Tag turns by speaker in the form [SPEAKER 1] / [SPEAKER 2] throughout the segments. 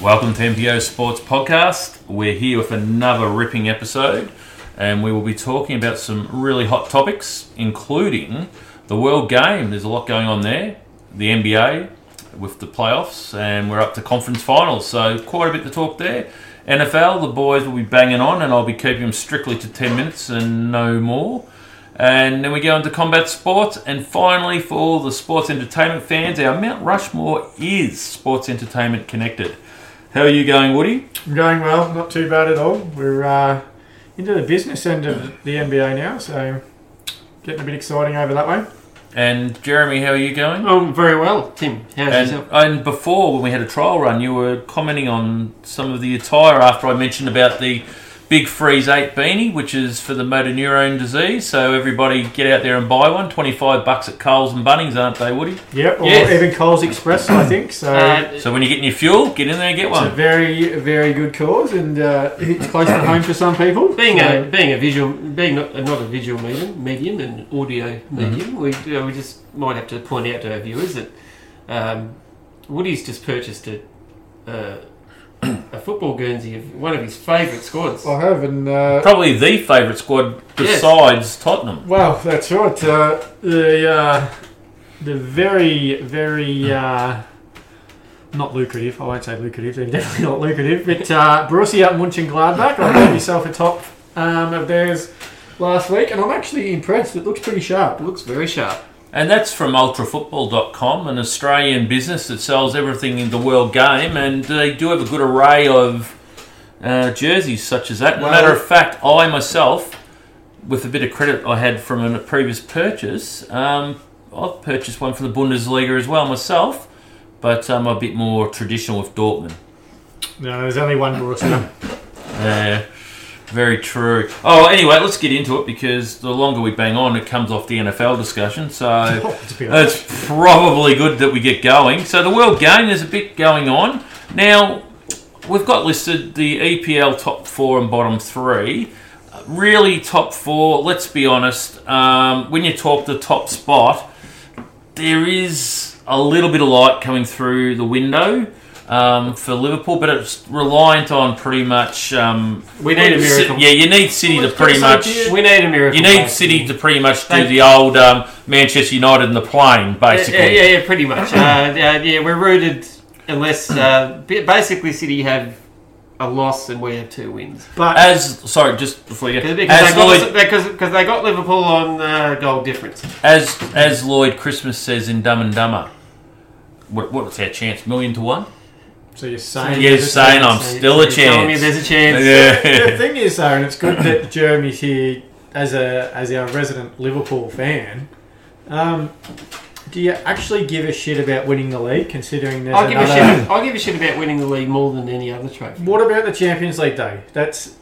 [SPEAKER 1] Welcome to MPO Sports Podcast. We're here with another ripping episode, and we will be talking about some really hot topics, including the World Game. There's a lot going on there, the NBA with the playoffs, and we're up to conference finals, so quite a bit to talk there. NFL, the boys will be banging on, and I'll be keeping them strictly to 10 minutes and no more. And then we go into combat sports. And finally, for all the sports entertainment fans, our Mount Rushmore is sports entertainment connected. How are you going, Woody?
[SPEAKER 2] I'm going well, not too bad at all. We're uh, into the business end of the NBA now, so getting a bit exciting over that way.
[SPEAKER 1] And Jeremy, how are you going?
[SPEAKER 3] Oh, very well, Tim. How's
[SPEAKER 1] And,
[SPEAKER 3] yourself?
[SPEAKER 1] and before, when we had a trial run, you were commenting on some of the attire after I mentioned about the Big Freeze 8 beanie, which is for the motor neurone disease. So everybody get out there and buy one. 25 bucks at Coles and Bunnings, aren't they, Woody?
[SPEAKER 2] Yep, or
[SPEAKER 3] Yes.
[SPEAKER 2] even Coles Express, I think. So
[SPEAKER 3] Uh,
[SPEAKER 1] So when you're getting your fuel, get in there and get
[SPEAKER 2] it's a
[SPEAKER 1] one.
[SPEAKER 2] very, very good cause, and uh, it's close to home for some people.
[SPEAKER 3] being
[SPEAKER 2] so,
[SPEAKER 3] a being a visual, being not, not a visual medium, medium and audio
[SPEAKER 1] Mm-hmm.
[SPEAKER 3] medium, we uh, we just might have to point out to our viewers that um, Woody's just purchased a uh, a football guernsey of one of his favourite squads.
[SPEAKER 2] I have, and uh,
[SPEAKER 1] Probably the favourite squad
[SPEAKER 3] Yes.
[SPEAKER 1] besides Tottenham.
[SPEAKER 2] well, that's right. Uh, the uh, the very, very. Uh, not lucrative. I won't say lucrative. They're definitely not lucrative. But uh, Borussia Mönchengladbach, I gave yourself a top um, of theirs last week, and I'm actually impressed. It looks pretty sharp.
[SPEAKER 3] It looks very sharp.
[SPEAKER 1] And that's from ultrafootball.com, an Australian business that sells everything in the world game. And they do have a good array of uh, jerseys such as that.
[SPEAKER 2] Well-
[SPEAKER 1] Matter of fact, I myself, with a bit of credit I had from a previous purchase, um, I've purchased one for the Bundesliga as well myself. But I'm a bit more traditional with Dortmund.
[SPEAKER 2] No, there's only one Borussia.
[SPEAKER 1] Yeah, very true. Oh, anyway, let's get into it because the longer we bang on, it comes off the NFL discussion. So.
[SPEAKER 2] Oh, it's a bit-
[SPEAKER 1] It's probably good that we get going. So the World Game, there's a bit going on. Now, we've got listed the EPL top four and bottom three. Uh, Really, top four, let's be honest, um, when you talk the top spot, there is a little bit of light coming through the window. Um, for Liverpool, but it's reliant on pretty much. Um,
[SPEAKER 3] We need a
[SPEAKER 1] Ci-
[SPEAKER 3] miracle.
[SPEAKER 1] Yeah, you need City to pretty much.
[SPEAKER 3] We need a miracle.
[SPEAKER 1] You need
[SPEAKER 3] basically.
[SPEAKER 1] City to pretty much do
[SPEAKER 3] They-
[SPEAKER 1] the old um, Manchester United and the plane, basically.
[SPEAKER 3] Yeah, yeah, yeah, pretty much. Uh, uh, yeah, we're rooted unless uh, ba- basically City have a loss and we have two wins.
[SPEAKER 2] But
[SPEAKER 1] As sorry, just before you
[SPEAKER 3] Because
[SPEAKER 1] get
[SPEAKER 3] they,
[SPEAKER 1] as
[SPEAKER 3] got,
[SPEAKER 1] Lloyd,
[SPEAKER 3] because, because they got Liverpool on uh, goal difference.
[SPEAKER 1] as as Lloyd Christmas says in Dumb and Dumber, what, what's our chance? Million to one.
[SPEAKER 2] so you're saying,
[SPEAKER 1] You're saying I'm
[SPEAKER 3] So
[SPEAKER 1] still a
[SPEAKER 3] you're Telling me there's
[SPEAKER 1] chance.
[SPEAKER 3] a chance.
[SPEAKER 2] the
[SPEAKER 1] Yeah.
[SPEAKER 2] thing is, though, and it's good that Jeremy's here as a as our resident Liverpool fan. Um, do you actually give a shit about winning the league, considering there's
[SPEAKER 3] I'll give, a
[SPEAKER 2] another?
[SPEAKER 3] shit, I'll give a shit about winning the league more than any other trophy.
[SPEAKER 2] What about the Champions League though? That's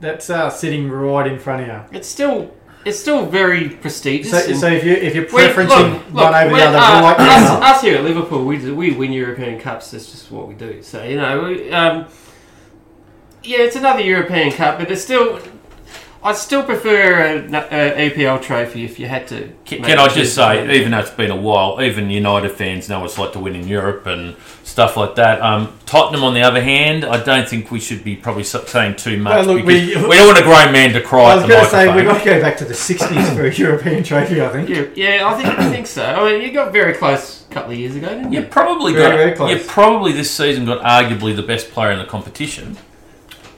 [SPEAKER 2] that's uh, sitting right in front of
[SPEAKER 3] It's still it's still very
[SPEAKER 2] you.
[SPEAKER 3] prestigious.
[SPEAKER 2] So,
[SPEAKER 3] and-
[SPEAKER 2] so if you if you're
[SPEAKER 3] We-
[SPEAKER 2] preferencing one over
[SPEAKER 3] we-
[SPEAKER 2] the other,
[SPEAKER 3] uh,
[SPEAKER 2] right
[SPEAKER 3] us,
[SPEAKER 2] now,
[SPEAKER 3] us here at Liverpool, we, do- we win European Cups. That's just what we do. So you know, we, um, yeah, it's another European Cup, but it's still. I still prefer an uh, a EPL trophy if you had to.
[SPEAKER 1] Can,
[SPEAKER 3] make
[SPEAKER 1] can
[SPEAKER 3] a
[SPEAKER 1] I
[SPEAKER 3] choice.
[SPEAKER 1] just say, even though it's been a while, even United fans know what it's like to win in Europe and stuff like that. Um, Tottenham, on the other hand, I don't think we should be probably saying too much.
[SPEAKER 2] Well, look,
[SPEAKER 1] because
[SPEAKER 2] we-
[SPEAKER 1] we, don't want a grown man to cry
[SPEAKER 2] I
[SPEAKER 1] at
[SPEAKER 2] was
[SPEAKER 1] the
[SPEAKER 2] going to say
[SPEAKER 1] microphone.
[SPEAKER 2] we've got to go back to the '60s for a European trophy. I think.
[SPEAKER 3] Yeah, yeah, I think I think so. I mean, you got very close a couple of years ago, didn't
[SPEAKER 1] You
[SPEAKER 3] you?
[SPEAKER 1] probably
[SPEAKER 2] Very, very
[SPEAKER 1] got.
[SPEAKER 2] close.
[SPEAKER 1] You probably this season got arguably the best player in the competition.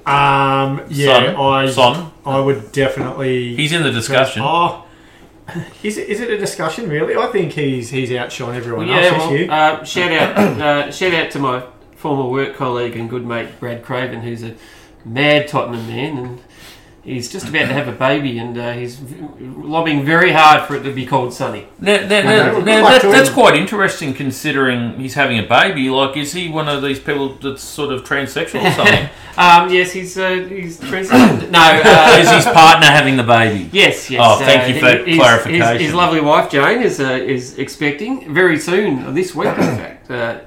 [SPEAKER 2] Um, yeah,
[SPEAKER 1] Son.
[SPEAKER 2] I
[SPEAKER 1] Son.
[SPEAKER 2] I would definitely.
[SPEAKER 1] He's in the discussion.
[SPEAKER 2] Oh, is it, is it a discussion really? I think he's he's outshone everyone
[SPEAKER 3] yeah,
[SPEAKER 2] else. this
[SPEAKER 3] well,
[SPEAKER 2] year.
[SPEAKER 3] uh, shout out, uh, shout out to my former work colleague and good mate Brad Craven, who's a mad Tottenham man, and he's just about to have a baby, and uh, he's v- lobbying very hard for it to be called Sunny.
[SPEAKER 1] Now, now,
[SPEAKER 2] No,
[SPEAKER 1] now,
[SPEAKER 2] no,
[SPEAKER 1] now that,
[SPEAKER 2] like to
[SPEAKER 1] that's
[SPEAKER 2] him.
[SPEAKER 1] quite interesting considering he's having a baby. Like, is he one of these people that's sort of transsexual or something?
[SPEAKER 3] Um, yes, he's uh, he's transgender. no, uh,
[SPEAKER 1] is his partner having the baby?
[SPEAKER 3] yes, yes.
[SPEAKER 1] Oh, thank
[SPEAKER 3] uh,
[SPEAKER 1] you for that
[SPEAKER 3] his- his-
[SPEAKER 1] clarification.
[SPEAKER 3] His, lovely wife Jane is uh, is expecting very soon uh, this week, in fact. Uh,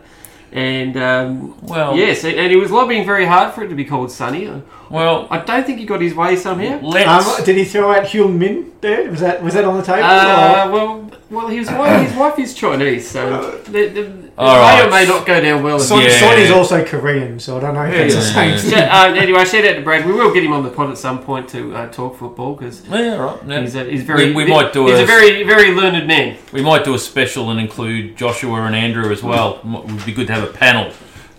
[SPEAKER 3] and um,
[SPEAKER 1] Well,
[SPEAKER 3] yes, and and he was lobbying very hard for it to be called Sunny.
[SPEAKER 1] well,
[SPEAKER 3] I don't think he got his way somehow.
[SPEAKER 2] Um,
[SPEAKER 1] let's.
[SPEAKER 2] did he throw out Hyun Min there? Was that was that on the table?
[SPEAKER 3] Uh, well, well, his wife, his wife is Chinese, so the, the,
[SPEAKER 1] All
[SPEAKER 3] may
[SPEAKER 1] right.
[SPEAKER 3] or may not go down well.
[SPEAKER 2] Son,
[SPEAKER 1] Yeah.
[SPEAKER 2] Son is also Korean, so I don't know if it's the
[SPEAKER 1] Yeah.
[SPEAKER 2] same
[SPEAKER 3] Sh-
[SPEAKER 2] thing.
[SPEAKER 3] uh, anyway, shout out to Brad. We will get him on the pod at some point to uh, talk football because
[SPEAKER 1] Yeah, all right. Yeah.
[SPEAKER 3] he's, a, he's very.
[SPEAKER 1] We- we might do
[SPEAKER 3] He's
[SPEAKER 1] a-
[SPEAKER 3] a very very learned man.
[SPEAKER 1] We might do a special and include Joshua and Andrew as well. M- It would be good to have a panel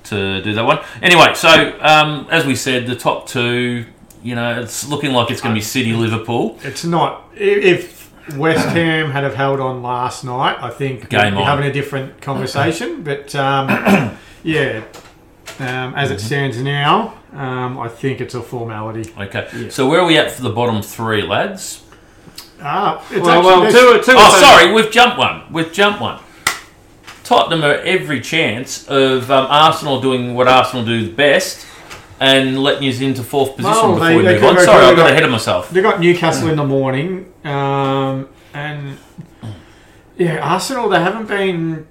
[SPEAKER 1] to do that one. Anyway, so um, as we said, the top two, you know, it's looking like it's going to be City Liverpool.
[SPEAKER 2] It's not. i- If West Ham had have held on last night, I think
[SPEAKER 1] Game
[SPEAKER 2] we'd be
[SPEAKER 1] on.
[SPEAKER 2] having a different conversation. But um, yeah, um, as it stands now, um, I think it's a formality.
[SPEAKER 1] Okay,
[SPEAKER 3] Yeah.
[SPEAKER 1] so where are we at for the bottom three, lads?
[SPEAKER 2] Ah, it's
[SPEAKER 3] well,
[SPEAKER 2] actually-
[SPEAKER 3] well,
[SPEAKER 2] there's-
[SPEAKER 3] two, two
[SPEAKER 1] Oh, sorry, we've jumped one. We've jumped one. Tottenham are every chance of um, Arsenal doing what Arsenal do best and letting us into fourth position
[SPEAKER 2] Well,
[SPEAKER 1] before
[SPEAKER 2] they-
[SPEAKER 1] we
[SPEAKER 2] they
[SPEAKER 1] move
[SPEAKER 2] could
[SPEAKER 1] on.
[SPEAKER 2] very
[SPEAKER 1] Sorry, I
[SPEAKER 2] clearly
[SPEAKER 1] got
[SPEAKER 2] not-
[SPEAKER 1] ahead of myself.
[SPEAKER 2] They got Newcastle in the morning, um, and yeah, Arsenal. They haven't been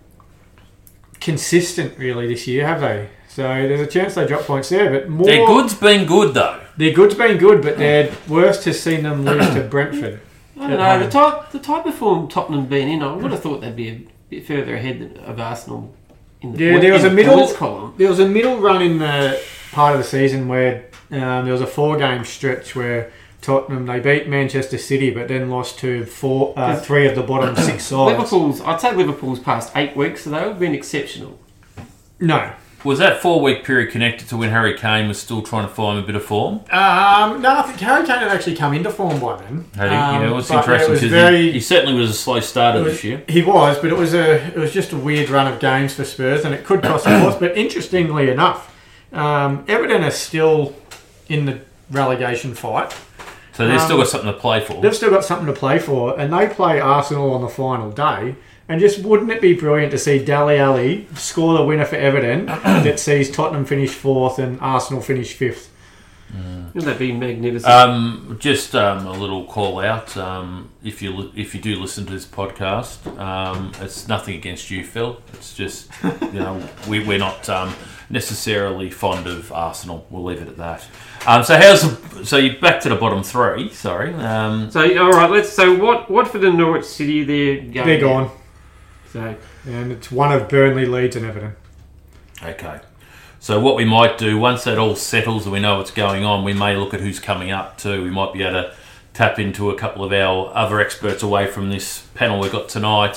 [SPEAKER 2] consistent really this year, have they? So there's a chance they drop points there, but more
[SPEAKER 1] Their good's been good though.
[SPEAKER 2] Their good's been good, but their worst has seen them lose to Brentford.
[SPEAKER 3] I don't know the type the type of form Tottenham been in. I would have thought they'd be a bit further ahead than, of Arsenal. In the
[SPEAKER 2] Yeah,
[SPEAKER 3] point-
[SPEAKER 2] there was
[SPEAKER 3] in
[SPEAKER 2] a
[SPEAKER 3] the
[SPEAKER 2] middle-
[SPEAKER 3] points column.
[SPEAKER 2] There was a middle run in the part of the season where um, there was a four-game stretch where Tottenham they beat Manchester City, but then lost to four, uh, three of the bottom six sides.
[SPEAKER 3] Liverpool's. I'd say Liverpool's past eight weeks, so they've been exceptional.
[SPEAKER 2] No,
[SPEAKER 1] Was that four week period connected to when Harry Kane was still trying to find a bit of form?
[SPEAKER 2] um, no, I think Harry Kane had actually come into form by then.
[SPEAKER 1] Had he?
[SPEAKER 2] Um,
[SPEAKER 1] yeah, it was
[SPEAKER 2] but
[SPEAKER 1] interesting
[SPEAKER 2] It was
[SPEAKER 1] because
[SPEAKER 2] very
[SPEAKER 1] he, he certainly was a slow starter
[SPEAKER 2] It was-
[SPEAKER 1] this year.
[SPEAKER 2] He was, but it was a it was just a weird run of games for Spurs, and it could cost them lots. But interestingly enough, um, Everton are still in the relegation fight.
[SPEAKER 1] So they've still
[SPEAKER 2] um,
[SPEAKER 1] got something to play for.
[SPEAKER 2] They've still got something to play for, and they play Arsenal on the final day. And just wouldn't it be brilliant to see Dali Ali score the winner for Everton that sees Tottenham finish fourth and Arsenal finish fifth?
[SPEAKER 3] Wouldn't that be magnificent?
[SPEAKER 2] Uh,
[SPEAKER 1] Um, just um, a little call out. Um, if you li- if you do listen to this podcast, um, it's nothing against you, Phil. It's just you know we, we're not um, necessarily fond of Arsenal. We'll leave it at that. Um, so how's the, so you back to the bottom three? Sorry. Um,
[SPEAKER 3] so all right, let's. So what? Watford and Norwich City? They're going.
[SPEAKER 2] They're gone,
[SPEAKER 3] So
[SPEAKER 2] and it's one of Burnley, Leeds, and Everton.
[SPEAKER 1] Okay. So what we might do once that all settles and we know what's going on, we may look at who's coming up too. We might be able to tap into a couple of our other experts away from this panel we've got tonight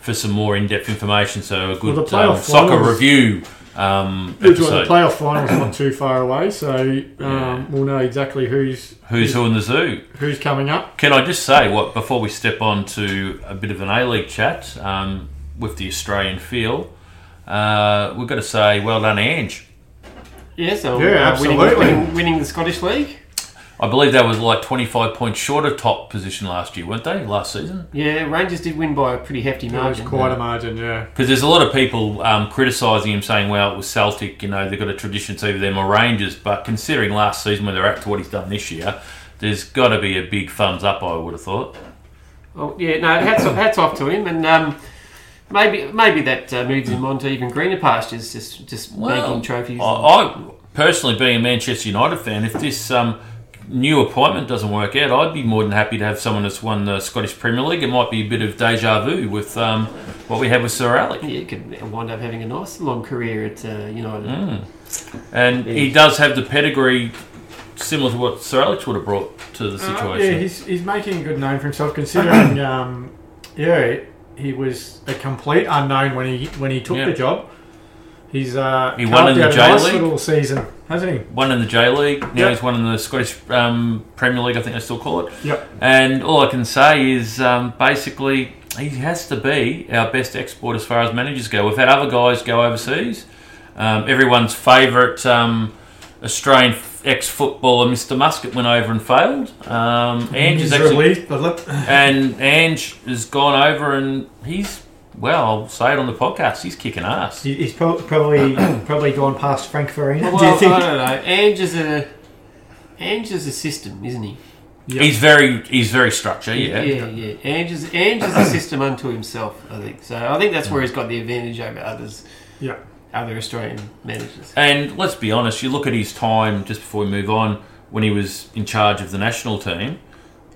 [SPEAKER 1] for some more in-depth information. So a good
[SPEAKER 2] Well, the playoff
[SPEAKER 1] um, soccer
[SPEAKER 2] finals-
[SPEAKER 1] review um,
[SPEAKER 2] Good one. The
[SPEAKER 1] episode.
[SPEAKER 2] playoff final's not too far away, so um,
[SPEAKER 1] Yeah.
[SPEAKER 2] we'll know exactly who's
[SPEAKER 1] Who's who in the zoo?
[SPEAKER 2] who's coming up.
[SPEAKER 1] Can I just say what before we step on to a bit of an A-League chat um, with the Australian feel? Uh, we've got to say well done, Ange.
[SPEAKER 3] yeah,
[SPEAKER 2] Yeah,
[SPEAKER 3] so uh, winning-
[SPEAKER 2] absolutely.
[SPEAKER 3] winning, winning the Scottish League.
[SPEAKER 1] I believe they was like 25 points short of top position last year, weren't they? Last season?
[SPEAKER 3] Yeah, Rangers did win by a pretty hefty
[SPEAKER 2] It was
[SPEAKER 3] margin.
[SPEAKER 2] quite a margin, yeah.
[SPEAKER 1] Because there's a lot of people um, criticising him, saying, well, it was Celtic, you know, they've got a tradition, it's either them or Rangers. But considering last season where they're at to what he's done this year, there's got to be a big thumbs up, I would have thought.
[SPEAKER 3] Oh, yeah, no, hats off, hats off to him, and um, maybe maybe that uh, moves him on to even greener pastures, just just making trophies.
[SPEAKER 1] I, I personally, being a Manchester United fan, if this um, new appointment doesn't work out, I'd be more than happy to have someone that's won the Scottish Premier League. It might be a bit of deja vu with um, what we had with Sir Alex.
[SPEAKER 3] yeah, you could wind up having a nice long career at uh, United.
[SPEAKER 2] Hmm?
[SPEAKER 1] Hmm. And he does have the pedigree similar to what Sir Alex would have brought to the
[SPEAKER 2] Uh, yeah,
[SPEAKER 1] situation.
[SPEAKER 2] he's, he's making a good name for himself considering, um, yeah, he was a complete unknown when he when he took
[SPEAKER 1] Yeah.
[SPEAKER 2] the job. He's uh,
[SPEAKER 1] He won in
[SPEAKER 2] carved
[SPEAKER 1] the
[SPEAKER 2] out a
[SPEAKER 1] J
[SPEAKER 2] nice
[SPEAKER 1] League.
[SPEAKER 2] little season, hasn't he?
[SPEAKER 1] one in the J League, now
[SPEAKER 2] Yep.
[SPEAKER 1] he's one in the Scottish um, Premier League, I think they still call it.
[SPEAKER 2] Yep.
[SPEAKER 1] And all I can say is um, basically he has to be our best export as far as managers go. We've had other guys go overseas. Um, everyone's favourite um, Australian f- ex-footballer, Mr Musket, went over and failed. Um, Ange is actually And Ange has gone over and he's, well, I'll say it on the podcast, he's kicking ass.
[SPEAKER 2] He- He's pro- probably probably gone past Frank Farina.
[SPEAKER 3] Well,
[SPEAKER 2] do you think?
[SPEAKER 3] I don't know. Ange is a Ange is a system, isn't he?
[SPEAKER 1] He's very he's very structured, yeah.
[SPEAKER 3] yeah, yeah. Ange is Ange is a system unto himself. I think so. I think that's where he's got the advantage over others,
[SPEAKER 2] yeah.
[SPEAKER 3] other Australian managers.
[SPEAKER 1] And let's be honest, you look at his time just before we move on, when he was in charge of the national team,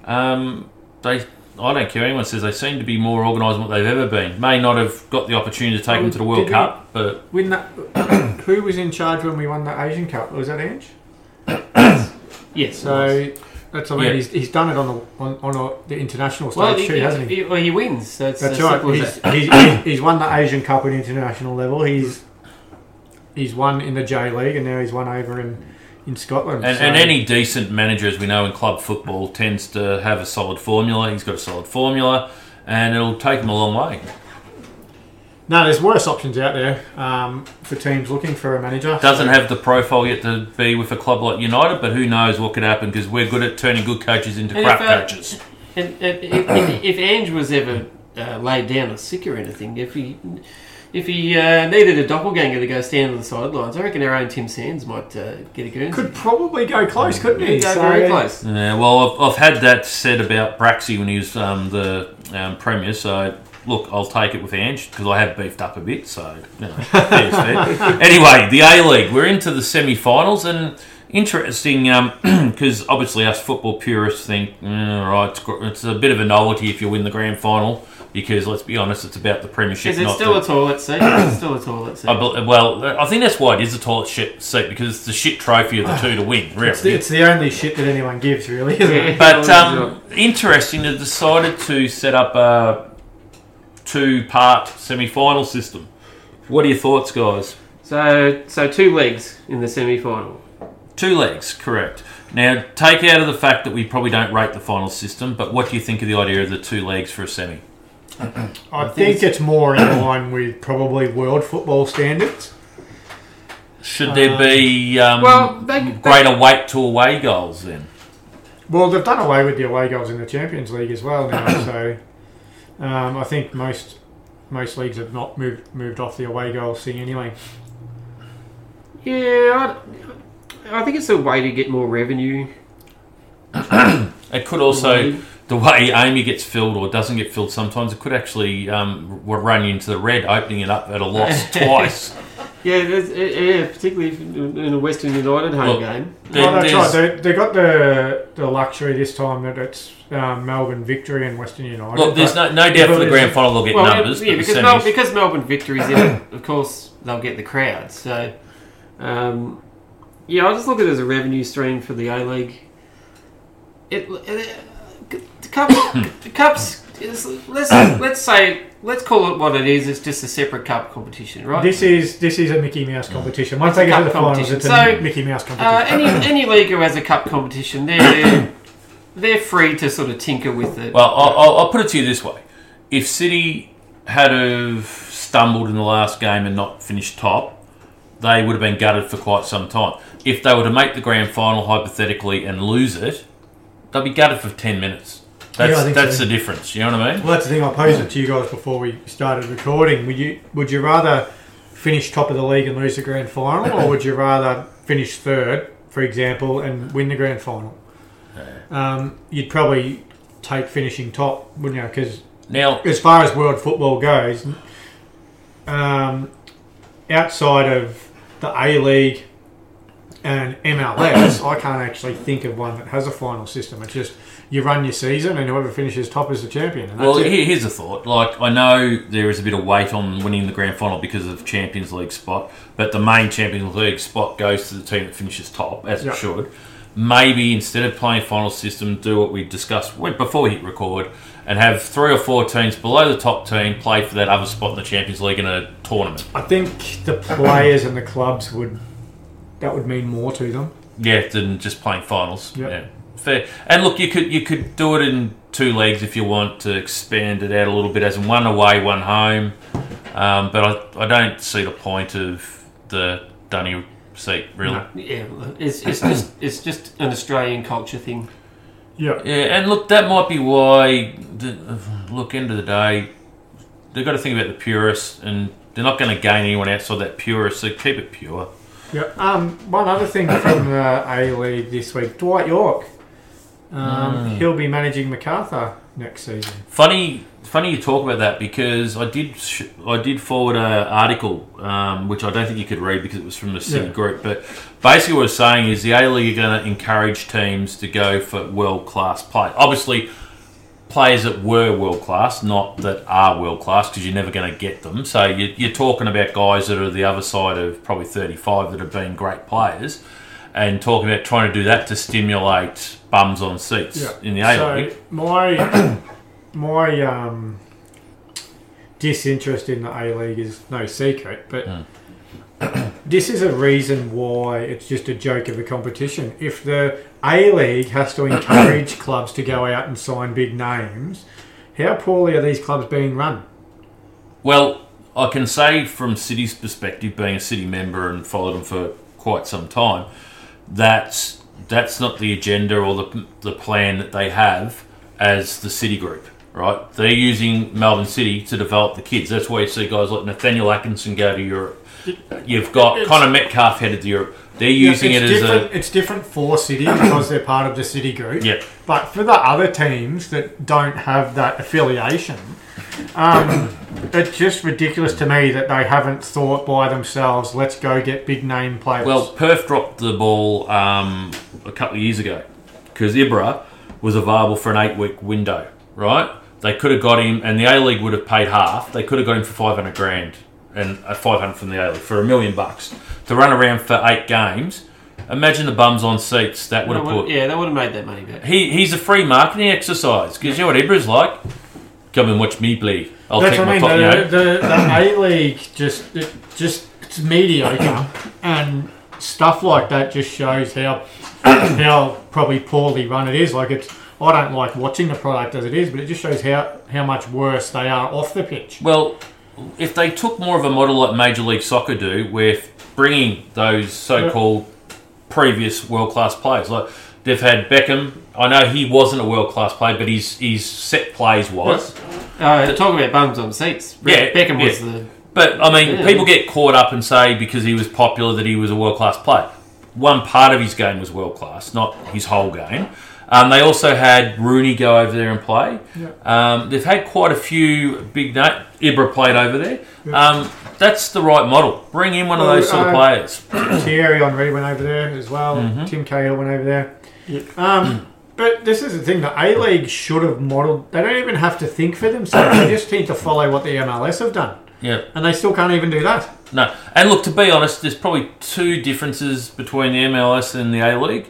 [SPEAKER 1] um, they I don't care. Anyone says they seem to be more organised than what they've ever been. May not have got the opportunity to take them to the World
[SPEAKER 2] Did we-
[SPEAKER 1] Cup, but
[SPEAKER 2] When that, who was in charge when we won the Asian Cup? Was that Ange?
[SPEAKER 3] Yes. it was.
[SPEAKER 2] So that's I mean
[SPEAKER 1] Yeah.
[SPEAKER 2] he's, he's done it on the on, on a, the international stage
[SPEAKER 3] well,
[SPEAKER 2] too,
[SPEAKER 3] he,
[SPEAKER 2] hasn't he?
[SPEAKER 3] he- well, he wins. So it's
[SPEAKER 2] That's
[SPEAKER 3] as
[SPEAKER 2] right.
[SPEAKER 3] simple as
[SPEAKER 2] He's,
[SPEAKER 3] that.
[SPEAKER 2] he's, he's, he's won the Asian Cup at international level. He's he's won in the J League, and now he's won over in in Scotland.
[SPEAKER 1] and,
[SPEAKER 2] so-
[SPEAKER 1] and any decent manager, as we know in club football, tends to have a solid formula. He's got a solid formula, and it'll take him a long way.
[SPEAKER 2] no, there's worse options out there um, for teams looking for a manager.
[SPEAKER 1] Doesn't have the profile yet to be with a club like United, but who knows what could happen because we're good at turning good coaches into
[SPEAKER 3] And
[SPEAKER 1] crap
[SPEAKER 3] if, uh,
[SPEAKER 1] coaches.
[SPEAKER 3] And, and if, if, if Ange was ever uh, laid down a sick or anything, if he if he uh, needed a doppelganger to go stand on the sidelines, I reckon our own Tim Sands might uh, get a goon.
[SPEAKER 2] could probably go close, couldn't he?
[SPEAKER 3] go
[SPEAKER 2] So-
[SPEAKER 3] very close.
[SPEAKER 1] Yeah, well, I've, I've had that said about Braxy when he was um, the um, premier. So look, I'll take it with Ange because I have beefed up a bit. So you know, fair's fair. anyway, the A League. We're into the semi-finals and interesting because obviously us football purists think, mm, all right, it's, gr- it's a bit of a novelty if you win the grand final because let's be honest, it's about the premiership.
[SPEAKER 3] Is it
[SPEAKER 1] not
[SPEAKER 3] still
[SPEAKER 1] the-
[SPEAKER 3] a toilet seat? It's still a toilet seat.
[SPEAKER 1] I bel- well, I think that's why it is a toilet shit seat because it's the shit trophy of the two to win. Really,
[SPEAKER 2] It's the, it's the only shit that anyone gives, really. Isn't it?
[SPEAKER 1] But um, interesting, they decided to set up a two-part semi-final system. What are your thoughts, guys?
[SPEAKER 3] so so two legs in the semi-final.
[SPEAKER 1] Two legs, correct. Now, take out of the fact that we probably don't rate the final system, but what do you think of the idea of the two legs for a semi?
[SPEAKER 2] I think it's more in line with probably world football standards.
[SPEAKER 1] Should there be um,
[SPEAKER 3] Well, they- they-
[SPEAKER 1] greater weight to away goals then?
[SPEAKER 2] Well, they've done away with the away goals in the Champions League as well now, so um, I think most most leagues have not moved moved off the away goals thing anyway.
[SPEAKER 3] Yeah, I, I think it's a way to get more revenue.
[SPEAKER 1] It could also, the way Amy gets filled or doesn't get filled sometimes, it could actually um, r- run you into the red, opening it up at a loss twice.
[SPEAKER 3] Yeah, that's, yeah, particularly if- in a Western United home
[SPEAKER 1] Look,
[SPEAKER 3] game.
[SPEAKER 1] There-
[SPEAKER 2] well, Oh, that's
[SPEAKER 1] there's-
[SPEAKER 2] right. They, they got the the luxury this time that it's um, Melbourne victory and Western United.
[SPEAKER 1] Look, there's
[SPEAKER 2] but
[SPEAKER 1] no, no doubt for the
[SPEAKER 2] but-
[SPEAKER 1] grand final they'll get numbers,
[SPEAKER 3] yeah,
[SPEAKER 1] but the
[SPEAKER 3] because,
[SPEAKER 1] semis,
[SPEAKER 3] Mel- because Melbourne victories in it, of course they'll get the crowd. So, um, yeah, I just look at it as a revenue stream for the A League. It, it, uh, the cup, the cups. Is, let's let's say let's call it what it is. It's just a separate cup competition, right?
[SPEAKER 2] This is this is a Mickey Mouse competition. Once they get to the
[SPEAKER 3] Cup
[SPEAKER 2] finals,
[SPEAKER 3] competition.
[SPEAKER 2] it's a
[SPEAKER 3] So,
[SPEAKER 2] Mickey Mouse competition.
[SPEAKER 3] uh, any any league who has a cup competition, they're they're free to sort of tinker with it.
[SPEAKER 1] Well, I'll, I'll, I'll put it to you this way: if City had have stumbled in the last game and not finished top, they would have been gutted for quite some time. If they were to make the grand final hypothetically and lose it, they'd be gutted for ten minutes. That's
[SPEAKER 2] I think
[SPEAKER 1] that's
[SPEAKER 2] so.
[SPEAKER 1] the difference. You know what I mean?
[SPEAKER 2] Well, that's the thing. I posed it to you guys before we started recording. Would you would you rather finish top of the league and lose the grand final, or would you rather finish third, for example, and win the grand final? Um, you'd probably take finishing top, wouldn't you? Because
[SPEAKER 1] Now,
[SPEAKER 2] as far as world football goes, um, outside of the A League and MLS, I can't actually think of one that has a final system. It's just you run your season, and whoever finishes top is the champion. And that's
[SPEAKER 1] well,
[SPEAKER 2] it.
[SPEAKER 1] here, here's a thought. Like, I know there is a bit of weight on winning the grand final because of Champions League spot, but the main Champions League spot goes to the team that finishes top, as
[SPEAKER 2] Yeah.
[SPEAKER 1] it should. Maybe instead of playing final system, do what we discussed when- before we hit record and have three or four teams below the top team play for that other spot in the Champions League in a tournament.
[SPEAKER 2] I think the players and the clubs would that would mean more to them.
[SPEAKER 1] Yeah, than just playing finals.
[SPEAKER 2] Yep.
[SPEAKER 1] Yeah, fair. And look, you could you could do it in two legs if you want to expand it out a little bit, as in one away, one home. Um, but I, I don't see the point of the dunny seat really.
[SPEAKER 2] No.
[SPEAKER 3] yeah, it's, it's just it's just an Australian culture thing.
[SPEAKER 2] Yeah.
[SPEAKER 1] Yeah, and look, that might be why. The, look, end of the day, they've got to think about the purists, and they're not going to gain anyone outside that purist. So keep it pure.
[SPEAKER 2] Yeah. Um, one other thing from the A League this week, Dwight York. Um, He'll be managing Macarthur next season.
[SPEAKER 1] Funny, funny you talk about that because I did, sh- I did forward an article um, which I don't think you could read because it was from the city
[SPEAKER 2] Yeah.
[SPEAKER 1] group. But basically, what it's saying is the A League are going to encourage teams to go for world class play. Obviously, players that were world class, not that are world class, because you're never going to get them. So you, you're talking about guys that are the other side of probably 35 that have been great players, and talking about trying to do that to stimulate bums on seats in the A League.
[SPEAKER 2] So my my um, disinterest in the A League is no secret, but
[SPEAKER 1] Mm.
[SPEAKER 2] this is a reason why it's just a joke of a competition. If the A League has to encourage clubs to go out and sign big names, how poorly are these clubs being run?
[SPEAKER 1] Well, I can say from City's perspective, being a City member and followed them for quite some time, that's that's not the agenda or the the plan that they have as the City group, right? They're using Melbourne City to develop the kids. That's why you see guys like Nathaniel Atkinson go to Europe. You've got
[SPEAKER 2] It's-
[SPEAKER 1] Connor Metcalf headed to Europe. They're using
[SPEAKER 2] it's
[SPEAKER 1] it as
[SPEAKER 2] different,
[SPEAKER 1] a
[SPEAKER 2] it's different for City because they're part of the City group.
[SPEAKER 1] yeah.
[SPEAKER 2] But for the other teams that don't have that affiliation, um, it's just ridiculous to me that they haven't thought by themselves, let's go get big name players.
[SPEAKER 1] Well, Perth dropped the ball um, a couple of years ago because Ibra was available for an eight week window, right? They could have got him, and the A League would have paid half. They could have got him for 500 grand and uh, 500 from the A League for a million bucks to run around for eight games. Imagine the bums on seats that would have
[SPEAKER 3] They would-
[SPEAKER 1] put.
[SPEAKER 3] yeah, they would have made that money back.
[SPEAKER 1] He, he's a free marketing exercise because you know what Ibra's like? Come and watch me play. I'll
[SPEAKER 2] That's
[SPEAKER 1] take
[SPEAKER 2] what
[SPEAKER 1] my
[SPEAKER 2] I mean.
[SPEAKER 1] top, you know.
[SPEAKER 2] The, the, the A League just it, just it's mediocre, and stuff like that just shows how how probably poorly run it is. Like it's I don't like watching the product as it is, but it just shows how how much worse they are off the pitch.
[SPEAKER 1] Well, if they took more of a model like Major League Soccer do, with bringing those so-called previous world-class players, like they've had Beckham. I know he wasn't a world-class player, but his his set plays was.
[SPEAKER 3] Uh, talk about bums on seats. Be-
[SPEAKER 1] Yeah,
[SPEAKER 3] Beckham was
[SPEAKER 1] yeah.
[SPEAKER 3] the.
[SPEAKER 1] But I mean,
[SPEAKER 3] Yeah.
[SPEAKER 1] people get caught up and say because he was popular that he was a world class player. One part of his game was world class, not his whole game. Um, they also had Rooney go over there and play. Um, they've had quite a few big name. Ibra played over there. Um, that's the right model. Bring in one of those sort of
[SPEAKER 2] Uh,
[SPEAKER 1] players.
[SPEAKER 2] Thierry Henry went over there as well.
[SPEAKER 1] Mm-hmm.
[SPEAKER 2] Tim Cahill went over there. Um, but this is the thing: the A League should have modelled. They don't even have to think for themselves. they just need to follow what the MLS have done,
[SPEAKER 1] Yeah.
[SPEAKER 2] and they still can't even do that.
[SPEAKER 1] No. And look, to be honest, there's probably two differences between the MLS and the A League.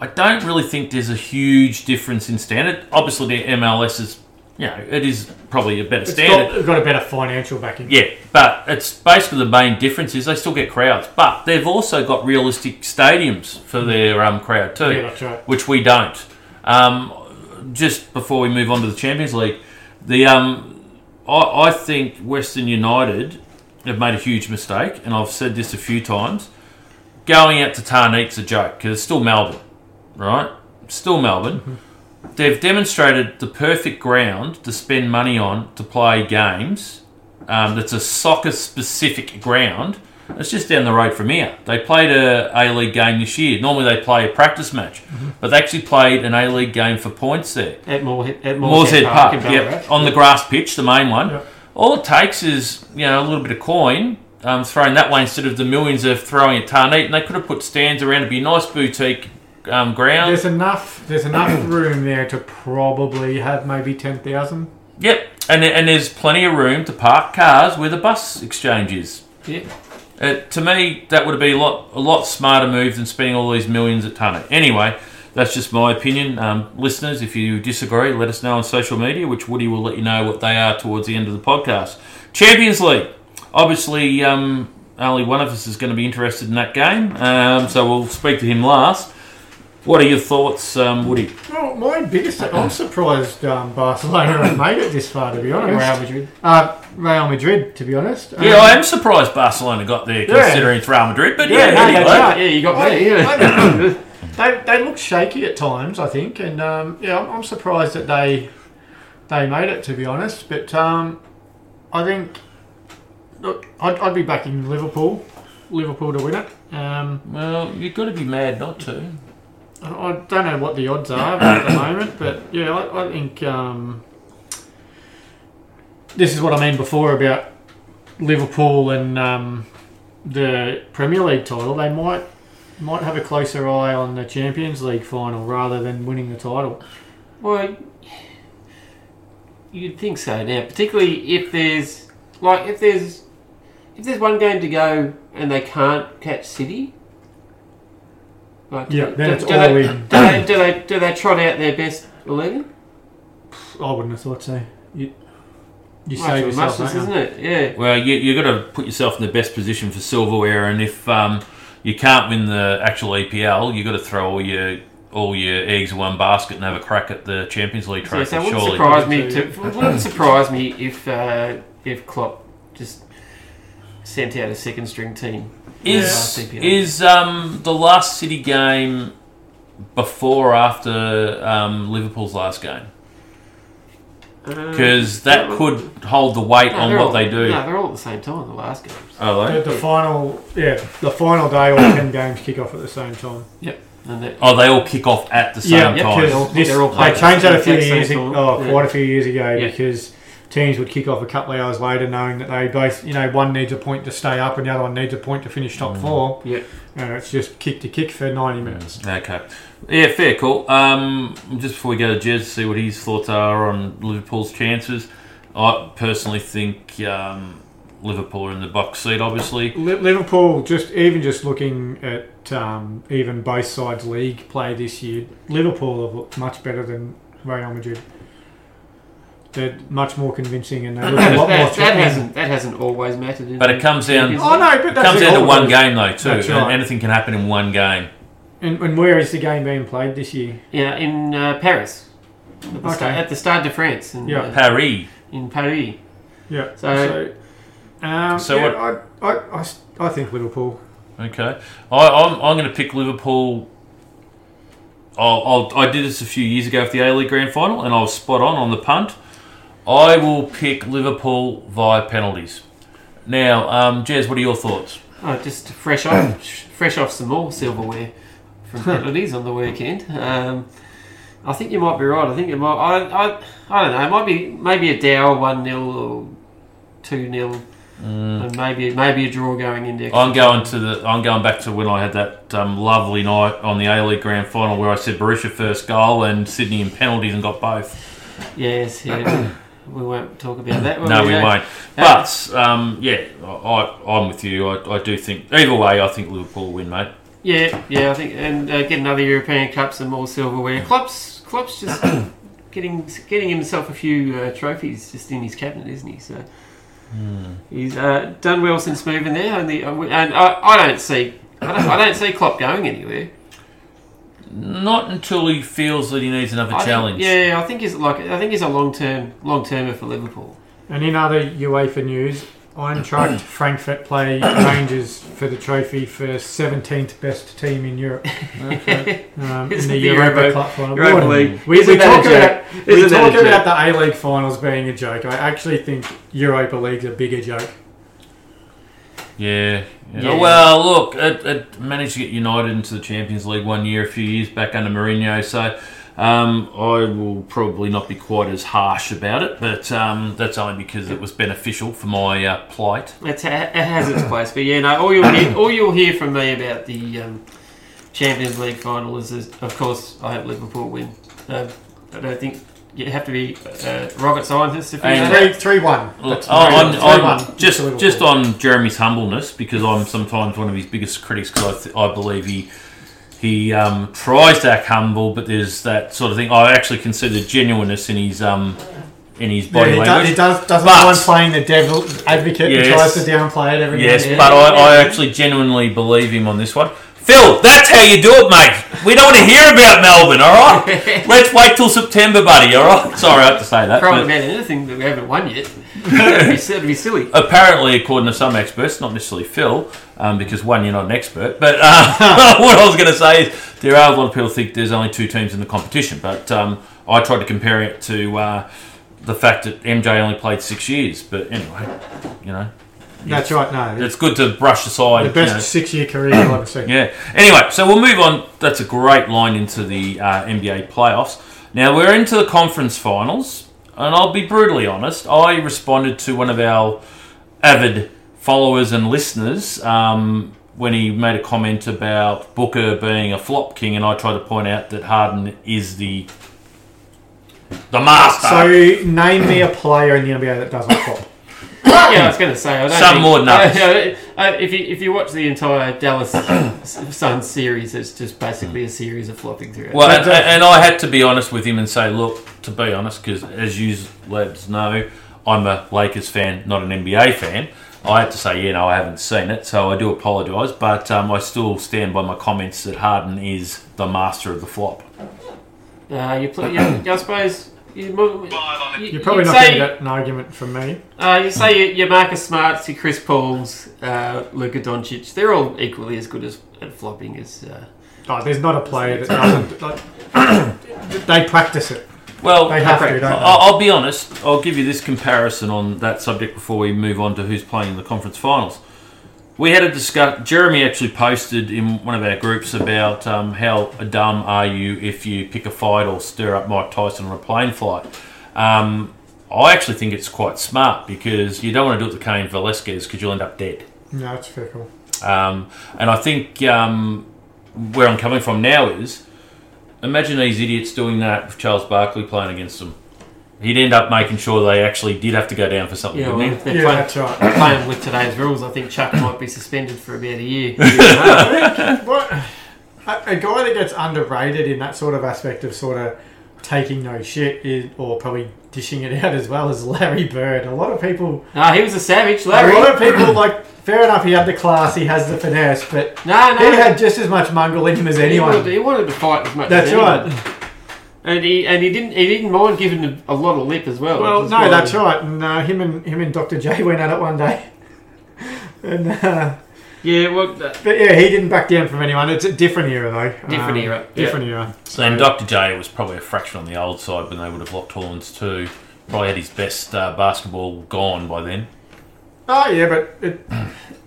[SPEAKER 1] I don't really think there's a huge difference in standard. Obviously, the MLS is, you know, it is probably a better
[SPEAKER 2] It's
[SPEAKER 1] standard.
[SPEAKER 2] got, got a better financial backing.
[SPEAKER 1] Yeah, but it's basically the main difference is they still get crowds, but they've also got realistic stadiums for their um, crowd too,
[SPEAKER 2] Yeah, that's right.
[SPEAKER 1] which we don't. Um, just before we move on to the Champions League, the um, I, I think Western United have made a huge mistake, and I've said this a few times. Going out to Tarneek's a joke because it's still Melbourne, right? Still Melbourne
[SPEAKER 2] Mm-hmm.
[SPEAKER 1] they've demonstrated the perfect ground to spend money on to play games. Um, that's a soccer specific ground. It's just down the road from here. They played a A League game this year. Normally they play a practice match, but they actually played an A League game for points there.
[SPEAKER 3] At Moore, at
[SPEAKER 1] Moorshead Park,
[SPEAKER 3] in Ballarat.
[SPEAKER 1] yep, on the grass pitch, the main one.
[SPEAKER 2] Yep.
[SPEAKER 1] All it takes is you know a little bit of coin um, thrown that way instead of the millions of throwing at Tarnit, and they could have put stands around. It'd be a nice boutique um, ground.
[SPEAKER 2] There's enough. There's enough room there to probably have maybe ten thousand.
[SPEAKER 1] Yep, and and there's plenty of room to park cars where the bus exchange is.
[SPEAKER 3] Yeah.
[SPEAKER 1] It, Uh, to me, that would have been a lot a lot smarter move than spending all these millions at Tunnett. Anyway, that's just my opinion. Um, listeners, if you disagree, let us know on social media, which Woody will let you know what they are towards the end of the podcast. Champions League. Obviously, um, only one of us is going to be interested in that game, um, so we'll speak to him last. What are your thoughts, um, Woody?
[SPEAKER 2] Well, my biggest. I'm surprised um, Barcelona have made it this far. To be honest,
[SPEAKER 3] Real Madrid.
[SPEAKER 2] Uh, Real Madrid. To be honest,
[SPEAKER 1] Yeah, I am surprised Barcelona got there considering it's Real Madrid, but yeah,
[SPEAKER 2] Mm. Yeah, no,
[SPEAKER 1] anyway.
[SPEAKER 2] that's right.
[SPEAKER 3] Yeah, you got
[SPEAKER 2] I-
[SPEAKER 3] that. Yeah.
[SPEAKER 2] They, they look shaky at times, I think, and um, yeah, I'm, I'm surprised that they they made it to be honest. But um, I think look, I'd, I'd be backing Liverpool, Liverpool to win it. Um,
[SPEAKER 1] Well, you've got to be mad not to.
[SPEAKER 2] I- I don't know what the odds are at the moment, but yeah, I, I think um, this is what I mean before about Liverpool and um, the Premier League title. They might might have a closer eye on the Champions League final rather than winning the title.
[SPEAKER 3] Well, You'd think so now, particularly if there's like if there's if there's one game to go and they can't catch City. Like,
[SPEAKER 2] Yeah,
[SPEAKER 3] do-
[SPEAKER 2] then
[SPEAKER 3] do-
[SPEAKER 2] it's
[SPEAKER 3] do
[SPEAKER 2] all
[SPEAKER 3] they,
[SPEAKER 2] in.
[SPEAKER 3] Do they, do they do they trot out their best eleven?
[SPEAKER 2] I wouldn't have thought so. You, you
[SPEAKER 3] Much of
[SPEAKER 2] save
[SPEAKER 3] a
[SPEAKER 2] yourself,
[SPEAKER 3] muchness,
[SPEAKER 2] don't
[SPEAKER 3] isn't
[SPEAKER 2] you?
[SPEAKER 3] it? Yeah.
[SPEAKER 1] Well, you, you've got to put yourself in the best position for silverware, and if um, you can't win the actual EPL, you've got to throw all your all your eggs in one basket and have a crack at the Champions League
[SPEAKER 3] So,
[SPEAKER 1] trophy.
[SPEAKER 3] so it wouldn't
[SPEAKER 1] surely,
[SPEAKER 3] surprise me.
[SPEAKER 2] Surely.
[SPEAKER 3] To, it wouldn't surprise me if uh, if Klopp just sent out a second string team.
[SPEAKER 1] is
[SPEAKER 3] Yeah, I think, yeah.
[SPEAKER 1] is um, the last City game before or after um, Liverpool's last game? Because that could hold the weight on
[SPEAKER 3] they're
[SPEAKER 1] what
[SPEAKER 3] all-
[SPEAKER 1] they do.
[SPEAKER 3] Uh, Mm. No, they're all at the same time. The last games.
[SPEAKER 1] Oh, they?
[SPEAKER 2] The, the final, yeah, the final day, all ten games kick off at the same time.
[SPEAKER 3] And that,
[SPEAKER 1] Oh, they all kick off at the same
[SPEAKER 2] Yeah,
[SPEAKER 3] yeah,
[SPEAKER 1] time.
[SPEAKER 3] They're all-
[SPEAKER 2] Because this,
[SPEAKER 3] they're all
[SPEAKER 2] they
[SPEAKER 3] playing
[SPEAKER 2] changed that a
[SPEAKER 3] the
[SPEAKER 2] few
[SPEAKER 3] exact same
[SPEAKER 2] years ago,
[SPEAKER 3] time.
[SPEAKER 2] oh,
[SPEAKER 3] Yeah.
[SPEAKER 2] quite a few years ago,
[SPEAKER 3] Yeah.
[SPEAKER 2] because teams would kick off a couple of hours later, knowing that they both, you know, one needs a point to stay up and the other one needs a point to finish top
[SPEAKER 1] Mm.
[SPEAKER 2] four.
[SPEAKER 3] Yeah.
[SPEAKER 2] and it's just kick to kick for ninety minutes.
[SPEAKER 1] Okay. Yeah, fair call. Um, just before we go to Jez to see what his thoughts are on Liverpool's chances, I personally think um, Liverpool are in the box seat, obviously.
[SPEAKER 2] Li- Liverpool, just even just looking at um, even both sides' league play this year, Liverpool have looked much better than Real Madrid. They're much more convincing and they look a
[SPEAKER 3] that,
[SPEAKER 2] lot more
[SPEAKER 3] that,
[SPEAKER 2] threatening.
[SPEAKER 3] hasn't that hasn't always mattered. in
[SPEAKER 1] But it comes down-
[SPEAKER 3] Champions
[SPEAKER 2] Oh
[SPEAKER 3] League.
[SPEAKER 2] no, but
[SPEAKER 1] It
[SPEAKER 2] that's
[SPEAKER 1] comes
[SPEAKER 2] it,
[SPEAKER 1] down to
[SPEAKER 2] all
[SPEAKER 1] one
[SPEAKER 2] of it.
[SPEAKER 1] game, though, too.
[SPEAKER 2] That's
[SPEAKER 1] and
[SPEAKER 2] right.
[SPEAKER 1] Anything can happen in one game.
[SPEAKER 2] And, and where is the game being played this year?
[SPEAKER 3] Yeah, in uh, Paris. At the, sta-
[SPEAKER 2] Okay.
[SPEAKER 3] at the Stade de France. In,
[SPEAKER 2] Yeah.
[SPEAKER 3] uh,
[SPEAKER 1] Paris.
[SPEAKER 3] in Paris.
[SPEAKER 2] Yeah.
[SPEAKER 3] So-
[SPEAKER 2] so, um,
[SPEAKER 1] So
[SPEAKER 2] yeah, I, I- I s- I think Liverpool.
[SPEAKER 1] Okay. I, I'm, I'm going to pick Liverpool. I'll, I'll, I did this a few years ago for the A League Grand Final, and I was spot on on the punt. I will pick Liverpool via penalties. Now, um, Jez, what are your thoughts?
[SPEAKER 3] Oh, just fresh off, fresh off some more silverware from penalties on the weekend. Um, I think you might be right. I think it might. I, I, I don't know. It might be maybe a Dow one 0 or two 0
[SPEAKER 1] Hmm.
[SPEAKER 3] and maybe maybe a draw going into. extra
[SPEAKER 1] Uh, I'm going to the. I'm going back to when I had that um, lovely night on the A League Grand Final where I said Borussia first goal and Sydney in penalties and got both.
[SPEAKER 3] time. Yes, yeah. we won't talk about that. will
[SPEAKER 1] no, we
[SPEAKER 3] eh?
[SPEAKER 1] won't. But um, yeah, I, I, I'm with you. I, I do think either way, I think Liverpool will win, mate.
[SPEAKER 3] Yeah, yeah. I think and uh, get another European Cup, some more silverware. Klopp's Klopp's just getting getting himself a few uh, trophies just in his cabinet, isn't he? So. He's uh, done well since moving there, and, the, uh, and I, I don't see I don't, I don't see Klopp going anywhere.
[SPEAKER 1] Not until he feels that he needs another
[SPEAKER 3] I
[SPEAKER 1] challenge.
[SPEAKER 3] Think, yeah, I think he's like I think he's a long term long termer for Liverpool.
[SPEAKER 2] And in other UEFA news, Eintracht Frankfurt play Rangers for the trophy for 17th best team in Europe um, in
[SPEAKER 3] Isn't
[SPEAKER 2] the
[SPEAKER 3] the
[SPEAKER 2] Europa,
[SPEAKER 3] Euro-
[SPEAKER 2] Cup final.
[SPEAKER 3] Europa
[SPEAKER 2] What a-
[SPEAKER 3] League.
[SPEAKER 2] We, we
[SPEAKER 3] Isn't that
[SPEAKER 2] talk
[SPEAKER 3] a joke?
[SPEAKER 2] about we
[SPEAKER 3] Isn't that
[SPEAKER 2] talk
[SPEAKER 3] a joke?
[SPEAKER 2] about the A League finals being a joke. I actually think Europa League's a bigger joke.
[SPEAKER 1] Yeah. yeah.
[SPEAKER 3] Yeah.
[SPEAKER 1] Well, look, it, it managed to get United into the Champions League one year, a few years back under Mourinho. So um, I will probably not be quite as harsh about it, but um, that's only because it was beneficial for my uh, plight.
[SPEAKER 3] It's, it has its place, but yeah, no. All you'll hear, all you'll hear from me about the um, Champions League final is, is, of course, I hope Liverpool win. Um I don't think you have to be uh, rocket scientists if you
[SPEAKER 1] And-
[SPEAKER 3] know
[SPEAKER 2] Three,
[SPEAKER 3] that.
[SPEAKER 2] three, one.
[SPEAKER 1] Look,
[SPEAKER 2] That's
[SPEAKER 1] I- I'm-
[SPEAKER 2] three,
[SPEAKER 1] I'm-
[SPEAKER 2] one.
[SPEAKER 1] just
[SPEAKER 2] to Liverpool.
[SPEAKER 1] just on Jeremy's humbleness, because I'm sometimes one of his biggest critics, because I, th- I believe he he um, tries to act humble, but there's that sort of thing. I actually consider genuineness in his um, in his
[SPEAKER 2] Yeah,
[SPEAKER 1] body
[SPEAKER 2] he
[SPEAKER 1] language.
[SPEAKER 2] does, he does, doesn't
[SPEAKER 1] But-
[SPEAKER 2] mind playing the devil advocate and
[SPEAKER 1] Yes.
[SPEAKER 2] tries to downplay it every
[SPEAKER 1] Yes,
[SPEAKER 2] now and
[SPEAKER 1] but I, I actually genuinely believe him on this one. Phil, that's how you do it, mate. We don't want to hear about Melbourne, all right? Let's wait till September, buddy, all right? Sorry, I have to say that.
[SPEAKER 3] Probably
[SPEAKER 1] But
[SPEAKER 3] about anything that we haven't won yet. that'd, be, that'd be silly.
[SPEAKER 1] apparently, according to some experts, not necessarily Phil, um, because one, you're not an expert, but um, what I was going to say is there are a lot of people think there's only two teams in the competition, but um, I tried to compare it to uh, the fact that MJ only played six years. But anyway, you know,
[SPEAKER 2] That's right, no.
[SPEAKER 1] it's good to brush aside.
[SPEAKER 2] the
[SPEAKER 1] you know,
[SPEAKER 2] best six year career I've ever seen.
[SPEAKER 1] Yeah. Anyway, so we'll move on. That's a great line into the uh, NBA playoffs. Now we're into the conference finals, and I'll be brutally honest. I responded to one of our avid followers and listeners um, when he made a comment about Booker being a flop king, and I tried to point out that Harden is the The master.
[SPEAKER 2] So name me a player in the NBA that doesn't flop.
[SPEAKER 3] yeah, I was going to say. I don't
[SPEAKER 1] Some
[SPEAKER 3] think-
[SPEAKER 1] more than others.
[SPEAKER 3] I- I- I- if you if you watch the entire Dallas Suns series, it's just basically a series of flopping throughout.
[SPEAKER 1] Well,
[SPEAKER 2] But,
[SPEAKER 1] and,
[SPEAKER 2] uh,
[SPEAKER 1] and I had to be honest with him and say, look, to be honest, because as you lads know, I'm a Lakers fan, not an NBA fan. I had to say, yeah, no, I haven't seen it, so I do apologise, but um, I still stand by my comments that Harden is the master of the flop.
[SPEAKER 3] uh, you play. Yeah, I suppose you, mo- you,
[SPEAKER 2] You're probably
[SPEAKER 3] you'd
[SPEAKER 2] not
[SPEAKER 3] say,
[SPEAKER 2] going to get an argument from me.
[SPEAKER 3] Uh, you say your, your Marcus Smarts, your Chris Pauls, uh, Luka Doncic. They're all equally as good as at flopping as. Uh,
[SPEAKER 2] Oh, there's not a player that doesn't. Like, they practice it.
[SPEAKER 1] Well,
[SPEAKER 2] They have to, don't they?
[SPEAKER 1] I'll, I'll be honest. I'll give you this comparison on that subject before we move on to who's playing in the conference finals. We had a discuss. Jeremy actually posted in one of our groups about um, how dumb are you if you pick a fight or stir up Mike Tyson on a plane flight. Um, I actually think it's quite smart because you don't want to do it to Cain Velasquez because you'll end up dead.
[SPEAKER 2] No, it's fair call.
[SPEAKER 1] Um, and I think um, where I'm coming from now is imagine these idiots doing that with Charles Barkley playing against them. He'd end up making sure they actually did have to go down for something,
[SPEAKER 3] you know,
[SPEAKER 1] wouldn't
[SPEAKER 3] if they're
[SPEAKER 2] Yeah,
[SPEAKER 3] playing-
[SPEAKER 2] that's right.
[SPEAKER 3] playing with today's rules, I think Chuck might be suspended for about a year. year and a half.
[SPEAKER 2] What, a, a guy that gets underrated in that sort of aspect of sort of taking no shit is, or probably dishing it out as well as Larry Bird. A lot of people,
[SPEAKER 3] Ah, he was a savage, Larry.
[SPEAKER 2] a lot of people like. Fair enough, he had the class, he has the finesse, but
[SPEAKER 3] no,
[SPEAKER 2] he
[SPEAKER 3] no,
[SPEAKER 2] had just as much mongrel in him as
[SPEAKER 3] he
[SPEAKER 2] anyone.
[SPEAKER 3] wanted, he wanted to fight as much.
[SPEAKER 2] That's
[SPEAKER 3] as anyone.
[SPEAKER 2] right.
[SPEAKER 3] and he and he didn't he didn't mind giving a, a lot of lip as well.
[SPEAKER 2] Well,
[SPEAKER 3] which is
[SPEAKER 2] no,
[SPEAKER 3] why-
[SPEAKER 2] that's right. And uh, him and him and Dr. J went at it one day. And, uh,
[SPEAKER 3] Yeah, well, that,
[SPEAKER 2] but yeah, he didn't back down from anyone. It's a different era though. Uh,
[SPEAKER 3] Different era, yeah.
[SPEAKER 2] Different era.
[SPEAKER 1] they? And Dr. J was probably a fraction on the old side when they would have locked horns too. Probably had his best uh, basketball gone by then.
[SPEAKER 2] Oh yeah, but it,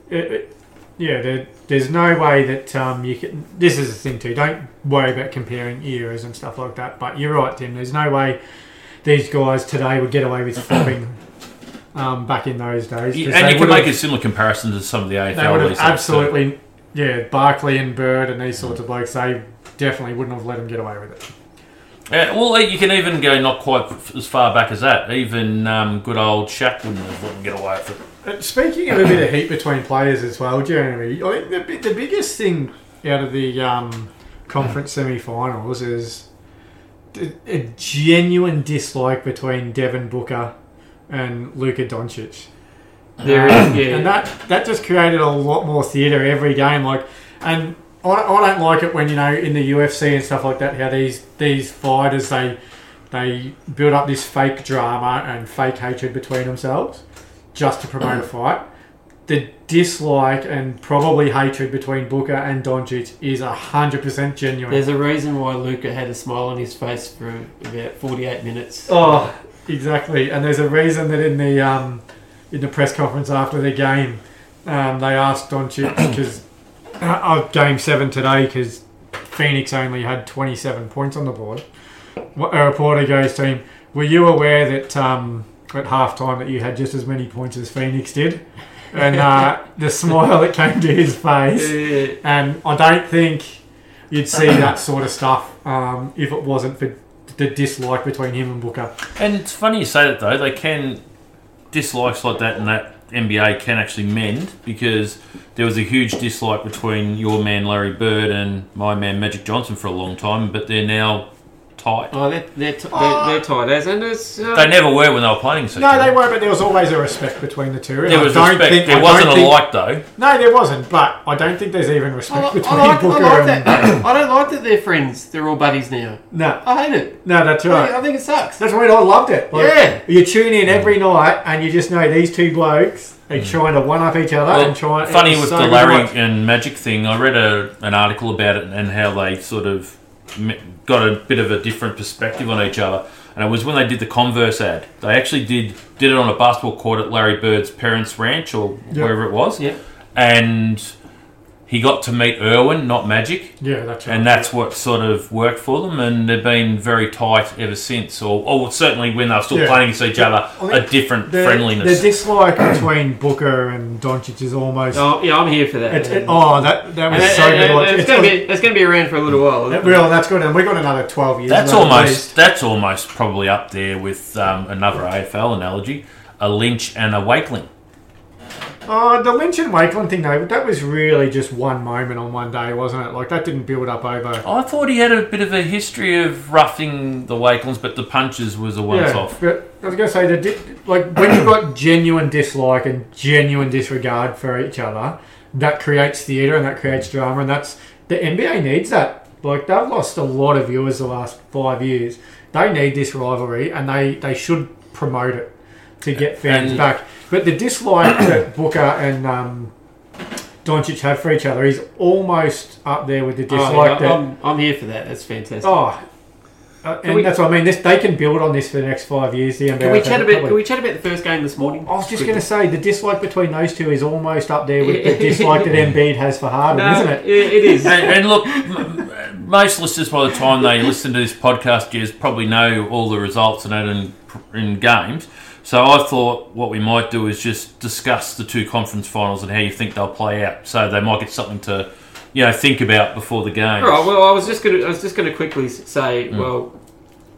[SPEAKER 2] it, it yeah, there, there's no way that um, you can. This is the thing too. Don't worry about comparing eras and stuff like that. But you're right, Tim. There's no way these guys today would get away with flopping um, back in those days. 'cause
[SPEAKER 1] And you
[SPEAKER 2] they
[SPEAKER 1] can
[SPEAKER 2] would've-
[SPEAKER 1] make a similar comparison to some of the AFL.
[SPEAKER 2] They would have
[SPEAKER 1] these days, too.
[SPEAKER 2] absolutely, yeah, Barkley and Bird and these sorts of blokes. They definitely wouldn't have let them get away with it.
[SPEAKER 1] Yeah, well, you can even go not quite f- as far back as that. Even um, good old Shaq wouldn't have let him get away with it.
[SPEAKER 2] Uh, Speaking of a bit of heat between players as well, Jeremy, I think the, bi- the biggest thing out of the um, conference semi-finals is d- a genuine dislike between Devin Booker and Luka Doncic.
[SPEAKER 3] there is yeah.
[SPEAKER 2] And that that just created a lot more theatre every game. Like, and I, I don't like it when you know in the UFC and stuff like that how these these fighters they they build up this fake drama and fake hatred between themselves just to promote a fight. The dislike and probably hatred between Booker and Doncic is hundred percent genuine.
[SPEAKER 3] There's a reason why Luca had a smile on his face for about 48 minutes.
[SPEAKER 2] Oh, exactly. And there's a reason that in the um, in the press conference after the game, um, they asked Doncic because uh, of game seven today because Phoenix only had 27 points on the board. Wh- A reporter goes to him, "Were you aware that um, at halftime that you had just as many points as Phoenix did?" And uh, the smile that came to his face.
[SPEAKER 3] Yeah.
[SPEAKER 2] And I don't think you'd see that sort of stuff um, if it wasn't for the dislike between him and Booker.
[SPEAKER 1] And it's funny you say that though. They can dislikes like that, and that NBA can actually mend because there was a huge dislike between your man Larry Bird and my man Magic Johnson for a long time, but they're now tight.
[SPEAKER 3] Oh, they're, they're, t- they're, they're tight as, and it's. Uh,
[SPEAKER 1] They never were when they were playing each
[SPEAKER 2] No,
[SPEAKER 1] other.
[SPEAKER 2] they were, but there was always a respect between the two.
[SPEAKER 1] There
[SPEAKER 2] I
[SPEAKER 1] was
[SPEAKER 2] don't
[SPEAKER 1] respect.
[SPEAKER 2] think- I
[SPEAKER 1] there
[SPEAKER 2] don't
[SPEAKER 1] wasn't a
[SPEAKER 2] think-
[SPEAKER 1] like though.
[SPEAKER 2] No, there wasn't, but I don't think there's even respect
[SPEAKER 3] Oh, I, li-
[SPEAKER 2] between
[SPEAKER 3] I, like, I,
[SPEAKER 2] Booker
[SPEAKER 3] like
[SPEAKER 2] and...
[SPEAKER 3] that. I don't like that they're friends. They're all buddies now.
[SPEAKER 2] No,
[SPEAKER 3] I hate it.
[SPEAKER 2] no, that's
[SPEAKER 3] I,
[SPEAKER 2] right.
[SPEAKER 3] think, I think it sucks.
[SPEAKER 2] That's when I loved it.
[SPEAKER 3] Yeah.
[SPEAKER 2] You tune in every night and you just know these two blokes are trying to one-up each other
[SPEAKER 1] Mm. Well,
[SPEAKER 2] and trying...
[SPEAKER 1] funny
[SPEAKER 2] it's
[SPEAKER 1] with
[SPEAKER 2] so
[SPEAKER 1] the
[SPEAKER 2] good to
[SPEAKER 1] Larry
[SPEAKER 2] watch.
[SPEAKER 1] and Magic thing, I read a, an article about it and how they sort of m- got a bit of a different perspective on each other. And it was when they did the Converse ad. They actually did did it on a basketball court at Larry Bird's parents' ranch or
[SPEAKER 2] Yeah.
[SPEAKER 1] wherever it was.
[SPEAKER 3] Yeah.
[SPEAKER 1] And he got to meet Irwin, not Magic,
[SPEAKER 2] Yeah, that's right.
[SPEAKER 1] and that's what sort of worked for them. And they've been very tight ever since, or, or certainly when they were still
[SPEAKER 2] Yeah.
[SPEAKER 1] playing against each other,
[SPEAKER 2] I
[SPEAKER 1] a
[SPEAKER 2] think
[SPEAKER 1] different
[SPEAKER 2] the,
[SPEAKER 1] friendliness.
[SPEAKER 2] The dislike between Booker and Doncic is almost. Oh,
[SPEAKER 3] Oh, yeah, I'm here for that.
[SPEAKER 2] it, it, oh that, that was
[SPEAKER 3] And-
[SPEAKER 2] so
[SPEAKER 3] and-
[SPEAKER 2] good.
[SPEAKER 3] and
[SPEAKER 2] to watch.
[SPEAKER 3] It's
[SPEAKER 2] It's
[SPEAKER 3] going to
[SPEAKER 2] on-
[SPEAKER 3] be it's going to be around for a little while.
[SPEAKER 2] It
[SPEAKER 3] isn't it?
[SPEAKER 2] will. That's good. And we've got another 12 years.
[SPEAKER 1] That's
[SPEAKER 2] of that at
[SPEAKER 1] almost
[SPEAKER 2] least.
[SPEAKER 1] that's almost probably up there with um, another AFL analogy, a Lynch and a Wakeling.
[SPEAKER 2] Oh, the Lynch and Wakeland thing, though, that was really just one moment on one day, wasn't it? Like, that didn't build up over.
[SPEAKER 1] I thought he had a bit of a history of roughing the Wakelings, but the punches was a once
[SPEAKER 2] yeah,
[SPEAKER 1] off.
[SPEAKER 2] but I was going to say, the di- like, when you've got genuine dislike and genuine disregard for each other, that creates theatre and that creates drama, and that's. The NBA needs that. Like, they've lost a lot of viewers the last five years. They need this rivalry, and they, they should promote it to get fans
[SPEAKER 1] And-
[SPEAKER 2] back. But the dislike that Booker and. Um, Doncic had for each other. He's almost up there with the
[SPEAKER 3] Oh, yeah,
[SPEAKER 2] dislike that
[SPEAKER 3] I'm, I'm here for that. That's fantastic.
[SPEAKER 2] Oh, uh, and
[SPEAKER 3] we-
[SPEAKER 2] that's what I mean. This they can build on this for the next five years. The NBA.
[SPEAKER 3] Can we
[SPEAKER 2] I think,
[SPEAKER 3] chat about
[SPEAKER 2] probably.
[SPEAKER 3] Can we chat about the first game this morning?
[SPEAKER 2] I was just going to say the dislike between those two is almost up there with the dislike that Embiid has for Harden, isn't it?
[SPEAKER 3] it is.
[SPEAKER 1] And, and look, m- m- most listeners by the time they listen to this podcast, just probably know all the results and that in, in games. So I thought what we might do is just discuss the two conference finals and how you think they'll play out, so they might get something to, you know, think about before the game.
[SPEAKER 3] All right. Well, I was just going to I was just going to quickly s- say.
[SPEAKER 2] Mm.
[SPEAKER 3] Well,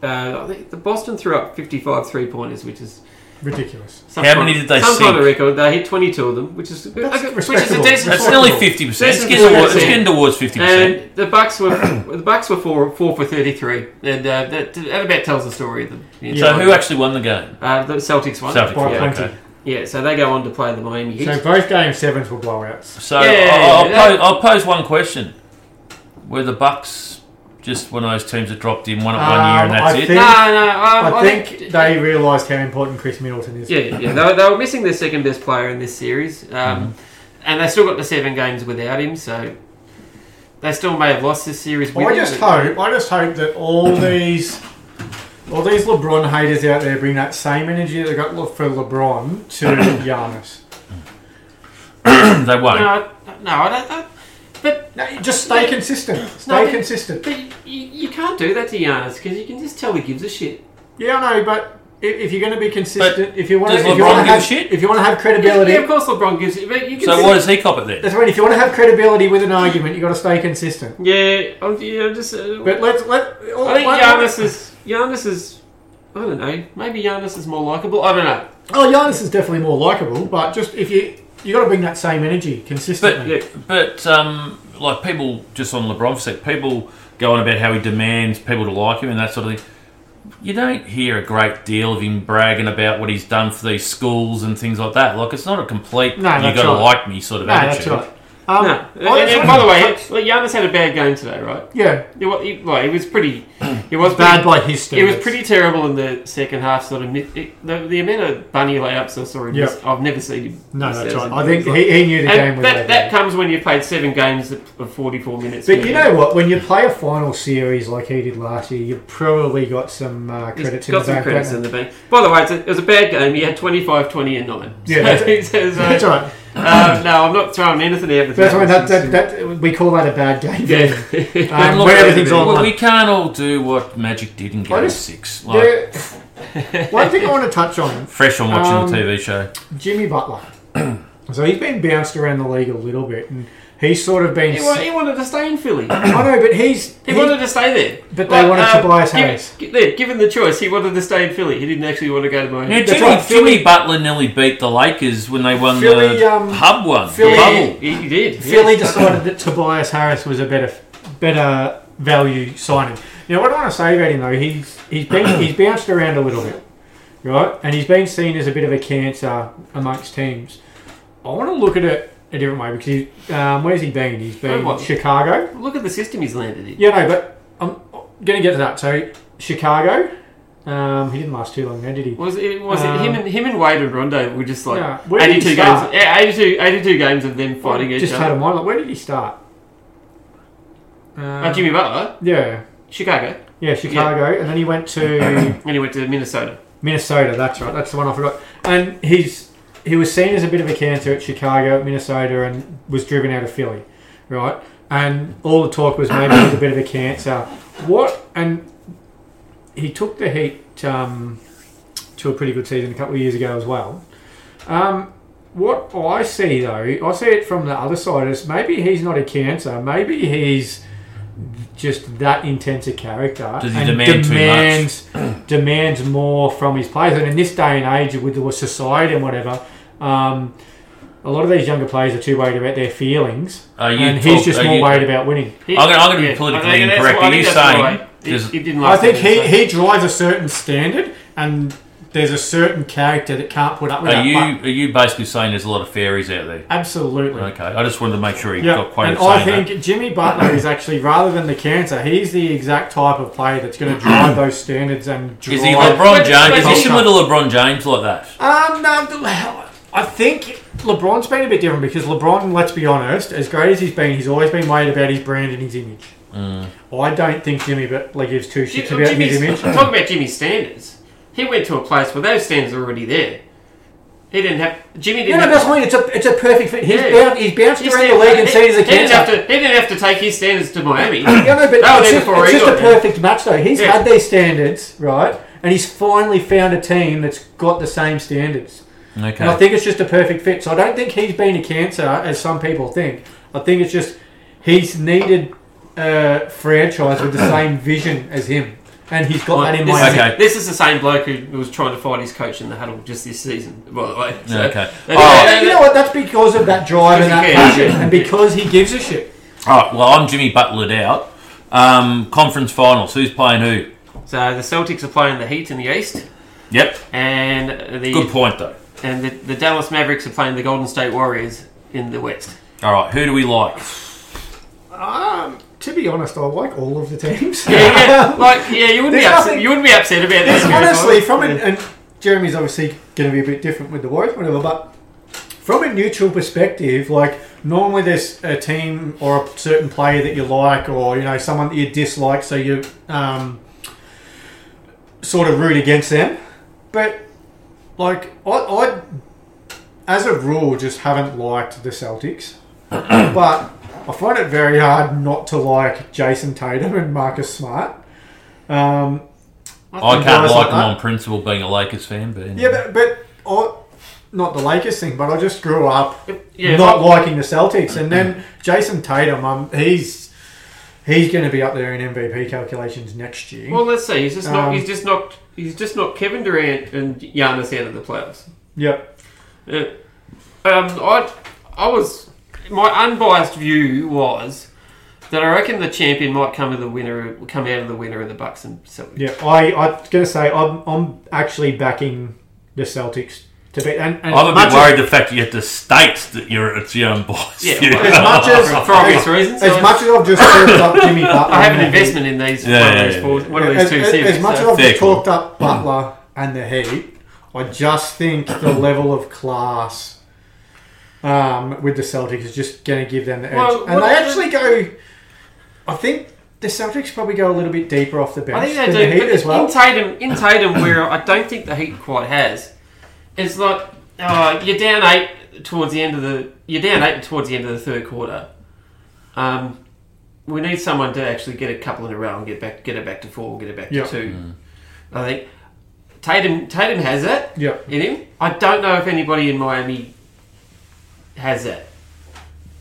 [SPEAKER 3] uh, I think the Boston threw up 55 three pointers, which is
[SPEAKER 2] Ridiculous.
[SPEAKER 3] some
[SPEAKER 1] How
[SPEAKER 3] kind-
[SPEAKER 1] many did they
[SPEAKER 3] Some kind
[SPEAKER 1] sink?
[SPEAKER 3] of record. They hit 22 of them, which is okay, which is a
[SPEAKER 2] respectable.
[SPEAKER 3] decent.
[SPEAKER 1] That's
[SPEAKER 3] score.
[SPEAKER 1] nearly fifty percent. It's
[SPEAKER 3] This is
[SPEAKER 1] getting
[SPEAKER 3] what
[SPEAKER 1] towards,
[SPEAKER 3] I'm
[SPEAKER 1] it's
[SPEAKER 3] saying.
[SPEAKER 1] getting towards fifty percent.
[SPEAKER 3] And the Bucks were the Bucks were four four for 33, and uh, that, that about tells the story of them. you
[SPEAKER 1] So
[SPEAKER 3] know.
[SPEAKER 1] who actually won the game?
[SPEAKER 3] Uh, the Celtics won.
[SPEAKER 1] Celtics.
[SPEAKER 2] By
[SPEAKER 1] Yeah,
[SPEAKER 2] plenty.
[SPEAKER 1] okay.
[SPEAKER 3] Yeah, so they go on to play the Miami Heat.
[SPEAKER 2] So both game sevens were blowouts.
[SPEAKER 1] So
[SPEAKER 3] Yeah,
[SPEAKER 1] I'll,
[SPEAKER 3] yeah,
[SPEAKER 1] I'll,
[SPEAKER 3] yeah.
[SPEAKER 1] pose, I'll pose one question: Were the Bucks just one of those teams that dropped in one at one year and
[SPEAKER 2] Um,
[SPEAKER 1] that's
[SPEAKER 2] I
[SPEAKER 1] it?
[SPEAKER 3] no,
[SPEAKER 2] think-
[SPEAKER 3] no, um,
[SPEAKER 2] I think they realised how important Chris Middleton is.
[SPEAKER 3] Yeah, yeah. They, were- they were missing their second best player in this series, um,
[SPEAKER 2] Mm-hmm.
[SPEAKER 3] and they still got the seven games without him. So they still may have lost this series. With
[SPEAKER 2] I
[SPEAKER 3] him,
[SPEAKER 2] just
[SPEAKER 3] but-
[SPEAKER 2] hope. I just hope that all these, all these LeBron haters out there bring that same energy that they got for LeBron to Giannis.
[SPEAKER 1] they won't.
[SPEAKER 3] No, no, I don't. I, but
[SPEAKER 2] No, you just stay consistent.
[SPEAKER 3] No,
[SPEAKER 2] Stay
[SPEAKER 3] but-
[SPEAKER 2] consistent.
[SPEAKER 3] but you, you can't do that to Giannis because you can just tell he gives a shit.
[SPEAKER 2] Yeah, I know, but if, if you're going to be consistent, if you want to,
[SPEAKER 1] does
[SPEAKER 2] if you
[SPEAKER 1] LeBron
[SPEAKER 2] want to
[SPEAKER 1] give a
[SPEAKER 2] have,
[SPEAKER 1] shit?
[SPEAKER 2] if you want to have
[SPEAKER 3] Yeah,
[SPEAKER 2] credibility,
[SPEAKER 3] yeah, of course LeBron gives it, but you can.
[SPEAKER 1] So
[SPEAKER 3] see-
[SPEAKER 1] what does he cop it then?
[SPEAKER 2] that's right. If you want to have credibility with an argument, you got to stay consistent.
[SPEAKER 3] Yeah, I'm, yeah, I'm just. Uh,
[SPEAKER 2] But let's let.
[SPEAKER 3] I think Giannis is Giannis is. I don't know. Maybe Giannis is more likable. I don't know.
[SPEAKER 2] Oh, Giannis is definitely more likable, but just if you you got to bring that same energy consistently.
[SPEAKER 3] Yeah.
[SPEAKER 1] But um, like people just on LeBron for a sec, people go on about how he demands people to like him and that sort of thing. You don't hear a great deal of him bragging about what he's done for these schools and things like that. Like it's not a complete
[SPEAKER 2] No,
[SPEAKER 1] you
[SPEAKER 2] that's
[SPEAKER 1] got to
[SPEAKER 2] right.
[SPEAKER 1] like me sort of
[SPEAKER 2] No, that's
[SPEAKER 1] attitude.
[SPEAKER 2] right. Um,
[SPEAKER 3] No. And,
[SPEAKER 2] I just
[SPEAKER 3] and by
[SPEAKER 2] wanna-
[SPEAKER 3] the way, like, Giannis had a bad game today, right?
[SPEAKER 2] yeah,
[SPEAKER 3] He, wa- he, like, he was pretty. He was
[SPEAKER 2] bad
[SPEAKER 3] Pretty,
[SPEAKER 2] by his
[SPEAKER 3] it
[SPEAKER 2] standards.
[SPEAKER 3] was pretty terrible in the second half. Sort of mi- it, the, the amount of bunny layups I saw him.
[SPEAKER 2] Yep.
[SPEAKER 3] miss, I've never seen him.
[SPEAKER 2] No,
[SPEAKER 3] miss
[SPEAKER 2] that's
[SPEAKER 3] those.
[SPEAKER 2] right. I think he, he knew the game
[SPEAKER 3] and
[SPEAKER 2] was
[SPEAKER 3] that,
[SPEAKER 2] that,
[SPEAKER 3] that comes when you played seven games of of forty-four minutes.
[SPEAKER 2] But
[SPEAKER 3] man.
[SPEAKER 2] you know what? When you play a final series like he did last year, you've probably got some uh,
[SPEAKER 3] He's
[SPEAKER 2] credit to the
[SPEAKER 3] got some
[SPEAKER 2] back.
[SPEAKER 3] credits
[SPEAKER 2] don't
[SPEAKER 3] in
[SPEAKER 2] you?
[SPEAKER 3] the bank. By the way, it's a, it was a bad game. He had 25, 20, and 9.
[SPEAKER 2] Yeah,
[SPEAKER 3] So,
[SPEAKER 2] that's-
[SPEAKER 3] so- so-
[SPEAKER 2] That's all right.
[SPEAKER 3] um, no, I'm not throwing anything out of the
[SPEAKER 2] That's why that, that, that we call that a bad game.
[SPEAKER 3] Yeah.
[SPEAKER 2] Um,
[SPEAKER 1] look,
[SPEAKER 2] where everything's
[SPEAKER 1] well,
[SPEAKER 2] online.
[SPEAKER 1] we can't all do what Magic did in
[SPEAKER 2] I
[SPEAKER 1] Game
[SPEAKER 2] just-
[SPEAKER 1] Six. Like,
[SPEAKER 2] Yeah. One thing I want to touch on:
[SPEAKER 1] Fresh on watching
[SPEAKER 2] Um,
[SPEAKER 1] the TV show.
[SPEAKER 2] Jimmy Butler. so he's been bounced around the league a little bit, and he's sort of been.
[SPEAKER 3] he, wa- he wanted to stay in Philly.
[SPEAKER 2] I know, but he's.
[SPEAKER 3] He
[SPEAKER 2] he-
[SPEAKER 3] wanted to uh, stay there.
[SPEAKER 2] But they wanted Tobias
[SPEAKER 3] give-
[SPEAKER 2] Harris.
[SPEAKER 3] gi- there, given the choice, he wanted to stay in Philly. He didn't actually want to go to
[SPEAKER 1] Yeah,
[SPEAKER 3] Miami.
[SPEAKER 2] that's
[SPEAKER 1] Jimmy,
[SPEAKER 2] right, Philly-
[SPEAKER 1] Jimmy Butler nearly beat the Lakers when they won
[SPEAKER 2] Philly,
[SPEAKER 1] the
[SPEAKER 2] um,
[SPEAKER 1] hub one.
[SPEAKER 2] Philly-
[SPEAKER 1] the bubble.
[SPEAKER 3] He, he did.
[SPEAKER 2] Philly
[SPEAKER 3] yes.
[SPEAKER 2] decided that Tobias Harris was a better, better value signing. Now, what I want to say about him though, he's he's been he's bounced around a little bit, right? And he's been seen as a bit of a cancer amongst teams. I want to look at it a different way because he, um, where's he been? He's
[SPEAKER 3] Oh,
[SPEAKER 2] been
[SPEAKER 3] what?
[SPEAKER 2] Chicago.
[SPEAKER 3] Look at the system he's landed in.
[SPEAKER 2] Yeah, no, but I'm going to get to that. So Chicago, um, he didn't last too long there, did he?
[SPEAKER 3] Was it was
[SPEAKER 2] Um,
[SPEAKER 3] it him and him and Wade and Rondo were just like
[SPEAKER 2] Yeah, where did he
[SPEAKER 3] 82 games?
[SPEAKER 2] start?
[SPEAKER 3] Yeah, 82, 82 games of them fighting each
[SPEAKER 2] just had
[SPEAKER 3] other.
[SPEAKER 2] him on. Like, where did he start?
[SPEAKER 3] Uh, Jimmy Butler,
[SPEAKER 2] Yeah,
[SPEAKER 3] Chicago,
[SPEAKER 2] yeah, Chicago, and then he went to.
[SPEAKER 3] and he went to Minnesota.
[SPEAKER 2] Minnesota, that's right. That's the one I forgot. And he's he was seen as a bit of a cancer at Chicago, at Minnesota, and was driven out of Philly. right? And all the talk was maybe with a bit of a cancer. What and he took the heat um, to a pretty good season a couple of years ago as well. Um, what I see though, I see it from the other side is maybe he's not a cancer. Maybe he's just that intense a character
[SPEAKER 1] Does he demand too much?
[SPEAKER 2] demands demands more from his players. And in this day and age, with the society and whatever, um, a lot of these younger players are too worried about their feelings,
[SPEAKER 1] Are you
[SPEAKER 2] and he's
[SPEAKER 1] talk-
[SPEAKER 2] just
[SPEAKER 1] are
[SPEAKER 2] more
[SPEAKER 1] you-
[SPEAKER 2] worried about winning.
[SPEAKER 3] He-
[SPEAKER 1] I'm gonna- I'm gonna be politically
[SPEAKER 3] I think that's
[SPEAKER 1] incorrect.
[SPEAKER 3] what- I
[SPEAKER 1] Are
[SPEAKER 3] think
[SPEAKER 1] you
[SPEAKER 3] that's
[SPEAKER 1] saying
[SPEAKER 3] why he-
[SPEAKER 1] just-
[SPEAKER 3] he didn't
[SPEAKER 2] I
[SPEAKER 3] like
[SPEAKER 2] think
[SPEAKER 3] it,
[SPEAKER 2] he,
[SPEAKER 3] so-
[SPEAKER 2] he drives a certain standard, and there's a certain character that can't put up with
[SPEAKER 1] Are
[SPEAKER 2] that.
[SPEAKER 1] you
[SPEAKER 2] but
[SPEAKER 1] are you basically saying there's a lot of fairies out there?
[SPEAKER 2] absolutely.
[SPEAKER 1] Okay, I just wanted to make sure you
[SPEAKER 2] Yeah,
[SPEAKER 1] got
[SPEAKER 2] and
[SPEAKER 1] quoted
[SPEAKER 2] I
[SPEAKER 1] saying
[SPEAKER 2] think Jimmy Butler is actually rather than the cancer, he's the exact type of player that's going to drive those standards and
[SPEAKER 1] that.
[SPEAKER 2] drive.
[SPEAKER 1] Is he LeBron
[SPEAKER 3] But-
[SPEAKER 1] James?
[SPEAKER 3] but
[SPEAKER 1] Is he
[SPEAKER 3] he's
[SPEAKER 1] similar to LeBron James like that?
[SPEAKER 2] Um, no, the- I think LeBron's been a bit different because LeBron, let's be honest, as great as he's been, he's always been worried about his brand and his image.
[SPEAKER 1] Mm.
[SPEAKER 2] I don't think Jimmy Butler gives two shits
[SPEAKER 3] Jim-
[SPEAKER 2] about his
[SPEAKER 3] Jimmy's,
[SPEAKER 2] image.
[SPEAKER 3] talk about Jimmy's standards. He went to a place where those standards were already there. He didn't have Jimmy
[SPEAKER 2] No,
[SPEAKER 3] didn't
[SPEAKER 2] no,
[SPEAKER 3] have
[SPEAKER 2] that's what I mean. It's a, it's a perfect fit. He's,
[SPEAKER 3] Yeah.
[SPEAKER 2] bound, he's bounced
[SPEAKER 3] He
[SPEAKER 2] around
[SPEAKER 3] didn't-
[SPEAKER 2] the league and
[SPEAKER 3] he-
[SPEAKER 2] seen as a
[SPEAKER 3] he didn't, have
[SPEAKER 2] cancer.
[SPEAKER 3] to, he didn't have to take his standards to Miami.
[SPEAKER 2] Yeah, no, but
[SPEAKER 3] That was
[SPEAKER 2] it's,
[SPEAKER 3] it
[SPEAKER 2] just,
[SPEAKER 3] before
[SPEAKER 2] it's
[SPEAKER 3] he
[SPEAKER 2] just
[SPEAKER 3] got
[SPEAKER 2] a
[SPEAKER 3] there.
[SPEAKER 2] perfect match, though. He's
[SPEAKER 3] Yeah.
[SPEAKER 2] had these standards, right? And he's finally found a team that's got the same standards. And I
[SPEAKER 1] Okay.
[SPEAKER 2] think it's just a perfect fit. So I don't think he's been a cancer, as some people think. I think it's just he's needed a franchise with the same vision as him. And he's got that in
[SPEAKER 3] this,
[SPEAKER 2] mind.
[SPEAKER 1] Okay.
[SPEAKER 3] is, this is the same bloke who was trying to fight his coach in the huddle just this season, by the way. So-
[SPEAKER 1] Okay.
[SPEAKER 3] And-
[SPEAKER 1] Oh.
[SPEAKER 2] And you know what? That's because of that drive and that
[SPEAKER 3] Because he cares.
[SPEAKER 2] passion. And because he gives a shit.
[SPEAKER 1] All right. Well, I'm Jimmy Butlered out. Um, conference finals. Who's playing who?
[SPEAKER 3] So the Celtics are playing the Heat in the East,
[SPEAKER 1] Yep.
[SPEAKER 3] and the
[SPEAKER 1] Good point though.
[SPEAKER 3] and the, the Dallas Mavericks are playing the Golden State Warriors in the West.
[SPEAKER 1] All right. Who do we like?
[SPEAKER 2] Um, to be honest, I like all of the teams.
[SPEAKER 3] Yeah, yeah, like yeah, you wouldn't be
[SPEAKER 2] There's
[SPEAKER 3] upset.
[SPEAKER 2] nothing-
[SPEAKER 3] you wouldn't be upset about this.
[SPEAKER 2] It's honestly, from an,
[SPEAKER 3] Yeah.
[SPEAKER 2] and Jeremy's obviously going to be a bit different with the Warriors, whatever. But from a neutral perspective, like normally there's a team or a certain player that you like, or you know someone that you dislike, so you um, sort of root against them. But like I, I, as a rule, just haven't liked the Celtics, but. I find it very hard not to like Jason Tatum and Marcus Smart. Um,
[SPEAKER 1] I can't
[SPEAKER 2] think guys
[SPEAKER 1] like
[SPEAKER 2] like
[SPEAKER 1] them
[SPEAKER 2] that.
[SPEAKER 1] on principle, being a Lakers fan, but anyway.
[SPEAKER 2] Yeah, but, but I, not the Lakers thing, but I just grew up
[SPEAKER 3] yeah,
[SPEAKER 2] not liking the Celtics, and then Jason Tatum, um, he's he's going to be up there in MVP calculations next year.
[SPEAKER 3] Well, let's see. He's just not.
[SPEAKER 2] Um,
[SPEAKER 3] he's just knocked. He's just knocked Kevin Durant and Giannis out of the playoffs.
[SPEAKER 2] yep.
[SPEAKER 3] Uh, um, I, I was. My unbiased view was that I reckon the champion might come to the winner, come out of the winner in the Bucks and Celtics.
[SPEAKER 2] Yeah, I I was going to say I'm I'm actually backing the Celtics to beat. And, and
[SPEAKER 1] I'm a
[SPEAKER 2] much
[SPEAKER 1] bit worried the fact that you have to state that you're it's your own boss.
[SPEAKER 3] Yeah,
[SPEAKER 1] You
[SPEAKER 3] well,
[SPEAKER 2] As, as
[SPEAKER 1] know?
[SPEAKER 2] much as
[SPEAKER 3] For obvious reasons.
[SPEAKER 2] as
[SPEAKER 3] so
[SPEAKER 2] much as I've just talked up Jimmy Butler,
[SPEAKER 3] I have an
[SPEAKER 2] and-
[SPEAKER 3] investment in these.
[SPEAKER 1] Yeah,
[SPEAKER 3] one
[SPEAKER 1] yeah,
[SPEAKER 3] of these,
[SPEAKER 1] yeah,
[SPEAKER 3] four,
[SPEAKER 1] yeah.
[SPEAKER 3] one of these
[SPEAKER 2] as,
[SPEAKER 3] two
[SPEAKER 2] as-
[SPEAKER 3] series.
[SPEAKER 2] as much
[SPEAKER 3] so-
[SPEAKER 2] as I've
[SPEAKER 1] Fair call.
[SPEAKER 2] talked up Butler and the Heat, I just think the level of class um, with the Celtics is just going to give them the edge.
[SPEAKER 3] Well,
[SPEAKER 2] and
[SPEAKER 3] what-
[SPEAKER 2] they actually go. I think the Celtics probably go a little bit deeper off the bench
[SPEAKER 3] I think
[SPEAKER 2] than
[SPEAKER 3] they
[SPEAKER 2] the
[SPEAKER 3] do.
[SPEAKER 2] Heat
[SPEAKER 3] But
[SPEAKER 2] as well.
[SPEAKER 3] In Tatum, in Tatum, where I don't think the Heat quite has, it's like uh, you're down eight towards the end of the you're down eight towards the end of the third quarter. Um, we need someone to actually get a couple in a row and get back get it back to four, get it back
[SPEAKER 2] Yeah.
[SPEAKER 3] to two. I think Tatum Tatum has that
[SPEAKER 2] yeah,
[SPEAKER 3] in him. I don't know if anybody in Miami has that.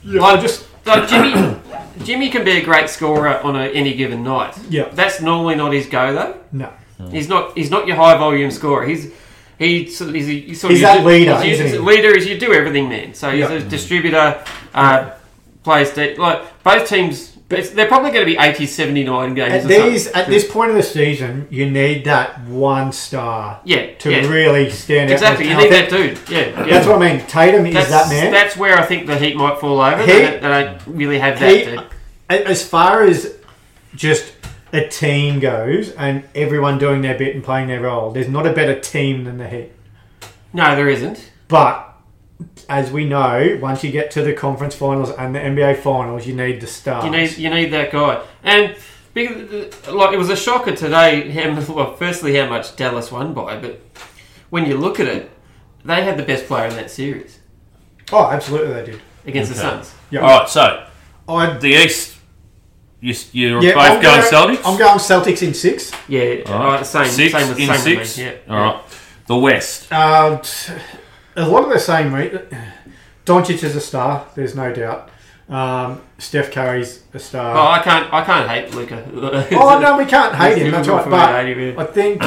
[SPEAKER 2] I just
[SPEAKER 3] Like Jimmy, Jimmy can be a great scorer on a, any given night.
[SPEAKER 2] Yeah.
[SPEAKER 3] that's normally not his go though.
[SPEAKER 2] no.
[SPEAKER 3] He's not. He's not your high volume scorer. He's he. He's, a, he's, sort of
[SPEAKER 2] He's
[SPEAKER 3] your
[SPEAKER 2] that
[SPEAKER 3] di-
[SPEAKER 2] leader,
[SPEAKER 3] He's,
[SPEAKER 2] isn't he?
[SPEAKER 3] a leader is you do everything man. So he's
[SPEAKER 2] Yeah.
[SPEAKER 3] a distributor. Uh, plays de- like both teams. it's- They're probably going to be 80, 79 games.
[SPEAKER 2] At
[SPEAKER 3] or something.
[SPEAKER 2] these at this point of the season, you need that one star
[SPEAKER 3] yeah,
[SPEAKER 2] to
[SPEAKER 3] yeah,
[SPEAKER 2] really stand out.
[SPEAKER 3] exactly. You
[SPEAKER 2] And I
[SPEAKER 3] need
[SPEAKER 2] think
[SPEAKER 3] that dude. Yeah, yeah.
[SPEAKER 2] That's what I mean. Tatum is
[SPEAKER 3] That's,
[SPEAKER 2] that man.
[SPEAKER 3] that's where I think the Heat might fall over.
[SPEAKER 2] He-
[SPEAKER 3] They, don't- they don't really have that.
[SPEAKER 2] He-
[SPEAKER 3] dude.
[SPEAKER 2] A- as far as just a team goes and everyone doing their bit and playing their role, there's not a better team than the Heat.
[SPEAKER 3] No, there isn't.
[SPEAKER 2] But as we know, once you get to the conference finals and the NBA finals, you need the stars.
[SPEAKER 3] You need you need that guy. And big- like it was a shocker today. How well, firstly how much Dallas won by, but when you look at it, they had the best player in that series
[SPEAKER 2] oh, absolutely, they did.
[SPEAKER 3] against
[SPEAKER 1] Okay.
[SPEAKER 3] the Suns.
[SPEAKER 2] Yeah.
[SPEAKER 1] All right, so
[SPEAKER 2] I
[SPEAKER 1] The East, you, you're
[SPEAKER 2] yeah,
[SPEAKER 1] both
[SPEAKER 2] I'm
[SPEAKER 1] going
[SPEAKER 2] going-
[SPEAKER 1] Celtics?
[SPEAKER 2] I'm going Celtics in six.
[SPEAKER 3] Yeah,
[SPEAKER 1] All right.
[SPEAKER 3] uh, same,
[SPEAKER 1] six
[SPEAKER 3] same with
[SPEAKER 1] in
[SPEAKER 3] same
[SPEAKER 1] six.
[SPEAKER 3] With me. Yeah,
[SPEAKER 1] All right. The West.
[SPEAKER 2] Uh, t- a lot of the same. Mate. Doncic is a star. There's no doubt. Um, Steph Curry's a
[SPEAKER 3] Oh,
[SPEAKER 2] star.
[SPEAKER 3] I can't. I can't hate Luca.
[SPEAKER 2] Oh, no, we can't hate him. That's right. But I think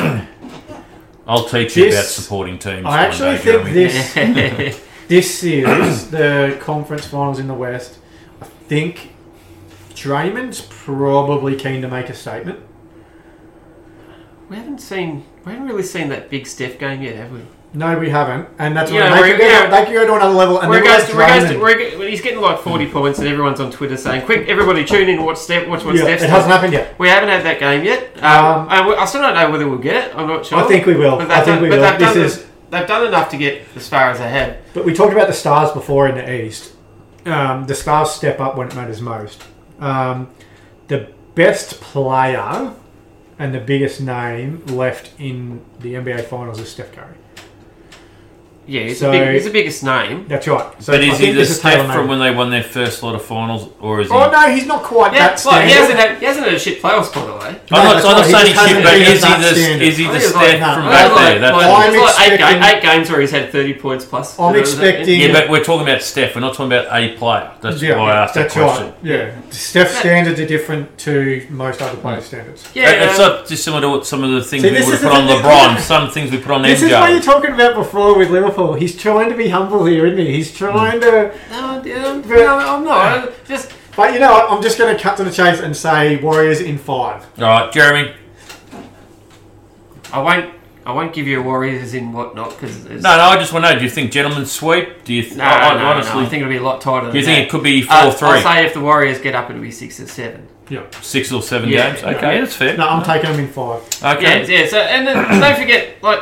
[SPEAKER 1] I'll teach you about
[SPEAKER 2] This-
[SPEAKER 1] supporting teams.
[SPEAKER 2] I
[SPEAKER 1] one
[SPEAKER 2] actually
[SPEAKER 1] day,
[SPEAKER 2] think
[SPEAKER 1] Jeremy.
[SPEAKER 2] this this series, the conference finals in the West, I think Draymond's probably keen to make a statement.
[SPEAKER 3] we haven't seen. We haven't really seen that big Steph game yet, have we?
[SPEAKER 2] No, we haven't, and that's
[SPEAKER 3] Yeah,
[SPEAKER 2] where they,
[SPEAKER 3] we're-
[SPEAKER 2] can go,
[SPEAKER 3] yeah.
[SPEAKER 2] they can go to another level. And
[SPEAKER 3] Where
[SPEAKER 2] then
[SPEAKER 3] it
[SPEAKER 2] we'll
[SPEAKER 3] goes
[SPEAKER 2] have
[SPEAKER 3] to, where it goes to,
[SPEAKER 2] Draymond.
[SPEAKER 3] where it, he's getting like forty points, and everyone's on Twitter saying, "Quick, everybody, tune in, watch Steph, watch what
[SPEAKER 2] Yeah,
[SPEAKER 3] Steph's
[SPEAKER 2] it
[SPEAKER 3] done."
[SPEAKER 2] hasn't happened yet.
[SPEAKER 3] We haven't had that game yet. Um, I, I still don't know whether we'll get it. I'm not sure.
[SPEAKER 2] I think we will.
[SPEAKER 3] But
[SPEAKER 2] I
[SPEAKER 3] they've
[SPEAKER 2] think
[SPEAKER 3] done-
[SPEAKER 2] we
[SPEAKER 3] but
[SPEAKER 2] will.
[SPEAKER 3] they've
[SPEAKER 2] This
[SPEAKER 3] done
[SPEAKER 2] is
[SPEAKER 3] They've done enough to get as far as they had.
[SPEAKER 2] But we talked about the stars before in the East. Um, the stars step up when it matters most. Um, the best player and the biggest name left in the NBA Finals is Steph Curry.
[SPEAKER 3] Yeah, he's,
[SPEAKER 2] So-
[SPEAKER 3] a big, he's the biggest name.
[SPEAKER 2] That's right. So
[SPEAKER 1] But
[SPEAKER 2] I
[SPEAKER 1] is he
[SPEAKER 2] think
[SPEAKER 1] the
[SPEAKER 2] this is
[SPEAKER 1] Steph
[SPEAKER 2] tailor-made.
[SPEAKER 1] from when they won their first lot of finals, or is he?
[SPEAKER 2] Oh no, he's not quite
[SPEAKER 3] Yeah,
[SPEAKER 2] that
[SPEAKER 3] well, he hasn't
[SPEAKER 2] standard.
[SPEAKER 3] had he hasn't had a shit playoff spot away.
[SPEAKER 1] I'm
[SPEAKER 2] No,
[SPEAKER 1] not,
[SPEAKER 2] that's
[SPEAKER 1] I'm not
[SPEAKER 2] right, he
[SPEAKER 1] saying he's
[SPEAKER 2] just
[SPEAKER 1] shit,
[SPEAKER 2] hasn't
[SPEAKER 1] but
[SPEAKER 2] been
[SPEAKER 1] is he
[SPEAKER 2] that
[SPEAKER 1] the
[SPEAKER 2] standard.
[SPEAKER 1] is he
[SPEAKER 3] I
[SPEAKER 1] the
[SPEAKER 3] think it's
[SPEAKER 1] Steph
[SPEAKER 3] like-
[SPEAKER 2] no,
[SPEAKER 1] from
[SPEAKER 2] I
[SPEAKER 1] back
[SPEAKER 3] think it's
[SPEAKER 1] there?
[SPEAKER 3] like-
[SPEAKER 1] That's,
[SPEAKER 2] like- I'm
[SPEAKER 3] it's like eight,
[SPEAKER 2] expecting-
[SPEAKER 3] ga- eight games where he's had thirty points plus.
[SPEAKER 2] I'm
[SPEAKER 3] Uh,
[SPEAKER 2] expecting-
[SPEAKER 1] yeah, but we're talking about Steph. We're not talking about a player. That's
[SPEAKER 2] Yeah,
[SPEAKER 1] why I asked that
[SPEAKER 2] that's
[SPEAKER 1] question.
[SPEAKER 2] right. Yeah, Steph standards are different to most other players' standards.
[SPEAKER 3] yeah,
[SPEAKER 1] It- It's
[SPEAKER 3] um,
[SPEAKER 1] not dissimilar to what some of the things
[SPEAKER 2] See,
[SPEAKER 1] we would have
[SPEAKER 2] this is the
[SPEAKER 1] put on
[SPEAKER 2] thing-
[SPEAKER 1] LeBron. Some things we put on
[SPEAKER 2] This is what you're
[SPEAKER 1] MJ.
[SPEAKER 2] talking about before with Liverpool. He's trying to be humble here, isn't he? He's trying to.
[SPEAKER 3] No, yeah, I'm, no, I'm not. I'm just
[SPEAKER 2] But you know what? I'm just going to cut to the chase and say Warriors in five.
[SPEAKER 1] All right, Jeremy.
[SPEAKER 3] I won't. I won't give you a Warriors in whatnot because no,
[SPEAKER 1] No, no. I just want to know. Do you think gentlemen sweep? Do you? Th-
[SPEAKER 3] no,
[SPEAKER 1] I, I
[SPEAKER 3] no,
[SPEAKER 1] honestly,
[SPEAKER 3] no, I think it'll be a lot tighter.
[SPEAKER 1] do you
[SPEAKER 3] than
[SPEAKER 1] think it
[SPEAKER 3] that.
[SPEAKER 1] could be
[SPEAKER 3] Uh,
[SPEAKER 1] four, three,
[SPEAKER 3] I'll say if the Warriors get up, it'll be six or seven.
[SPEAKER 2] Yeah.
[SPEAKER 1] six or seven
[SPEAKER 3] Yeah,
[SPEAKER 1] games?
[SPEAKER 3] yeah.
[SPEAKER 1] Okay, that's fair.
[SPEAKER 2] No, I'm taking them in five.
[SPEAKER 1] Okay.
[SPEAKER 3] Yeah, yeah. So and then, don't forget, like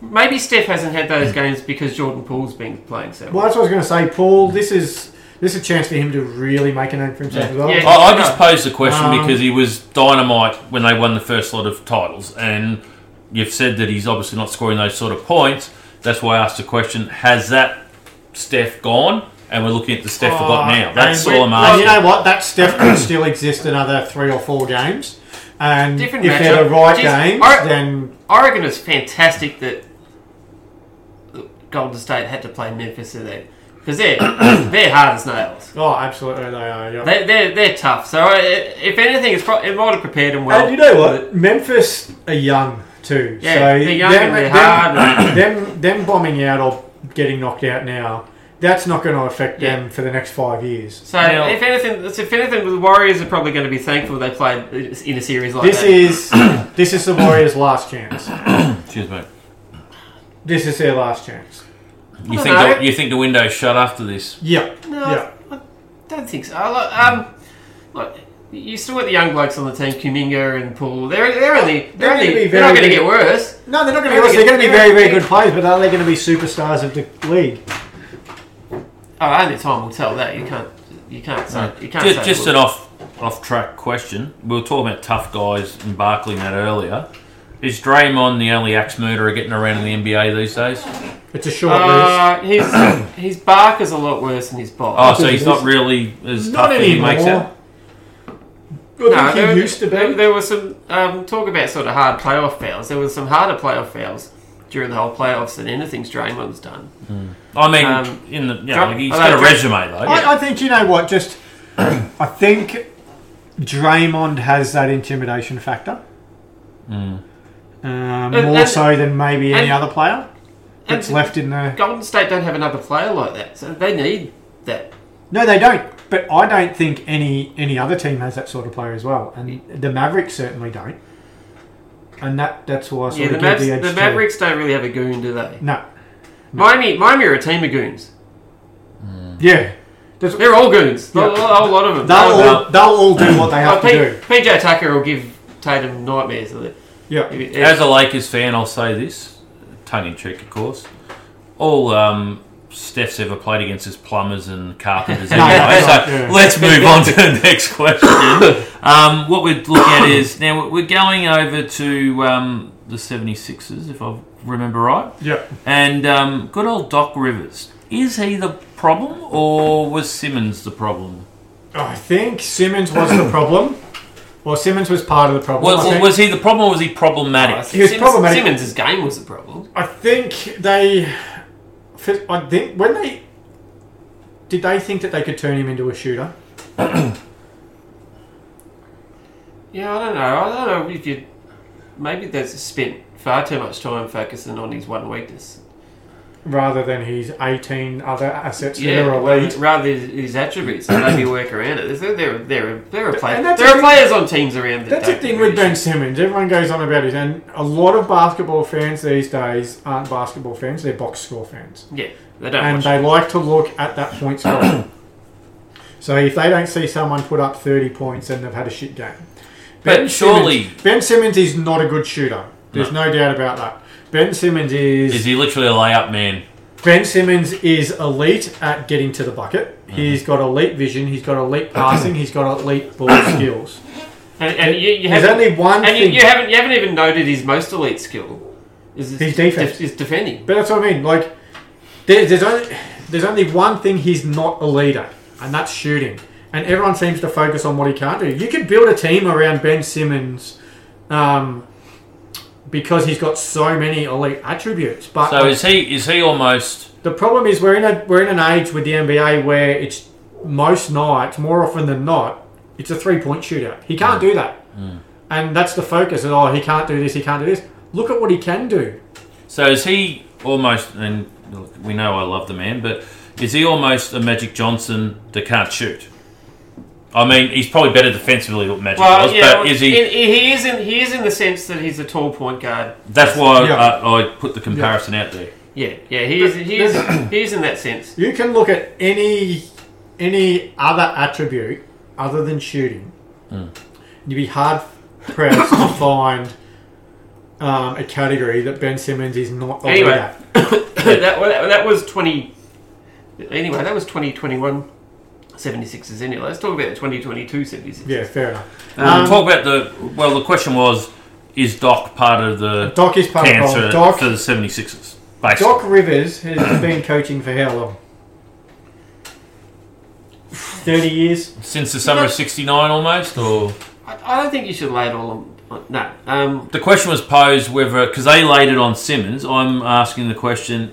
[SPEAKER 3] maybe Steph hasn't had those games because Jordan Poole's been playing so.
[SPEAKER 2] Well, that's what I was going to say, Paul. This is this is a chance for him to really make a name for himself
[SPEAKER 1] Yeah.
[SPEAKER 2] as well.
[SPEAKER 3] Yeah.
[SPEAKER 1] I, I just posed the question
[SPEAKER 2] Um,
[SPEAKER 1] because he was dynamite when they won the first lot of titles, and you've said that he's obviously not scoring those sort of points. That's why I asked the question: Has that Steph gone? And we're looking at the Steph we've got
[SPEAKER 3] Oh,
[SPEAKER 2] Uh,
[SPEAKER 1] now. That's
[SPEAKER 2] and-
[SPEAKER 1] all I'm
[SPEAKER 2] And you
[SPEAKER 1] asking.
[SPEAKER 2] know what? That Steph could still exist another three or four games. And
[SPEAKER 3] Different
[SPEAKER 2] if they're the
[SPEAKER 3] matchup.
[SPEAKER 2] right
[SPEAKER 3] Jeez,
[SPEAKER 2] games,
[SPEAKER 3] alright.
[SPEAKER 2] then
[SPEAKER 3] I reckon it's fantastic that Golden State had to play Memphis in there because they're they're hard as nails.
[SPEAKER 2] oh, absolutely they are. Yeah.
[SPEAKER 3] They, they're they're tough. So uh, if anything, it's pro- it might have prepared them well.
[SPEAKER 2] and you know what? Memphis are young too.
[SPEAKER 3] Yeah,
[SPEAKER 2] so
[SPEAKER 3] they're young and they're hard.
[SPEAKER 2] them them bombing out or getting knocked out now. That's not going to affect them for the next five years.
[SPEAKER 3] So
[SPEAKER 1] Now-
[SPEAKER 3] if anything, if anything, the Warriors are probably going to be thankful they played in a series like
[SPEAKER 2] This
[SPEAKER 3] that.
[SPEAKER 2] is this is the Warriors' last chance.
[SPEAKER 1] Excuse me.
[SPEAKER 2] This is their last chance.
[SPEAKER 1] You
[SPEAKER 3] I
[SPEAKER 1] think
[SPEAKER 3] don't know.
[SPEAKER 1] the, you think the window's shut after this?
[SPEAKER 2] Yeah.
[SPEAKER 3] no,
[SPEAKER 2] yeah.
[SPEAKER 3] I, I don't think so. I lo- um, look, you still got the young blokes on the team, Kuminga and Paul. They're they're only
[SPEAKER 2] They're
[SPEAKER 3] they're,
[SPEAKER 2] gonna be
[SPEAKER 3] only, they're not
[SPEAKER 2] very
[SPEAKER 3] going to
[SPEAKER 2] good.
[SPEAKER 3] get worse.
[SPEAKER 2] No, they're not going to
[SPEAKER 3] They're
[SPEAKER 2] be. They're going to be
[SPEAKER 3] gonna-
[SPEAKER 2] very, very good players, but are they going to be superstars of the league?
[SPEAKER 3] Oh, only time will tell that. You can't you can't say you can't
[SPEAKER 1] Just,
[SPEAKER 3] say
[SPEAKER 1] just
[SPEAKER 3] it
[SPEAKER 1] an off off track question. We were talking about tough guys and Barkley and that earlier. Is Draymond the only axe murderer getting around in the NBA these days?
[SPEAKER 2] It's a short list.
[SPEAKER 3] Uh, his his bark is a lot worse than his
[SPEAKER 1] Oh,
[SPEAKER 3] bite.
[SPEAKER 1] so he's not really as
[SPEAKER 2] Not
[SPEAKER 1] tough as he
[SPEAKER 2] anymore.
[SPEAKER 1] makes out.
[SPEAKER 2] I think
[SPEAKER 3] there,
[SPEAKER 2] he used to
[SPEAKER 3] there-
[SPEAKER 2] be.
[SPEAKER 3] there was some um, talk about sort of hard playoff fouls. There was some harder playoff fouls during the whole playoffs than anything Draymond's done.
[SPEAKER 1] I mean,
[SPEAKER 3] Um,
[SPEAKER 1] in the you know,
[SPEAKER 3] Dra-
[SPEAKER 1] like, he's
[SPEAKER 3] although
[SPEAKER 1] got a
[SPEAKER 3] Dra-
[SPEAKER 1] resume though.
[SPEAKER 2] I, I think you know what. Just I think Draymond has that intimidation factor.
[SPEAKER 1] Mm.
[SPEAKER 2] Um,
[SPEAKER 3] And-
[SPEAKER 2] more
[SPEAKER 3] and-
[SPEAKER 2] so than maybe any
[SPEAKER 3] and-
[SPEAKER 2] other player that's
[SPEAKER 3] and-
[SPEAKER 2] left in the.
[SPEAKER 3] Golden State don't have another player like that, so they need that.
[SPEAKER 2] No, they don't. But I don't think any any other team has that sort of player as well, and the Mavericks certainly don't. And that that's why I sort
[SPEAKER 3] Yeah,
[SPEAKER 2] of
[SPEAKER 3] the,
[SPEAKER 2] give
[SPEAKER 3] Mavs,
[SPEAKER 2] the edge
[SPEAKER 3] the
[SPEAKER 2] to-
[SPEAKER 3] Mavericks don't really have a goon, do they?
[SPEAKER 2] No,
[SPEAKER 3] Miami, Miami are a team of goons.
[SPEAKER 2] yeah, That's-
[SPEAKER 3] They're all goons.
[SPEAKER 2] Yeah.
[SPEAKER 3] A whole lot of them.
[SPEAKER 2] They'll
[SPEAKER 3] They'll-
[SPEAKER 2] all, they'll all do what they have
[SPEAKER 3] Like,
[SPEAKER 2] to do.
[SPEAKER 3] P- PJ Tucker will give Tatum nightmares. Of it.
[SPEAKER 2] Yeah.
[SPEAKER 1] As a Lakers fan, I'll say this, tongue in cheek, of course. All um, Steph's ever played against is plumbers and carpenters
[SPEAKER 2] No,
[SPEAKER 1] anyway.
[SPEAKER 2] no,
[SPEAKER 1] so
[SPEAKER 2] yeah.
[SPEAKER 1] let's move on to the next question. Um, what we're looking at is now we're going over to um, the 76ers, if I remember right.
[SPEAKER 2] Yeah.
[SPEAKER 1] And um, good old Doc Rivers. Is he the problem or was Simmons the problem?
[SPEAKER 2] I think Simmons was the problem, or Simmons was part of the problem. I,
[SPEAKER 1] Was,
[SPEAKER 2] think,
[SPEAKER 1] was he the problem or was he problematic?
[SPEAKER 2] He was
[SPEAKER 3] Simmons-
[SPEAKER 2] problematic.
[SPEAKER 3] Simmons' game was the problem.
[SPEAKER 2] I think they. I think when they did they think that they could turn him into a shooter.
[SPEAKER 3] Yeah, I don't know. I don't know if you. Maybe they've spent far too much time focusing on his one weakness.
[SPEAKER 2] Rather than his 18 other assets
[SPEAKER 3] Yeah,
[SPEAKER 2] that are elite.
[SPEAKER 3] rather than his attributes and maybe work around it. There, there, there, are- there are players.
[SPEAKER 2] And that's
[SPEAKER 3] There are
[SPEAKER 2] the-
[SPEAKER 3] players on teams around. That
[SPEAKER 2] That's the
[SPEAKER 3] don't
[SPEAKER 2] thing with
[SPEAKER 3] really
[SPEAKER 2] Ben Simmons. Everyone goes on about it, and a lot of basketball fans these days aren't basketball fans; they're box score fans,
[SPEAKER 3] shoot. Yeah, they don't.
[SPEAKER 2] and
[SPEAKER 3] watch
[SPEAKER 2] they like to look at that point score. so if they don't see someone put up thirty points, then they've had a shit game.
[SPEAKER 1] But surely-
[SPEAKER 2] Simmons, Ben Simmons is not a good shooter. There's no, doubt about that. Ben Simmons is,
[SPEAKER 1] Is he literally a layup man?
[SPEAKER 2] Ben Simmons is elite at getting to the bucket. He's got elite vision. He's got elite passing. he's got elite ball skills.
[SPEAKER 3] and, and you, you
[SPEAKER 2] There's
[SPEAKER 3] haven't.
[SPEAKER 2] only one
[SPEAKER 3] And you,
[SPEAKER 2] thing.
[SPEAKER 3] you haven't. You haven't even noted his most elite skill. Is
[SPEAKER 2] His defense.
[SPEAKER 3] Is defending.
[SPEAKER 2] But that's what I mean. Like, there, there's only there's only one thing he's not a leader, and that's shooting. And everyone seems to focus on what he can't do. You could build a team around Ben Simmons, um, because he's got so many elite attributes. But
[SPEAKER 1] So is he is he almost
[SPEAKER 2] the problem is we're in a we're in an age with the NBA where it's most nights, more often than not, it's a three point shootout. He
[SPEAKER 1] Mm.
[SPEAKER 2] can't do that, and that's the focus. Is, oh, he can't do this. He can't do this. Look at what he can do.
[SPEAKER 1] so is he almost and look, we know I love the man, but is he almost a Magic Johnson that can't shoot? I mean, he's probably better defensively than Magic was, but is he?
[SPEAKER 3] in, he is in. He is in the sense that he's a tall point guard.
[SPEAKER 1] that's why
[SPEAKER 2] Yeah.
[SPEAKER 1] I, I put the comparison out there.
[SPEAKER 3] Yeah, yeah. He is. He is. he is in that sense.
[SPEAKER 2] You can look at any any other attribute other than shooting.
[SPEAKER 1] Hmm.
[SPEAKER 2] You'd be hard pressed to find um, a category that Ben Simmons is not. a
[SPEAKER 3] Anyway.
[SPEAKER 2] leader at.
[SPEAKER 3] that, well, that, that was 20. Anyway, that was 2021 76ers anyway. Let's talk about the 2022 76ers.
[SPEAKER 2] yeah, fair enough.
[SPEAKER 1] we'll talk about the well. The question was, is Doc part of the
[SPEAKER 2] Doc is part of
[SPEAKER 1] cancer
[SPEAKER 2] the problem.
[SPEAKER 1] for
[SPEAKER 2] Doc,
[SPEAKER 1] the 76ers? Basically,
[SPEAKER 2] Doc Rivers has been coaching for how long? Thirty years.
[SPEAKER 1] since the summer of '69, almost or.
[SPEAKER 3] I, I don't think you should lay it all on. on- No. Um,
[SPEAKER 1] The question was posed whether because they laid it on Simmons. I'm asking the question: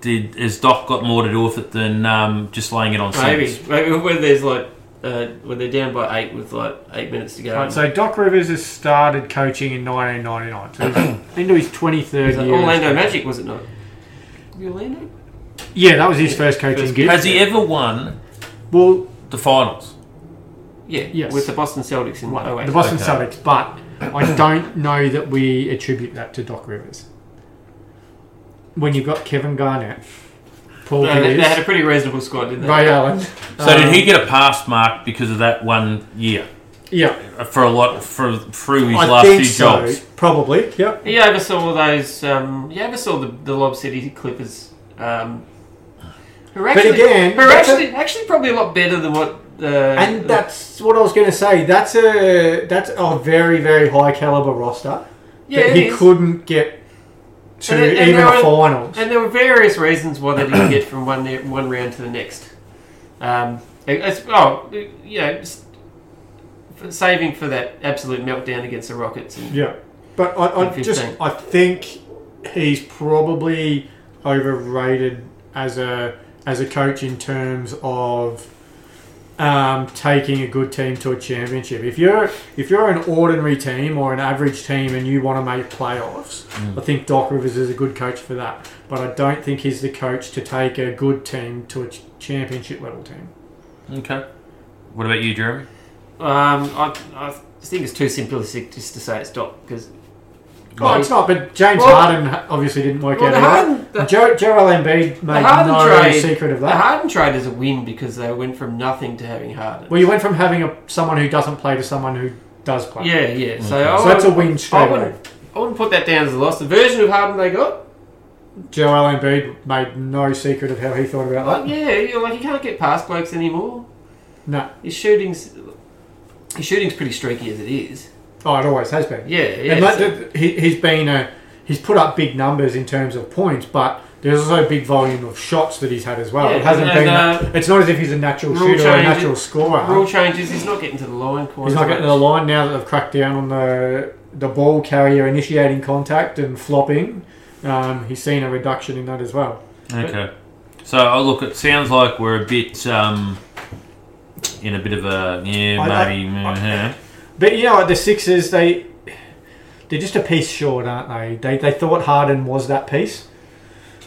[SPEAKER 1] Did has Doc got more to do with it than um, just laying it on
[SPEAKER 3] maybe.
[SPEAKER 1] Simmons?
[SPEAKER 3] Maybe when there's like. Uh, when they're down by eight with like eight minutes to go.
[SPEAKER 2] Right, so Doc Rivers has started coaching in 1999. So he's into his 23rd
[SPEAKER 3] It was
[SPEAKER 2] year.
[SPEAKER 3] like Orlando Magic, was it not? The Orlando?
[SPEAKER 2] Yeah, that was his first coaching
[SPEAKER 3] First
[SPEAKER 2] gig.
[SPEAKER 1] Has he ever won
[SPEAKER 2] Well,
[SPEAKER 1] the finals?
[SPEAKER 3] Yeah,
[SPEAKER 2] Yes.
[SPEAKER 3] with the Boston Celtics in what?
[SPEAKER 2] the Boston
[SPEAKER 1] Okay.
[SPEAKER 2] Celtics, but I don't know that we attribute that to Doc Rivers. When you've got Kevin Garnett, Paul
[SPEAKER 3] They, they
[SPEAKER 2] Pierce,
[SPEAKER 3] had a pretty reasonable squad, didn't they?
[SPEAKER 2] Ray Allen.
[SPEAKER 1] So did
[SPEAKER 2] Um,
[SPEAKER 1] he get a pass mark because of that one year
[SPEAKER 2] Yeah,
[SPEAKER 1] for a lot for through his
[SPEAKER 2] I
[SPEAKER 1] last
[SPEAKER 2] think
[SPEAKER 1] few
[SPEAKER 2] so.
[SPEAKER 1] jobs?
[SPEAKER 2] Probably. Yep.
[SPEAKER 3] He oversaw those. Um, he oversaw the, the Lob City Clippers. Um, who are actually,
[SPEAKER 2] again,
[SPEAKER 3] who are
[SPEAKER 2] that's a-
[SPEAKER 3] actually, actually probably a lot better than what. Uh,
[SPEAKER 2] And that's what I was going to say. That's a that's a very very high caliber roster.
[SPEAKER 3] yeah,
[SPEAKER 2] that
[SPEAKER 3] it
[SPEAKER 2] he
[SPEAKER 3] is.
[SPEAKER 2] couldn't get to
[SPEAKER 3] And- and
[SPEAKER 2] even
[SPEAKER 3] there
[SPEAKER 2] a
[SPEAKER 3] were-
[SPEAKER 2] finals.
[SPEAKER 3] And there were various reasons why they didn't get from one ne- one round to the next. Um, it's, oh, you know, s- for- saving for that absolute meltdown against the Rockets. And,
[SPEAKER 2] Yeah, but I, I
[SPEAKER 3] If you
[SPEAKER 2] just
[SPEAKER 3] think.
[SPEAKER 2] I think he's probably overrated as a as a coach in terms of um, taking a good team to a championship. If you're if you're an ordinary team or an average team and you want to make playoffs,
[SPEAKER 3] Mm.
[SPEAKER 2] I think Doc Rivers is a good coach for that. But I don't think he's the coach to take a good team to a ch- championship level team.
[SPEAKER 1] Okay. What about you, Jeremy?
[SPEAKER 3] Um, I, I think it's too simplistic just to say it's Doc because
[SPEAKER 2] Oh, it's not. But James
[SPEAKER 3] Well-
[SPEAKER 2] Harden obviously didn't work
[SPEAKER 3] Well,
[SPEAKER 2] out.
[SPEAKER 3] the
[SPEAKER 2] either.
[SPEAKER 3] Harden- the-
[SPEAKER 2] Joe, Joel Embiid made
[SPEAKER 3] Harden
[SPEAKER 2] no
[SPEAKER 3] trade-
[SPEAKER 2] secret of
[SPEAKER 3] The
[SPEAKER 2] that.
[SPEAKER 3] Harden trade is a win because they went from nothing to having Harden.
[SPEAKER 2] Well, you went from having a someone who doesn't play to someone who does play.
[SPEAKER 3] yeah, yeah. So, I,
[SPEAKER 2] So that's a
[SPEAKER 3] wouldn't,
[SPEAKER 2] win
[SPEAKER 3] I,
[SPEAKER 2] straight away.
[SPEAKER 3] wouldn't, I wouldn't put that down as a loss. The version of Harden they got,
[SPEAKER 2] Joel Embiid made no secret of how he thought about
[SPEAKER 3] like,
[SPEAKER 2] that.
[SPEAKER 3] yeah, you're like you can't get past blokes anymore.
[SPEAKER 2] No.
[SPEAKER 3] His shooting's his shooting's pretty streaky as it is.
[SPEAKER 2] Oh, it always has been.
[SPEAKER 3] Yeah, yeah.
[SPEAKER 2] and like
[SPEAKER 3] so-
[SPEAKER 2] the- he, he's been a, he's put up big numbers in terms of points, but There's also a big volume of shots that he's had as well.
[SPEAKER 3] Yeah,
[SPEAKER 2] it hasn't
[SPEAKER 3] and,
[SPEAKER 2] been.
[SPEAKER 3] uh,
[SPEAKER 2] it's not as if he's a natural
[SPEAKER 3] rule
[SPEAKER 2] shooter or a
[SPEAKER 3] change-
[SPEAKER 2] natural scorer.
[SPEAKER 3] Rule changes. He's not getting to the line quite.
[SPEAKER 2] He's
[SPEAKER 3] as
[SPEAKER 2] not getting to the
[SPEAKER 3] much.
[SPEAKER 2] line now that they've cracked down on the the ball carrier initiating contact and flopping. Um, he's seen a reduction in that as well.
[SPEAKER 1] Okay. So, oh, look, it sounds like we're a bit um, in a bit of a yeah,
[SPEAKER 2] I- I-
[SPEAKER 1] maybe. mhm.
[SPEAKER 2] But you know, what, the Sixers they they're just a piece short, aren't they? They they thought Harden was that piece,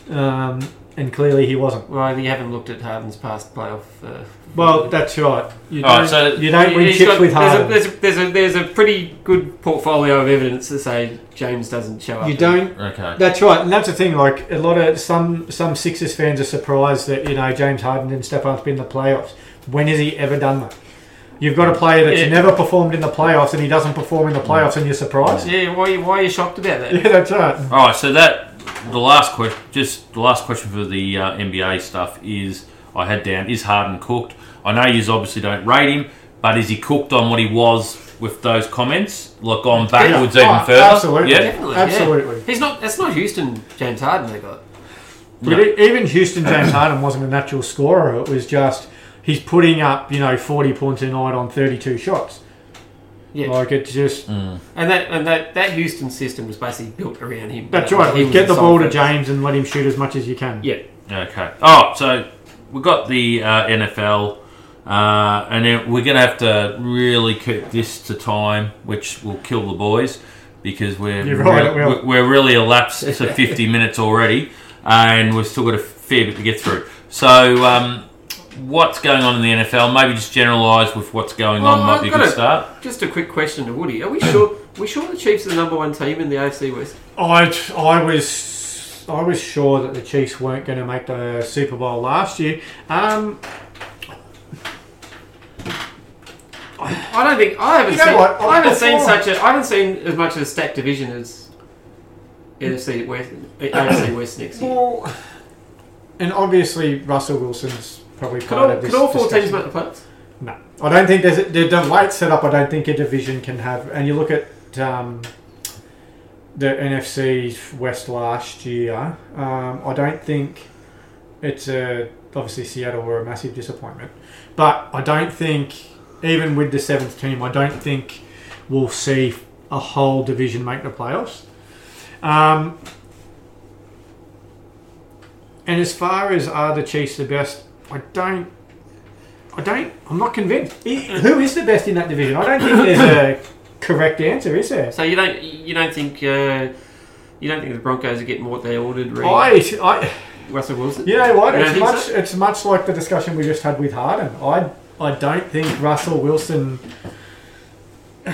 [SPEAKER 2] um, and clearly he wasn't.
[SPEAKER 3] Well, you haven't looked at Harden's past playoff. Uh,
[SPEAKER 2] Well, that's right. You
[SPEAKER 1] All
[SPEAKER 2] don't,
[SPEAKER 1] right, so-
[SPEAKER 2] you don't win
[SPEAKER 3] He's
[SPEAKER 2] chips
[SPEAKER 3] got-
[SPEAKER 2] with
[SPEAKER 3] there's a,
[SPEAKER 2] Harden.
[SPEAKER 3] there's, a, there's, a, there's a pretty good portfolio of evidence to say James doesn't show up.
[SPEAKER 2] You don't
[SPEAKER 1] Okay.
[SPEAKER 2] That's right, and that's the thing. Like a lot of some some Sixers fans are surprised that you know James Harden didn't step up in the playoffs. When has he ever done that? You've got a player that's
[SPEAKER 3] Yeah.
[SPEAKER 2] never performed in the playoffs, and he doesn't perform in the playoffs, and you're surprised.
[SPEAKER 3] Yeah, why, why are you shocked about that?
[SPEAKER 2] Yeah, that's right.
[SPEAKER 1] All right. So that the last question, just the last question for the uh, NBA stuff is I had down is Harden cooked? I know you obviously don't rate him, but is he cooked on what he was with those comments? Like gone backwards
[SPEAKER 2] Yeah.
[SPEAKER 1] even
[SPEAKER 2] Oh,
[SPEAKER 1] further?
[SPEAKER 2] absolutely.
[SPEAKER 1] Yeah.
[SPEAKER 3] Definitely, yeah.
[SPEAKER 2] Absolutely.
[SPEAKER 3] He's not. That's not Houston James Harden they got.
[SPEAKER 2] But
[SPEAKER 1] No.
[SPEAKER 2] e- even Houston James Harden wasn't a natural scorer. It was just he's putting up you know 40 points a night on 32 shots.
[SPEAKER 3] Yeah, Mm.
[SPEAKER 2] Like it's just
[SPEAKER 3] and that and that, that Houston system was basically built around him.
[SPEAKER 2] that's
[SPEAKER 3] That
[SPEAKER 2] right.
[SPEAKER 3] he
[SPEAKER 2] You
[SPEAKER 3] was
[SPEAKER 2] get the
[SPEAKER 3] sole
[SPEAKER 2] ball to
[SPEAKER 3] focus.
[SPEAKER 2] James and let him shoot as much as you can.
[SPEAKER 3] Yeah,
[SPEAKER 1] Okay. Oh, so we've got the uh, NFL, uh, and then we're going to have to really keep this to time, which will kill the boys because we're
[SPEAKER 2] You're right,
[SPEAKER 1] re-
[SPEAKER 2] it will.
[SPEAKER 1] we're- we're really elapsed to 50 minutes already, and we've still got a fair bit to get through. So, um, what's going on in the NFL? Maybe just generalise with what's going
[SPEAKER 3] Well,
[SPEAKER 1] on might
[SPEAKER 3] I've
[SPEAKER 1] be a
[SPEAKER 3] got
[SPEAKER 1] good
[SPEAKER 3] a-
[SPEAKER 1] start.
[SPEAKER 3] just a quick question to Woody: Are we sure? we sure the Chiefs are the number one team in the AFC West?
[SPEAKER 2] I, I was I was sure that the Chiefs weren't going to make the Super Bowl last year. Um,
[SPEAKER 3] I don't think I haven't
[SPEAKER 2] You know
[SPEAKER 3] seen.
[SPEAKER 2] what?
[SPEAKER 3] I haven't
[SPEAKER 2] Before-
[SPEAKER 3] seen such a. I haven't seen as much of a stacked division as NFC West. AFC West next year.
[SPEAKER 2] well, and obviously Russell Wilson's probably
[SPEAKER 3] Could
[SPEAKER 2] part
[SPEAKER 3] all,
[SPEAKER 2] of this.
[SPEAKER 3] could all four teams
[SPEAKER 2] discussion.
[SPEAKER 3] make the playoffs?
[SPEAKER 2] No, I don't think there's a, the, the right setup. I don't think a division can have. And you look at um, the NFC West last year. Um, I don't think it's a, obviously Seattle were a massive disappointment, but I don't think even with the seventh team, I don't think we'll see a whole division make the playoffs. Um, and as far as are the Chiefs the best, I don't. I don't. I'm not convinced. I- Who is the best in that division? I don't think there's a correct answer, is there?
[SPEAKER 3] So you don't you don't think uh, you don't think the Broncos are getting what they ordered? Re-
[SPEAKER 2] I, I,
[SPEAKER 3] Russell Wilson.
[SPEAKER 2] you know what?
[SPEAKER 3] You don't
[SPEAKER 2] It's
[SPEAKER 3] think
[SPEAKER 2] much.
[SPEAKER 3] so?
[SPEAKER 2] It's much like the discussion we just had with Harden. I, I don't think Russell Wilson. It-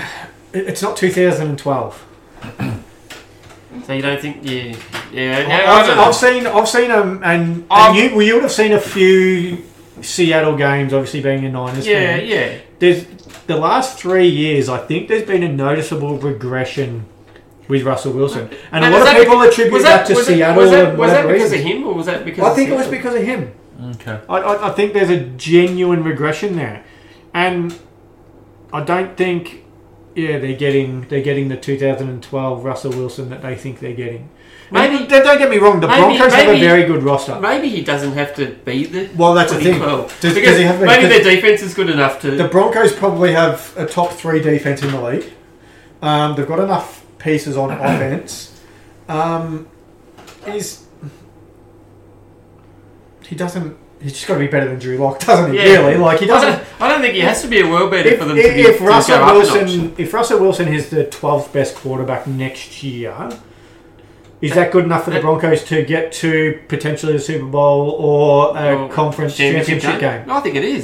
[SPEAKER 2] It's not 2012.
[SPEAKER 3] So you don't think yeah yeah? No, I
[SPEAKER 2] I've, I've
[SPEAKER 3] don't know.
[SPEAKER 2] seen I've seen them and,
[SPEAKER 3] Um,
[SPEAKER 2] and you well, you would have seen a few Seattle games, obviously being a Niners
[SPEAKER 3] Yeah
[SPEAKER 2] fan.
[SPEAKER 3] yeah.
[SPEAKER 2] There's the last three years, I think there's been a noticeable regression with Russell Wilson, and a
[SPEAKER 3] Now,
[SPEAKER 2] lot
[SPEAKER 3] was
[SPEAKER 2] of
[SPEAKER 3] that
[SPEAKER 2] people attribute
[SPEAKER 3] Was
[SPEAKER 2] that,
[SPEAKER 3] that
[SPEAKER 2] to
[SPEAKER 3] was, it,
[SPEAKER 2] Seattle
[SPEAKER 3] was, that,
[SPEAKER 2] and
[SPEAKER 3] was that
[SPEAKER 2] whatever
[SPEAKER 3] because
[SPEAKER 2] reason.
[SPEAKER 3] of him or was that because?
[SPEAKER 2] I
[SPEAKER 3] of
[SPEAKER 2] think it was
[SPEAKER 3] Seattle?
[SPEAKER 2] because of him.
[SPEAKER 1] Okay.
[SPEAKER 2] I, I, I think there's a genuine regression there, and I don't think, yeah, they're getting they're getting the 2012 Russell Wilson that they think they're getting.
[SPEAKER 3] Maybe-
[SPEAKER 2] And don't don't get me wrong, the
[SPEAKER 3] maybe-
[SPEAKER 2] Broncos have a
[SPEAKER 3] maybe-
[SPEAKER 2] very good roster.
[SPEAKER 3] Maybe he doesn't have to be the.
[SPEAKER 2] Well, that's the thing.
[SPEAKER 3] 2012.
[SPEAKER 2] Does-
[SPEAKER 3] because
[SPEAKER 2] does he have-
[SPEAKER 3] maybe
[SPEAKER 2] does-
[SPEAKER 3] their defense is good enough to.
[SPEAKER 2] The Broncos probably have a top three defense in the league. Um, they've got enough pieces on offense. Um, he's he doesn't. He's just got to be better than Drew Lock, doesn't he?
[SPEAKER 3] Yeah.
[SPEAKER 2] Really, like he
[SPEAKER 3] I
[SPEAKER 2] doesn't.
[SPEAKER 3] don't, I don't think he has to be a world beater
[SPEAKER 2] If,
[SPEAKER 3] for them to be.
[SPEAKER 2] if, if
[SPEAKER 3] to
[SPEAKER 2] Russell
[SPEAKER 3] go up an option.
[SPEAKER 2] Wilson, if Russell Wilson is the twelfth best quarterback next year, is that good enough for the
[SPEAKER 3] That-
[SPEAKER 2] Broncos to get to potentially the Super Bowl or a
[SPEAKER 3] Well,
[SPEAKER 2] conference championship, game?
[SPEAKER 3] No, I think it is.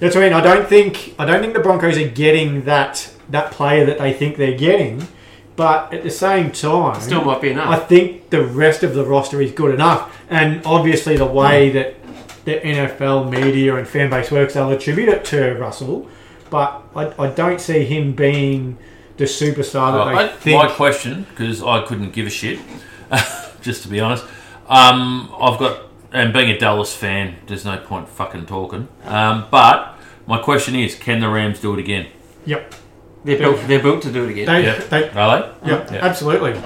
[SPEAKER 2] That's what I mean. I don't think I don't think the Broncos are getting that that player that they think they're getting, but at the same time,
[SPEAKER 3] Still might be enough.
[SPEAKER 2] I think the rest of the roster is good enough. And obviously, the way
[SPEAKER 3] Hmm.
[SPEAKER 2] that the NFL media and fan base works, they'll attribute it to Russell, but I, I don't see him being the superstar that
[SPEAKER 1] Well,
[SPEAKER 2] they
[SPEAKER 1] Oh, I-
[SPEAKER 2] think.
[SPEAKER 1] my question, because I couldn't give a shit, just to be honest. Um, I've got, and being a Dallas fan, there's no point fucking talking. Um, but my question is, can the Rams do it again?
[SPEAKER 2] Yep,
[SPEAKER 3] They're built. They're built to do it again.
[SPEAKER 2] they,
[SPEAKER 1] Hmm. Yeah.
[SPEAKER 2] they
[SPEAKER 1] Are they?
[SPEAKER 2] Yep,
[SPEAKER 1] Yeah.
[SPEAKER 2] absolutely.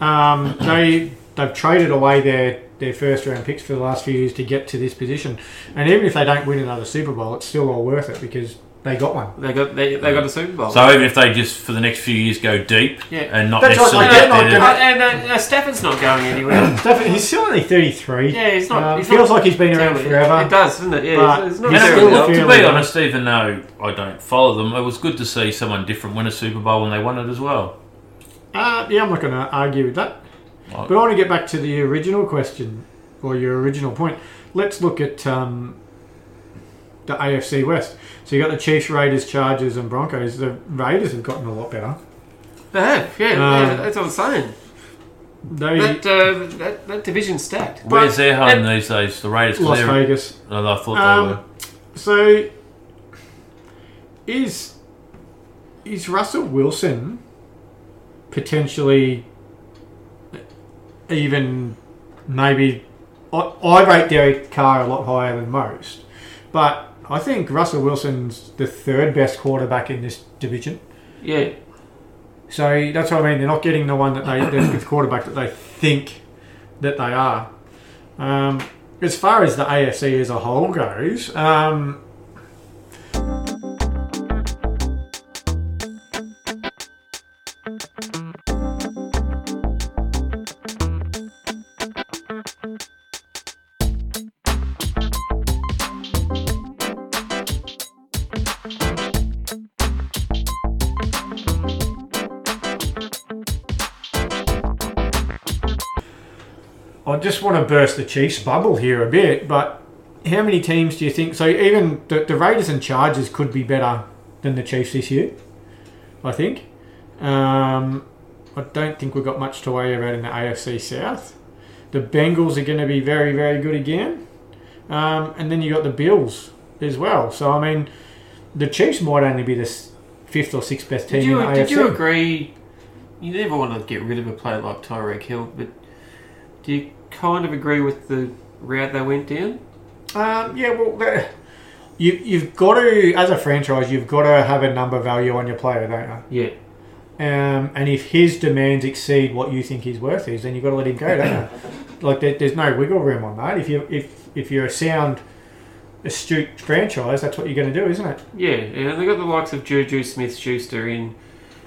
[SPEAKER 2] Um, they they've traded away their, their first round picks for the last few years to get to this position. And even if they don't win another Super Bowl, it's still all worth it because they got one.
[SPEAKER 3] They got they, they got a Super Bowl.
[SPEAKER 1] So even if they just for the next few years go deep
[SPEAKER 3] Yeah.
[SPEAKER 1] and not
[SPEAKER 2] That's right,
[SPEAKER 1] necessarily
[SPEAKER 2] like,
[SPEAKER 1] get
[SPEAKER 2] they're not
[SPEAKER 1] there,
[SPEAKER 2] gonna-
[SPEAKER 1] to-
[SPEAKER 3] and uh, uh, Stafford's not going anywhere.
[SPEAKER 2] Definitely, he's still only 33.
[SPEAKER 3] yeah, it's not.
[SPEAKER 2] Um,
[SPEAKER 3] it's
[SPEAKER 2] feels
[SPEAKER 3] not
[SPEAKER 2] like he's been around
[SPEAKER 3] terrible.
[SPEAKER 2] forever.
[SPEAKER 3] It does, doesn't it? Yeah,
[SPEAKER 2] But
[SPEAKER 3] it's, it's not
[SPEAKER 2] he's
[SPEAKER 3] terrible.
[SPEAKER 2] still
[SPEAKER 1] and
[SPEAKER 2] a
[SPEAKER 1] to
[SPEAKER 2] fairly-
[SPEAKER 1] be honest, even though I don't follow them, it was good to see someone different win a Super Bowl when they won it as well.
[SPEAKER 2] Uh, yeah, I'm not going to argue with that.
[SPEAKER 1] Well-
[SPEAKER 2] But I want to get back to the original question or your original point. Let's look at um, the AFC West. So you got the Chiefs, Raiders, Chargers, and Broncos. The Raiders have gotten a lot better.
[SPEAKER 3] They have, yeah,
[SPEAKER 2] Um,
[SPEAKER 3] yeah, that's what I'm saying.
[SPEAKER 2] They
[SPEAKER 3] That, uh, that, that division's stacked.
[SPEAKER 1] Where's their home these days? The Raiders. 'Cause
[SPEAKER 2] Las
[SPEAKER 1] they're-
[SPEAKER 2] Vegas.
[SPEAKER 1] No, I thought
[SPEAKER 2] Um,
[SPEAKER 1] they were.
[SPEAKER 2] So, is is Russell Wilson potentially even maybe? I, I rate Derek Carr a lot higher than most, but I think Russell Wilson's the third best quarterback in this division.
[SPEAKER 3] Yeah,
[SPEAKER 2] So that's what I mean. They're not getting the one that they the quarterback that they think that they are. Um, as far as the AFC as a whole goes, um, I just want to burst the Chiefs bubble here a bit, but how many teams do you think? So even the, the Raiders and Chargers could be better than the Chiefs this year, I think. Um, I don't think we've got much to worry about in the AFC South. The Bengals are going to be very, very good again, um, and then you got the Bills as well. So I mean, the Chiefs might only be the s- fifth or sixth best team
[SPEAKER 3] Did you,
[SPEAKER 2] in the
[SPEAKER 3] did
[SPEAKER 2] AFC.
[SPEAKER 3] you agree? You never want to get rid of a player like Tyreek Hill, but do you kind of agree with the route they went down?
[SPEAKER 2] Um, yeah, well, the- you, you've got to, as a franchise, you've got to have a number value on your player, don't you?
[SPEAKER 3] Yeah,
[SPEAKER 2] Um, and if his demands exceed what you think his worth is, then you've got to let him go, don't you? Like, there, there's no wiggle room on that. If you if if you're a sound, astute franchise, that's what you're going to do, isn't it?
[SPEAKER 3] yeah, yeah. They got the likes of Juju Smith-Schuster in.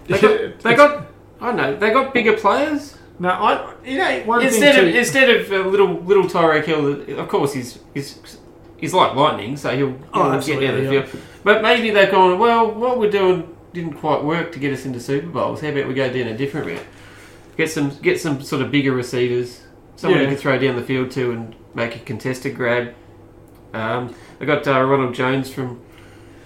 [SPEAKER 3] They got, they got I know they got bigger players
[SPEAKER 2] No, I you know one
[SPEAKER 3] instead
[SPEAKER 2] thing
[SPEAKER 3] of
[SPEAKER 2] too-
[SPEAKER 3] instead of uh, little little Tyreek Hill. Of course, he's he's he's like lightning, so he'll, he'll
[SPEAKER 2] Oh,
[SPEAKER 3] get down the
[SPEAKER 2] absolutely, yeah.
[SPEAKER 3] field. But maybe they've gone well. What we're doing didn't quite work to get us into Super Bowls. How about we go down a different route? Get some get some sort of bigger receivers, someone
[SPEAKER 2] Yeah.
[SPEAKER 3] who can throw down the field to and make a contested grab. Um, they got uh, Ronald Jones from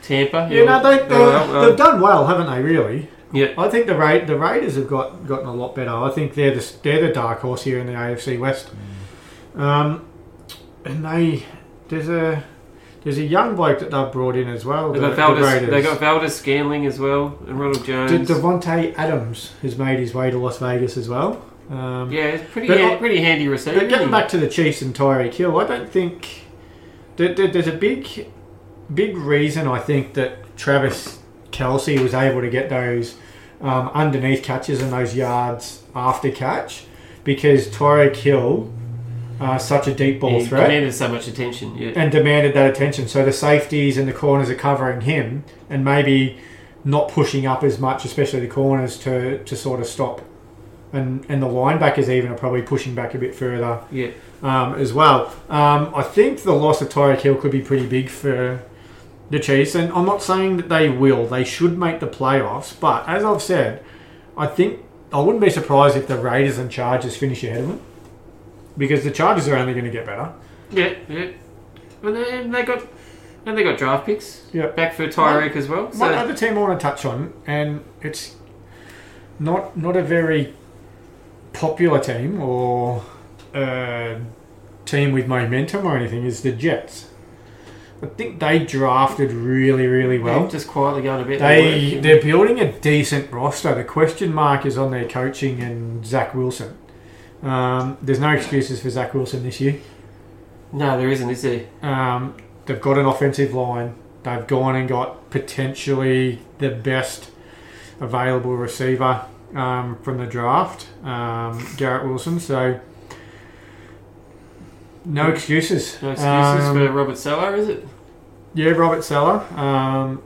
[SPEAKER 3] Tampa.
[SPEAKER 2] yeah, no, they,
[SPEAKER 3] Uh,
[SPEAKER 2] they,
[SPEAKER 3] uh,
[SPEAKER 2] they've done well, haven't they? Really,
[SPEAKER 3] yeah.
[SPEAKER 2] I think the Ra- the Raiders have got gotten a lot better. I think they're the they're the dark horse here in the AFC West.
[SPEAKER 3] Mm.
[SPEAKER 2] Um, and they there's a there's a young bloke that they've brought in as well.
[SPEAKER 3] They
[SPEAKER 2] the,
[SPEAKER 3] got
[SPEAKER 2] the
[SPEAKER 3] Valdez.
[SPEAKER 2] Raiders.
[SPEAKER 3] They got Valdez Scanling as well, and Ronald
[SPEAKER 2] De-
[SPEAKER 3] Jones.
[SPEAKER 2] Devontae Adams has made his way to Las Vegas as well. Um,
[SPEAKER 3] yeah, it's pretty
[SPEAKER 2] But
[SPEAKER 3] ha-
[SPEAKER 2] I-
[SPEAKER 3] pretty handy receiver.
[SPEAKER 2] But getting back to the Chiefs and Tyreek Hill, I don't think there, there- there's a big, big reason I think that Travis Kelsey was able to get those um, underneath catches and those yards after catch because Tyreek Hill, uh, such a deep ball
[SPEAKER 3] he
[SPEAKER 2] threat,
[SPEAKER 3] demanded so much attention. Yeah.
[SPEAKER 2] and demanded that attention. So the safeties and the corners are covering him and maybe not pushing up as much, especially the corners, to, to sort of stop. And, and the linebackers even are probably pushing back a bit further
[SPEAKER 3] yeah.
[SPEAKER 2] um, as well. Um, I think the loss of Tyreek Hill could be pretty big for the Chiefs, and I'm not saying that they will. They should make the playoffs, but as I've said, I think I wouldn't be surprised if the Raiders and Chargers finish ahead of them because the Chargers are only going to get better.
[SPEAKER 3] Yeah, yeah. And they, and they got and they got draft picks
[SPEAKER 2] Yeah.
[SPEAKER 3] back for Tyreek as well.
[SPEAKER 2] One
[SPEAKER 3] So
[SPEAKER 2] other team I want to touch on, and it's not not a very popular team or uh, team with momentum or anything, is the Jets. I think they drafted really, really well.
[SPEAKER 3] just quietly going a bit.
[SPEAKER 2] They they're building a decent roster. The question mark is on their coaching and Zach Wilson. Um, there's no excuses for Zach Wilson this year.
[SPEAKER 3] no, there isn't, is there?
[SPEAKER 2] Um, they've got an offensive line. They've gone and got potentially the best available receiver um, from the draft, um, Garrett Wilson. So No excuses.
[SPEAKER 3] No excuses
[SPEAKER 2] Um,
[SPEAKER 3] for Robert Sala, is it?
[SPEAKER 2] Yeah, Robert Sala. Um,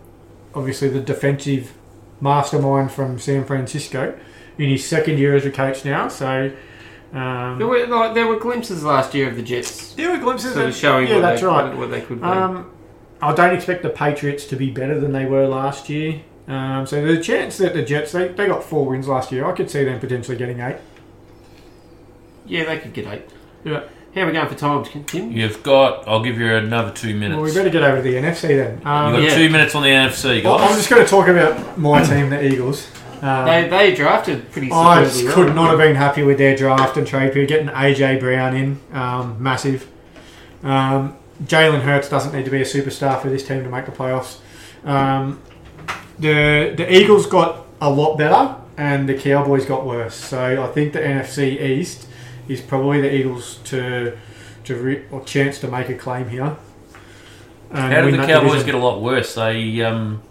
[SPEAKER 2] obviously, the defensive mastermind from San Francisco in his second year as a coach now. So
[SPEAKER 3] There
[SPEAKER 2] um,
[SPEAKER 3] were, like, there were glimpses last year of the Jets
[SPEAKER 2] there were glimpses
[SPEAKER 3] sort of showing
[SPEAKER 2] yeah,
[SPEAKER 3] what,
[SPEAKER 2] that's
[SPEAKER 3] they,
[SPEAKER 2] right.
[SPEAKER 3] what they could be.
[SPEAKER 2] Um, I don't expect the Patriots to be better than they were last year. Um, so there's a chance that the Jets they, they got four wins last year. I could see them potentially getting eight.
[SPEAKER 3] yeah, they could get eight.
[SPEAKER 2] Yeah.
[SPEAKER 3] How are we going for time, Tim?
[SPEAKER 1] You've got. I'll give you another two minutes.
[SPEAKER 2] Well, we better get over to the NFC then. Um,
[SPEAKER 1] You've got
[SPEAKER 3] Yeah.
[SPEAKER 1] two minutes on the NFC,
[SPEAKER 2] well, I'm
[SPEAKER 1] guys.
[SPEAKER 2] just going to talk about my team, the Eagles. Um,
[SPEAKER 3] They, they drafted pretty
[SPEAKER 2] I
[SPEAKER 3] superbly
[SPEAKER 2] just
[SPEAKER 3] well.
[SPEAKER 2] could not have been happy with their draft and trade period. Getting AJ Brown in, um, massive. Um, Jalen Hurts doesn't need to be a superstar for this team to make the playoffs. Um, the the Eagles got a lot better, and the Cowboys got worse. So I think the NFC East is probably the Eagles to to re- or chance to make a claim here. and
[SPEAKER 1] How
[SPEAKER 2] win
[SPEAKER 1] did the
[SPEAKER 2] that
[SPEAKER 1] Cowboys
[SPEAKER 2] division.
[SPEAKER 1] get a lot worse? They um,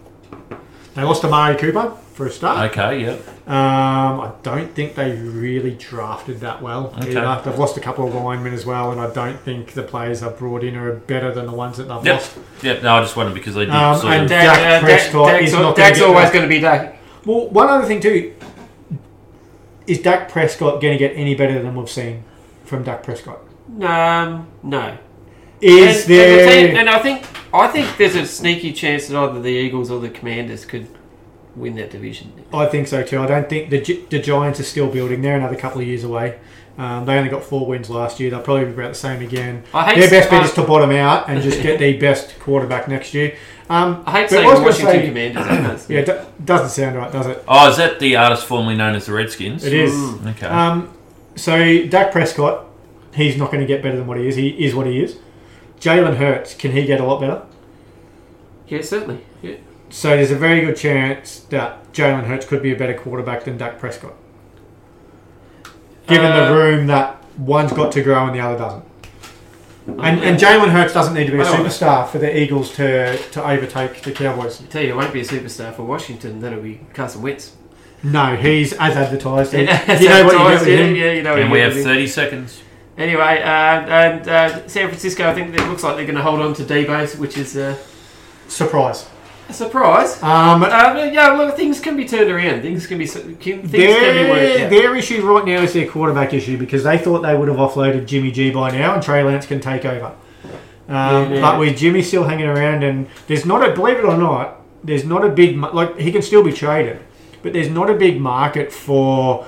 [SPEAKER 2] They lost to Mari Cooper for a start.
[SPEAKER 1] okay, yeah.
[SPEAKER 2] Um, I don't think they really drafted that well
[SPEAKER 1] Okay.
[SPEAKER 2] either. They've lost a couple of linemen as well, and I don't think the players they've brought in are better than the ones that they've
[SPEAKER 1] Yep.
[SPEAKER 2] lost.
[SPEAKER 1] Yep, no, I just wanted because they did.
[SPEAKER 2] Um,
[SPEAKER 1] sort
[SPEAKER 2] and
[SPEAKER 1] of,
[SPEAKER 3] Dak,
[SPEAKER 2] Dak
[SPEAKER 3] uh, Dak-
[SPEAKER 2] Prescott is
[SPEAKER 3] Dak's,
[SPEAKER 2] not gonna
[SPEAKER 3] Dak's
[SPEAKER 2] get
[SPEAKER 3] always
[SPEAKER 2] that.
[SPEAKER 3] going to be Dak.
[SPEAKER 2] Well, one other thing too is Dak Prescott going to get any better than we've seen from Dak Prescott?
[SPEAKER 3] Um, no.
[SPEAKER 2] Is
[SPEAKER 3] and, and the team-
[SPEAKER 2] there?
[SPEAKER 3] and I think I think there's a sneaky chance that either the Eagles or the Commanders could win that division.
[SPEAKER 2] I think so too. I don't think the Gi- the Giants are still building. They're another couple of years away. Um, they only got four wins last year. They'll probably be about the same again.
[SPEAKER 3] I hate
[SPEAKER 2] Their best bet
[SPEAKER 3] I-
[SPEAKER 2] is to bottom out and just get the best quarterback next year. Um,
[SPEAKER 3] I hate
[SPEAKER 2] but I
[SPEAKER 3] saying
[SPEAKER 2] was gonna
[SPEAKER 3] Washington
[SPEAKER 2] say-
[SPEAKER 3] Commanders. I know it's-
[SPEAKER 2] yeah, do- doesn't sound right, does it?
[SPEAKER 1] oh, is that the artist formerly known as the Redskins?
[SPEAKER 2] It is.
[SPEAKER 3] Mm.
[SPEAKER 1] Okay.
[SPEAKER 2] Um, so Dak Prescott, he's not going to get better than what he is. He is what he is. Jalen Hurts, can he get a lot better?
[SPEAKER 3] yeah, certainly. Yeah.
[SPEAKER 2] So there's a very good chance that Jalen Hurts could be a better quarterback than Dak Prescott, given
[SPEAKER 3] Uh,
[SPEAKER 2] the room that one's got to grow and the other doesn't. And, and Jalen Hurts doesn't need to be a
[SPEAKER 3] I don't know.
[SPEAKER 2] superstar for the Eagles to, to overtake the Cowboys.
[SPEAKER 3] I tell you, it won't be a superstar for Washington. That'll be Carson Wentz.
[SPEAKER 2] No, he's as advertised.
[SPEAKER 3] Yeah,
[SPEAKER 2] you know what you get
[SPEAKER 3] sometimes,
[SPEAKER 2] with
[SPEAKER 3] yeah,
[SPEAKER 2] him.
[SPEAKER 3] yeah, you know what
[SPEAKER 1] and
[SPEAKER 3] you
[SPEAKER 1] we
[SPEAKER 3] get
[SPEAKER 1] have
[SPEAKER 3] with him.
[SPEAKER 1] 30 seconds.
[SPEAKER 3] Anyway, uh, and uh, San Francisco, I think it looks like they're going to hold on to Debo, which is uh,
[SPEAKER 2] Surprise.
[SPEAKER 3] a surprise.
[SPEAKER 2] Um,
[SPEAKER 3] Uh, yeah, well, things can be turned around. Things can be things can be worked
[SPEAKER 2] Their,
[SPEAKER 3] out.
[SPEAKER 2] their issue right now is their quarterback issue because they thought they would have offloaded Jimmy G by now and Trey Lance can take over. Um,
[SPEAKER 3] Yeah.
[SPEAKER 2] But with Jimmy still hanging around, and there's not a believe it or not, there's not a big ma- like he can still be traded, but there's not a big market for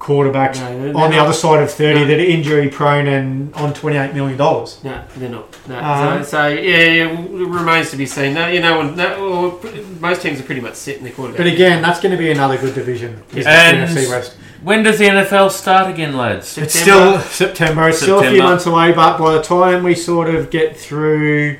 [SPEAKER 2] quarterbacks
[SPEAKER 3] No, they're
[SPEAKER 2] on the
[SPEAKER 3] not.
[SPEAKER 2] other side of thirty
[SPEAKER 3] No.
[SPEAKER 2] that are injury prone and on twenty eight million dollars.
[SPEAKER 3] No, they're not. No.
[SPEAKER 2] Uh-huh.
[SPEAKER 3] so, so yeah, yeah, it remains to be seen. No, you know, no, well, most teams are pretty much set in their quarterback.
[SPEAKER 2] But again, that's going to be another good division. Is the
[SPEAKER 1] And-
[SPEAKER 2] NFC West.
[SPEAKER 1] When does the NFL start again, lads?
[SPEAKER 2] It's
[SPEAKER 3] September.
[SPEAKER 2] still September. It's still a few
[SPEAKER 1] September.
[SPEAKER 2] months away, but by the time we sort of get through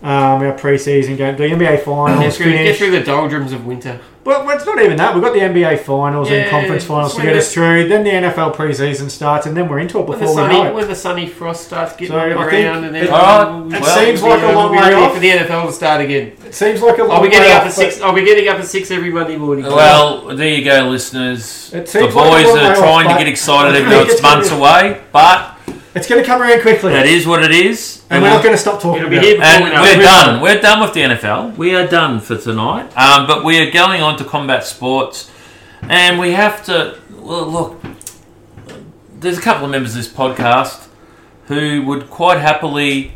[SPEAKER 2] um, our preseason game, the NBA
[SPEAKER 3] get,
[SPEAKER 2] finals
[SPEAKER 3] through, get
[SPEAKER 2] finish.
[SPEAKER 3] through the doldrums of winter.
[SPEAKER 2] Well, it's not even that. We've got the NBA finals
[SPEAKER 3] Yeah,
[SPEAKER 2] and conference finals to
[SPEAKER 3] swing
[SPEAKER 2] get
[SPEAKER 3] it.
[SPEAKER 2] us through. Then the NFL preseason starts, and then we're into it
[SPEAKER 3] When the,
[SPEAKER 2] before we
[SPEAKER 3] sunny,
[SPEAKER 2] know it.
[SPEAKER 3] when the sunny frost starts getting
[SPEAKER 2] So,
[SPEAKER 3] on the
[SPEAKER 2] I think
[SPEAKER 3] ground, and then
[SPEAKER 2] it-
[SPEAKER 1] Alright,
[SPEAKER 2] It
[SPEAKER 1] Well,
[SPEAKER 2] seems like a
[SPEAKER 3] we'll
[SPEAKER 2] long
[SPEAKER 3] be
[SPEAKER 2] way
[SPEAKER 3] ready
[SPEAKER 2] off.
[SPEAKER 3] for the NFL to start again.
[SPEAKER 2] It seems like a long
[SPEAKER 3] Are we getting
[SPEAKER 2] way
[SPEAKER 3] up
[SPEAKER 2] off,
[SPEAKER 3] at six? Are we getting up at six every Monday morning?
[SPEAKER 1] Well, there you go, listeners.
[SPEAKER 2] It
[SPEAKER 1] The
[SPEAKER 2] seems like
[SPEAKER 1] boys
[SPEAKER 2] a long way
[SPEAKER 1] are
[SPEAKER 2] off,
[SPEAKER 1] trying to
[SPEAKER 2] but
[SPEAKER 1] get excited,
[SPEAKER 2] I
[SPEAKER 1] even though
[SPEAKER 2] think
[SPEAKER 1] it's
[SPEAKER 2] it's gonna
[SPEAKER 1] months
[SPEAKER 2] be-
[SPEAKER 1] away. But
[SPEAKER 2] but It's going to come around quickly,
[SPEAKER 1] that is what it is.
[SPEAKER 2] and we're not going to stop talking
[SPEAKER 3] It'll be
[SPEAKER 2] about
[SPEAKER 3] here
[SPEAKER 2] it.
[SPEAKER 3] before
[SPEAKER 1] And
[SPEAKER 3] we know.
[SPEAKER 1] we're
[SPEAKER 3] it.
[SPEAKER 1] done. We're done with the NFL. We are done for tonight. Um, but we are going on to combat sports, and we have to well, look. There's a couple of members of this podcast who would quite happily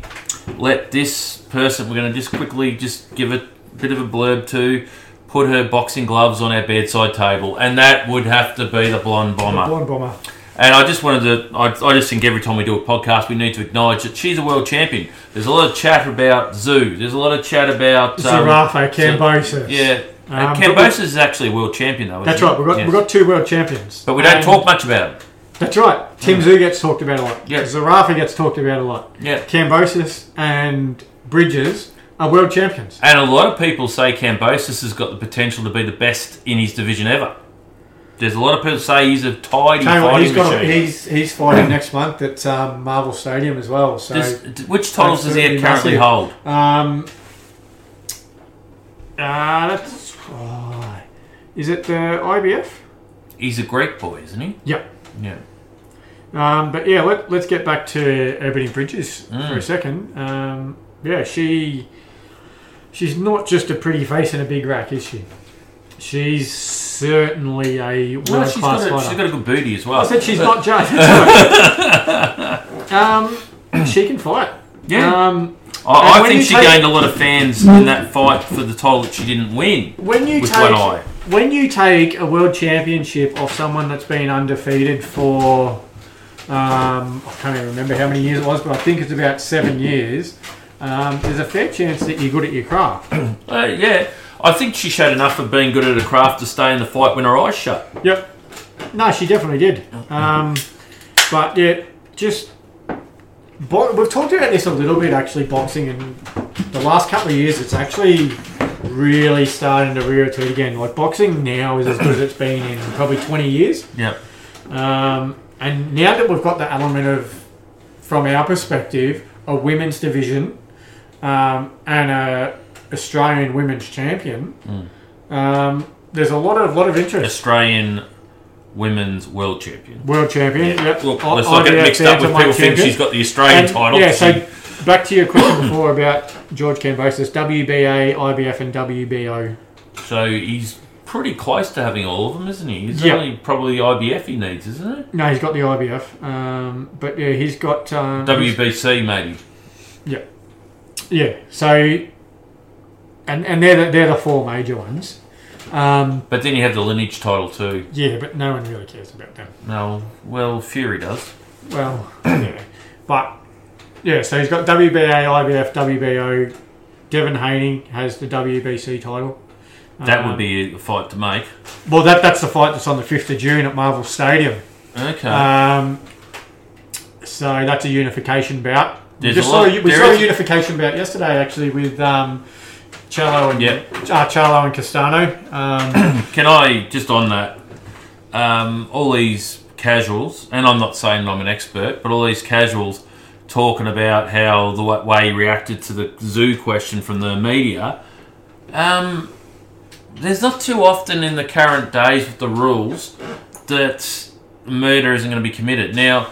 [SPEAKER 1] let this person. We're going to just quickly just give a bit of a blurb to. Put her boxing gloves on our bedside table, and that would have to be the blonde bomber.
[SPEAKER 2] Blonde bomber.
[SPEAKER 1] And I just wanted to, I, I just think every time we do a podcast, we need to acknowledge that she's a world champion. There's a lot of chat about Zoo. There's a lot of chat about. Um,
[SPEAKER 2] Zarafa Cambosis.
[SPEAKER 1] yeah.
[SPEAKER 2] Um,
[SPEAKER 1] and
[SPEAKER 2] but we-
[SPEAKER 1] Cambosis is actually a world champion, though. isn't
[SPEAKER 2] That's
[SPEAKER 1] he?
[SPEAKER 2] right. We've got,
[SPEAKER 1] Yes.
[SPEAKER 2] we've got um, two world champions.
[SPEAKER 1] But we don't
[SPEAKER 2] And-
[SPEAKER 1] talk much about it.
[SPEAKER 2] That's right. Tim Zoo gets talked about a lot.
[SPEAKER 1] Yeah.
[SPEAKER 2] Zarafa gets talked about a lot.
[SPEAKER 1] Yeah.
[SPEAKER 2] Cambosis and Bridges are world champions.
[SPEAKER 1] And a lot of people say Cambosis has got the potential to be the best in his division ever. There's a lot of people say he's a tidy
[SPEAKER 2] Tell you what, he's
[SPEAKER 1] fighting
[SPEAKER 2] got a,
[SPEAKER 1] machine.
[SPEAKER 2] he's he's fighting next month at um, Marvel Stadium as well. So
[SPEAKER 1] Does- which titles does he
[SPEAKER 2] Absolutely
[SPEAKER 1] currently
[SPEAKER 2] massive.
[SPEAKER 1] hold?
[SPEAKER 2] um, uh, that's oh, is it the IBF?
[SPEAKER 1] He's a Greek boy, isn't he?
[SPEAKER 2] Yeah.
[SPEAKER 1] Yeah.
[SPEAKER 2] Um, but yeah, let, let's get back to Ebony Bridges for
[SPEAKER 1] Mm.
[SPEAKER 2] a second. Um, yeah, she she's not just a pretty face and a big rack, is she? She's certainly a
[SPEAKER 1] Well,
[SPEAKER 2] world
[SPEAKER 1] she's
[SPEAKER 2] class
[SPEAKER 1] got, a,
[SPEAKER 2] fighter.
[SPEAKER 1] she's got a good booty as well.
[SPEAKER 2] I said she's not judged. um, she can fight.
[SPEAKER 1] Yeah,
[SPEAKER 2] Um, and
[SPEAKER 1] I, I
[SPEAKER 2] when
[SPEAKER 1] think
[SPEAKER 2] you
[SPEAKER 1] she
[SPEAKER 2] take-
[SPEAKER 1] gained a lot of fans in that fight for the title that she didn't win
[SPEAKER 2] when you
[SPEAKER 1] with
[SPEAKER 2] take
[SPEAKER 1] one eye.
[SPEAKER 2] when you take a world championship off someone that's been undefeated for um, I can't even remember how many years it was, but I think it's about seven years. Um, there's a fair chance that you're good at your craft.
[SPEAKER 1] Uh, yeah, I think she showed enough of being good at her craft to stay in the fight when her eyes shut.
[SPEAKER 2] Yep. No, she definitely did. Um, but yeah, just bo- we've talked about this a little bit actually. Boxing and the last couple of years, it's actually really starting to rear its head again. Like boxing now is as good as it's been in probably 20 years.
[SPEAKER 1] Yeah,
[SPEAKER 2] Um, and now that we've got the element of, from our perspective, a women's division um, and a Australian women's champion, um, there's a lot of lot of interest.
[SPEAKER 1] Australian women's world champion.
[SPEAKER 2] World champion. Yep.
[SPEAKER 1] Well,
[SPEAKER 2] I-
[SPEAKER 1] let's not get
[SPEAKER 2] IBF
[SPEAKER 1] mixed up with
[SPEAKER 2] bantamweight
[SPEAKER 1] people think
[SPEAKER 2] champion.
[SPEAKER 1] she's got the Australian
[SPEAKER 2] And,
[SPEAKER 1] title.
[SPEAKER 2] Yeah.
[SPEAKER 1] She-
[SPEAKER 2] So back to your question before about George Cambosis, WBA, IBF, and WBO.
[SPEAKER 1] So he's pretty close to having all of them, isn't he? He's
[SPEAKER 2] Yeah.
[SPEAKER 1] only probably the IBF he needs, isn't it?
[SPEAKER 2] No, he's got the IBF, um, but yeah, he's got um,
[SPEAKER 1] WBC maybe.
[SPEAKER 2] Yeah. So, and and they're the, they're the four major ones. Um,
[SPEAKER 1] But then you have the lineage title too.
[SPEAKER 2] yeah, but no one really cares about them.
[SPEAKER 1] No, well Fury does.
[SPEAKER 2] Well, yeah, but yeah. So he's got WBA, IBF, WBO. Devin Haney has the WBC title.
[SPEAKER 1] That
[SPEAKER 2] Um,
[SPEAKER 1] would be a fight to make.
[SPEAKER 2] well. That that's the fight that's on the fifth of June at Marvel Stadium.
[SPEAKER 1] Okay.
[SPEAKER 2] Um, so that's a unification bout. We
[SPEAKER 1] There's
[SPEAKER 2] just
[SPEAKER 1] a
[SPEAKER 2] saw,
[SPEAKER 1] lot-
[SPEAKER 2] a, we
[SPEAKER 1] there
[SPEAKER 2] saw a
[SPEAKER 1] is-
[SPEAKER 2] unification bout yesterday actually with um, Charlo and
[SPEAKER 1] Yep.
[SPEAKER 2] uh, Charlo and Castano. Um,
[SPEAKER 1] Can I just on that? Um, all these casuals, and I'm not saying I'm an expert, but all these casuals talking about how the wa- way he reacted to the zoo question from the media. Um, there's not too often in the current days with the rules that murder isn't going to be committed. Now,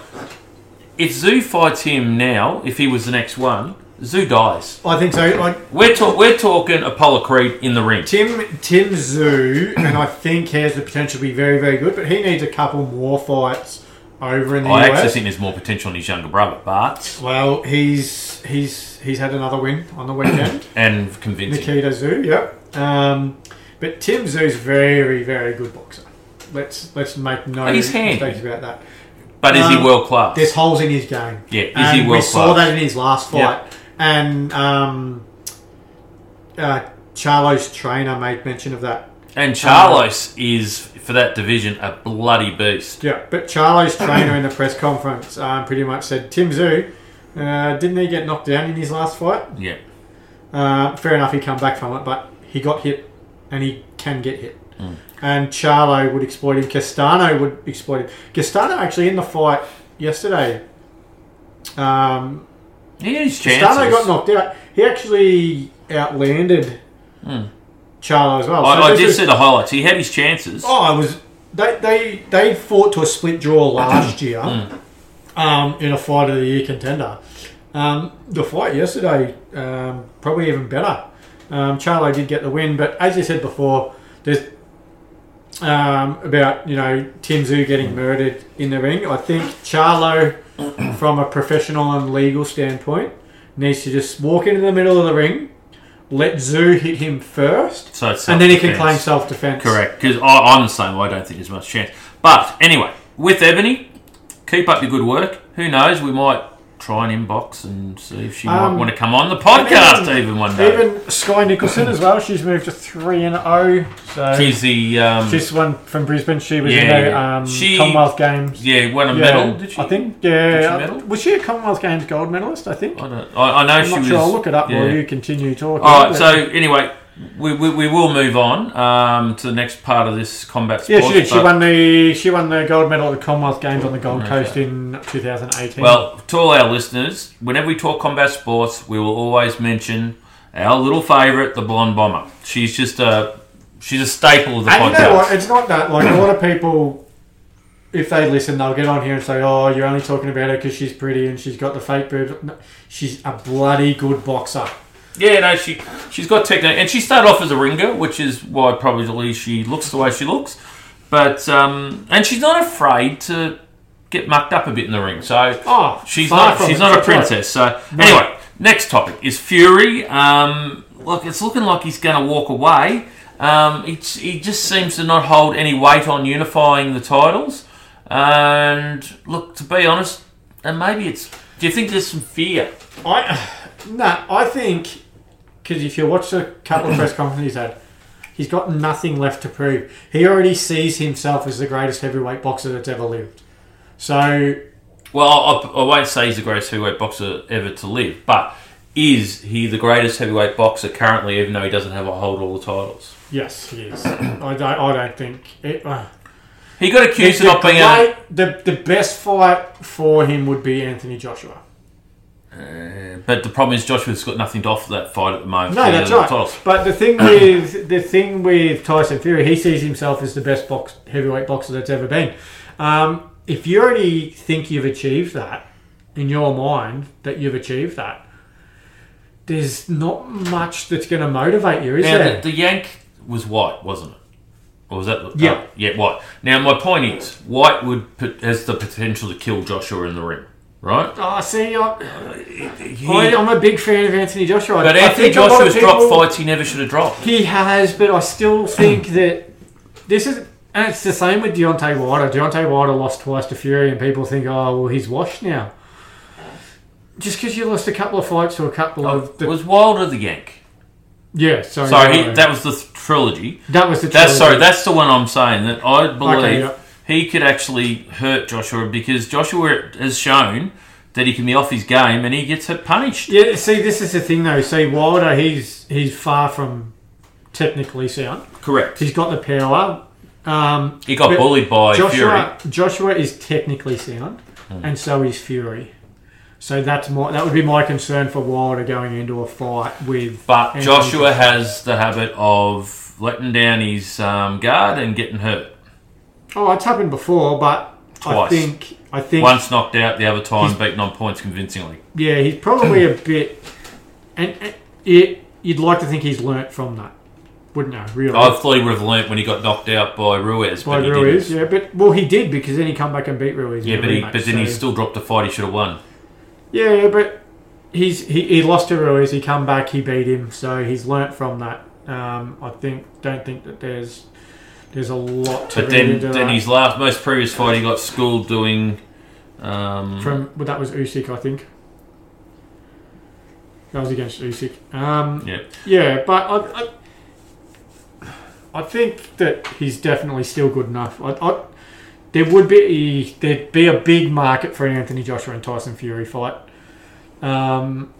[SPEAKER 1] if Zoo fights him now, if he was the next one, Zoo dies.
[SPEAKER 2] I think so. Like
[SPEAKER 1] We're, ta- we're talking Apollo Creed in the ring.
[SPEAKER 2] Tim Tim Zoo, and I think has the potential to be very very good, but he needs a couple more fights over in the
[SPEAKER 1] I actually
[SPEAKER 2] US.
[SPEAKER 1] think there's more potential in his younger brother, but
[SPEAKER 2] well, he's he's he's had another win on the weekend,
[SPEAKER 1] and convincing.
[SPEAKER 2] Nikita Zoo. Yep. Um, but Tim Zoo's very very good boxer. Let's let's make no
[SPEAKER 1] And he's handy.
[SPEAKER 2] mistakes about that.
[SPEAKER 1] But is he
[SPEAKER 2] Um,
[SPEAKER 1] world class?
[SPEAKER 2] There's holes in his game.
[SPEAKER 1] Yeah, is
[SPEAKER 2] and
[SPEAKER 1] he
[SPEAKER 2] we
[SPEAKER 1] world
[SPEAKER 2] saw
[SPEAKER 1] class?
[SPEAKER 2] that in his last fight.
[SPEAKER 1] Yep.
[SPEAKER 2] And um, uh, Charlo's trainer made mention of that
[SPEAKER 1] And Charlos is for that division a bloody beast.
[SPEAKER 2] Yeah, but Charlo's trainer in the press conference um, pretty much said Tim Zoo uh, didn't he get knocked down in his last fight?
[SPEAKER 1] Yeah,
[SPEAKER 2] Uh, fair enough, he come back from it, but he got hit, and he can get hit.
[SPEAKER 1] Hmm.
[SPEAKER 2] And Charlo would exploit him. Castano would exploit him. Castano actually in the fight yesterday. Um,
[SPEAKER 1] he had his chances.
[SPEAKER 2] Castano got knocked out. He actually outlanded Charlo as well. So
[SPEAKER 1] Hmm. I, I
[SPEAKER 2] this
[SPEAKER 1] did
[SPEAKER 2] is-
[SPEAKER 1] see the highlights. He had his chances.
[SPEAKER 2] Oh, I was. They they they fought to a split draw last year, um, in a fight of the year contender. Um, the fight yesterday, um, probably even better. Um, Charlo did get the win, but as you said before, there's um, about you know Tim Zoo getting murdered in the ring. I think Charlo, from a professional and legal standpoint, needs to just walk into the middle of the ring, let Zoo hit him first,
[SPEAKER 1] So it's
[SPEAKER 2] and then he can claim
[SPEAKER 1] self-defense.
[SPEAKER 2] self defense.
[SPEAKER 1] Correct, because I'm the same. I don't think there's much chance. But anyway, with Ebony, keep up your good work. Who knows? We might try and inbox and see if she
[SPEAKER 2] Um,
[SPEAKER 1] might want to come on the podcast even, one day.
[SPEAKER 2] Even Sky Nicholson as well. She's moved to three and zero. So
[SPEAKER 1] She's the um,
[SPEAKER 2] she's one from Brisbane. She was
[SPEAKER 1] Yeah,
[SPEAKER 2] in the
[SPEAKER 1] yeah.
[SPEAKER 2] um,
[SPEAKER 1] She-
[SPEAKER 2] Commonwealth Games.
[SPEAKER 1] yeah won a
[SPEAKER 2] Yeah,
[SPEAKER 1] medal. Did she?
[SPEAKER 2] I think.
[SPEAKER 1] Did she
[SPEAKER 2] Yeah. uh,
[SPEAKER 1] medal?
[SPEAKER 2] was she a Commonwealth Games gold medalist? I think.
[SPEAKER 1] I, don't, I, I know
[SPEAKER 2] I'm
[SPEAKER 1] she
[SPEAKER 2] not
[SPEAKER 1] was.
[SPEAKER 2] sure. I'll look it up while
[SPEAKER 1] yeah.
[SPEAKER 2] you continue talking.
[SPEAKER 1] All right.
[SPEAKER 2] But-
[SPEAKER 1] So anyway, we, we, we will move on um, to the next part of this combat
[SPEAKER 2] yeah,
[SPEAKER 1] sport.
[SPEAKER 2] she did. She
[SPEAKER 1] but-
[SPEAKER 2] won the she won the gold medal at the Commonwealth Games on the Gold
[SPEAKER 1] Okay.
[SPEAKER 2] Coast in 2018.
[SPEAKER 1] Well, to all our listeners, whenever we talk combat sports, we will always mention our little favourite, the blonde bomber. She's just a she's a staple of the
[SPEAKER 2] and
[SPEAKER 1] podcast.
[SPEAKER 2] you know what? It's not that like a lot of people if they listen, they'll get on here and say, "Oh, you're only talking about her because she's pretty and she's got the fake boobs." No, she's a bloody good boxer.
[SPEAKER 1] Yeah, no, she she's got technique, and she started off as a ring girl, which is why probably she looks the way she looks. But um, and she's not afraid to get mucked up a bit in the ring. So
[SPEAKER 2] Oh,
[SPEAKER 1] she's
[SPEAKER 2] far
[SPEAKER 1] not
[SPEAKER 2] from
[SPEAKER 1] she's
[SPEAKER 2] it.
[SPEAKER 1] not a
[SPEAKER 2] That's right.
[SPEAKER 1] princess. So anyway, next topic is Fury. Um, look, it's looking like he's going to walk away. Um, he, he just seems to not hold any weight on unifying the titles. And look, to be honest, and maybe it's. Do you think there's some fear?
[SPEAKER 2] I nah, I think because if you watch a couple of press conferences he's had, he's got nothing left to prove. He already sees himself as the greatest heavyweight boxer that's ever lived. So
[SPEAKER 1] Well, I, I won't say he's the greatest heavyweight boxer ever to live, but is he the greatest heavyweight boxer currently, even though he doesn't have a hold of all the titles?
[SPEAKER 2] yes, he is. I don't, I don't think it. Uh,
[SPEAKER 1] He got accused of
[SPEAKER 2] the,
[SPEAKER 1] not being a.
[SPEAKER 2] great- the the best fight for him would be Anthony Joshua.
[SPEAKER 1] But the problem is Joshua's got nothing to offer that fight at the moment.
[SPEAKER 2] No,
[SPEAKER 1] He
[SPEAKER 2] that's
[SPEAKER 1] doesn't have the
[SPEAKER 2] right.
[SPEAKER 1] titles.
[SPEAKER 2] But the thing with the thing with Tyson Fury, he sees himself as the best box heavyweight boxer that's ever been. Um, if you already think you've achieved that in your mind, that you've achieved that, there's not much that's going to motivate you, is
[SPEAKER 1] Now,
[SPEAKER 2] there?
[SPEAKER 1] the, the Yank was white, wasn't it? Or was that?
[SPEAKER 2] Yeah.
[SPEAKER 1] uh, yeah, white. Now, my point is, white would put, has the potential to kill Joshua in the ring, right?
[SPEAKER 2] oh, see, I,
[SPEAKER 1] He-
[SPEAKER 2] I, I'm a big fan of Anthony Joshua.
[SPEAKER 1] but
[SPEAKER 2] I
[SPEAKER 1] Anthony
[SPEAKER 2] think a lot of
[SPEAKER 1] Joshua's dropped
[SPEAKER 2] people-
[SPEAKER 1] fights he never should have dropped.
[SPEAKER 2] He has, but I still think that this is. And it's the same with Deontay Wilder. Deontay Wilder lost twice to Fury, and people think, oh, well, he's washed now. Just because you lost a couple of fights to a couple of. Oh, The, Oh,
[SPEAKER 1] was Wilder the Yank?
[SPEAKER 2] yeah, sorry.
[SPEAKER 1] Sorry, he, that was the th- trilogy.
[SPEAKER 2] That was the
[SPEAKER 1] That's sorry.
[SPEAKER 2] trilogy.
[SPEAKER 1] That's the one I'm saying that I believe
[SPEAKER 2] yeah.
[SPEAKER 1] he could actually hurt Joshua because Joshua has shown that he can be off his game and he gets punished.
[SPEAKER 2] Yeah, see, this is the thing, though. See, Wilder, he's, he's far from technically sound,
[SPEAKER 1] Correct.
[SPEAKER 2] he's got the power. Um,
[SPEAKER 1] He got
[SPEAKER 2] But
[SPEAKER 1] bullied by Fury. Hmm.
[SPEAKER 2] Joshua, Joshua is technically sound, and so is Fury. So that's my that would be my concern for Wilder going into a fight with.
[SPEAKER 1] But
[SPEAKER 2] Anthony
[SPEAKER 1] Joshua has the habit of letting down his um, guard and getting hurt.
[SPEAKER 2] Oh, it's happened before, but
[SPEAKER 1] Twice.
[SPEAKER 2] I think I think
[SPEAKER 1] Once knocked out, the other time beaten on points convincingly.
[SPEAKER 2] yeah, he's probably a bit, and, and it you'd like to think he's learnt from that, wouldn't you? Really,
[SPEAKER 1] I thought he would have learnt when he got knocked out by Ruiz,
[SPEAKER 2] by
[SPEAKER 1] but he
[SPEAKER 2] Ruiz,
[SPEAKER 1] didn't.
[SPEAKER 2] yeah, but well, he did because then he come back and beat Ruiz. in
[SPEAKER 1] Yeah,
[SPEAKER 2] the
[SPEAKER 1] but, he,
[SPEAKER 2] rematch,
[SPEAKER 1] but then he
[SPEAKER 2] so-
[SPEAKER 1] still dropped a fight he should have won.
[SPEAKER 2] Yeah, yeah, but he's he, he lost to Ruiz. He come back, he beat him, so he's learnt from that. Um, I think don't think that there's there's a lot to
[SPEAKER 1] But
[SPEAKER 2] read
[SPEAKER 1] then,
[SPEAKER 2] into
[SPEAKER 1] then
[SPEAKER 2] that.
[SPEAKER 1] his last, most previous fight, he got schooled doing. Um,
[SPEAKER 2] from well, that was Usyk, I think. That was against Usyk. Um,
[SPEAKER 1] yeah,
[SPEAKER 2] yeah, but I, I, I think that he's definitely still good enough. I, I, there would be there'd be a big market for an Anthony Joshua and Tyson Fury fight. Um,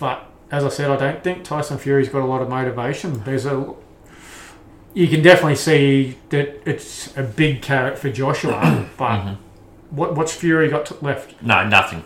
[SPEAKER 2] but as I said, I don't think Tyson Fury's got a lot of motivation. There's a you can definitely see that it's a big carrot for Joshua, but what, what's Fury got to- left?
[SPEAKER 1] no, nothing.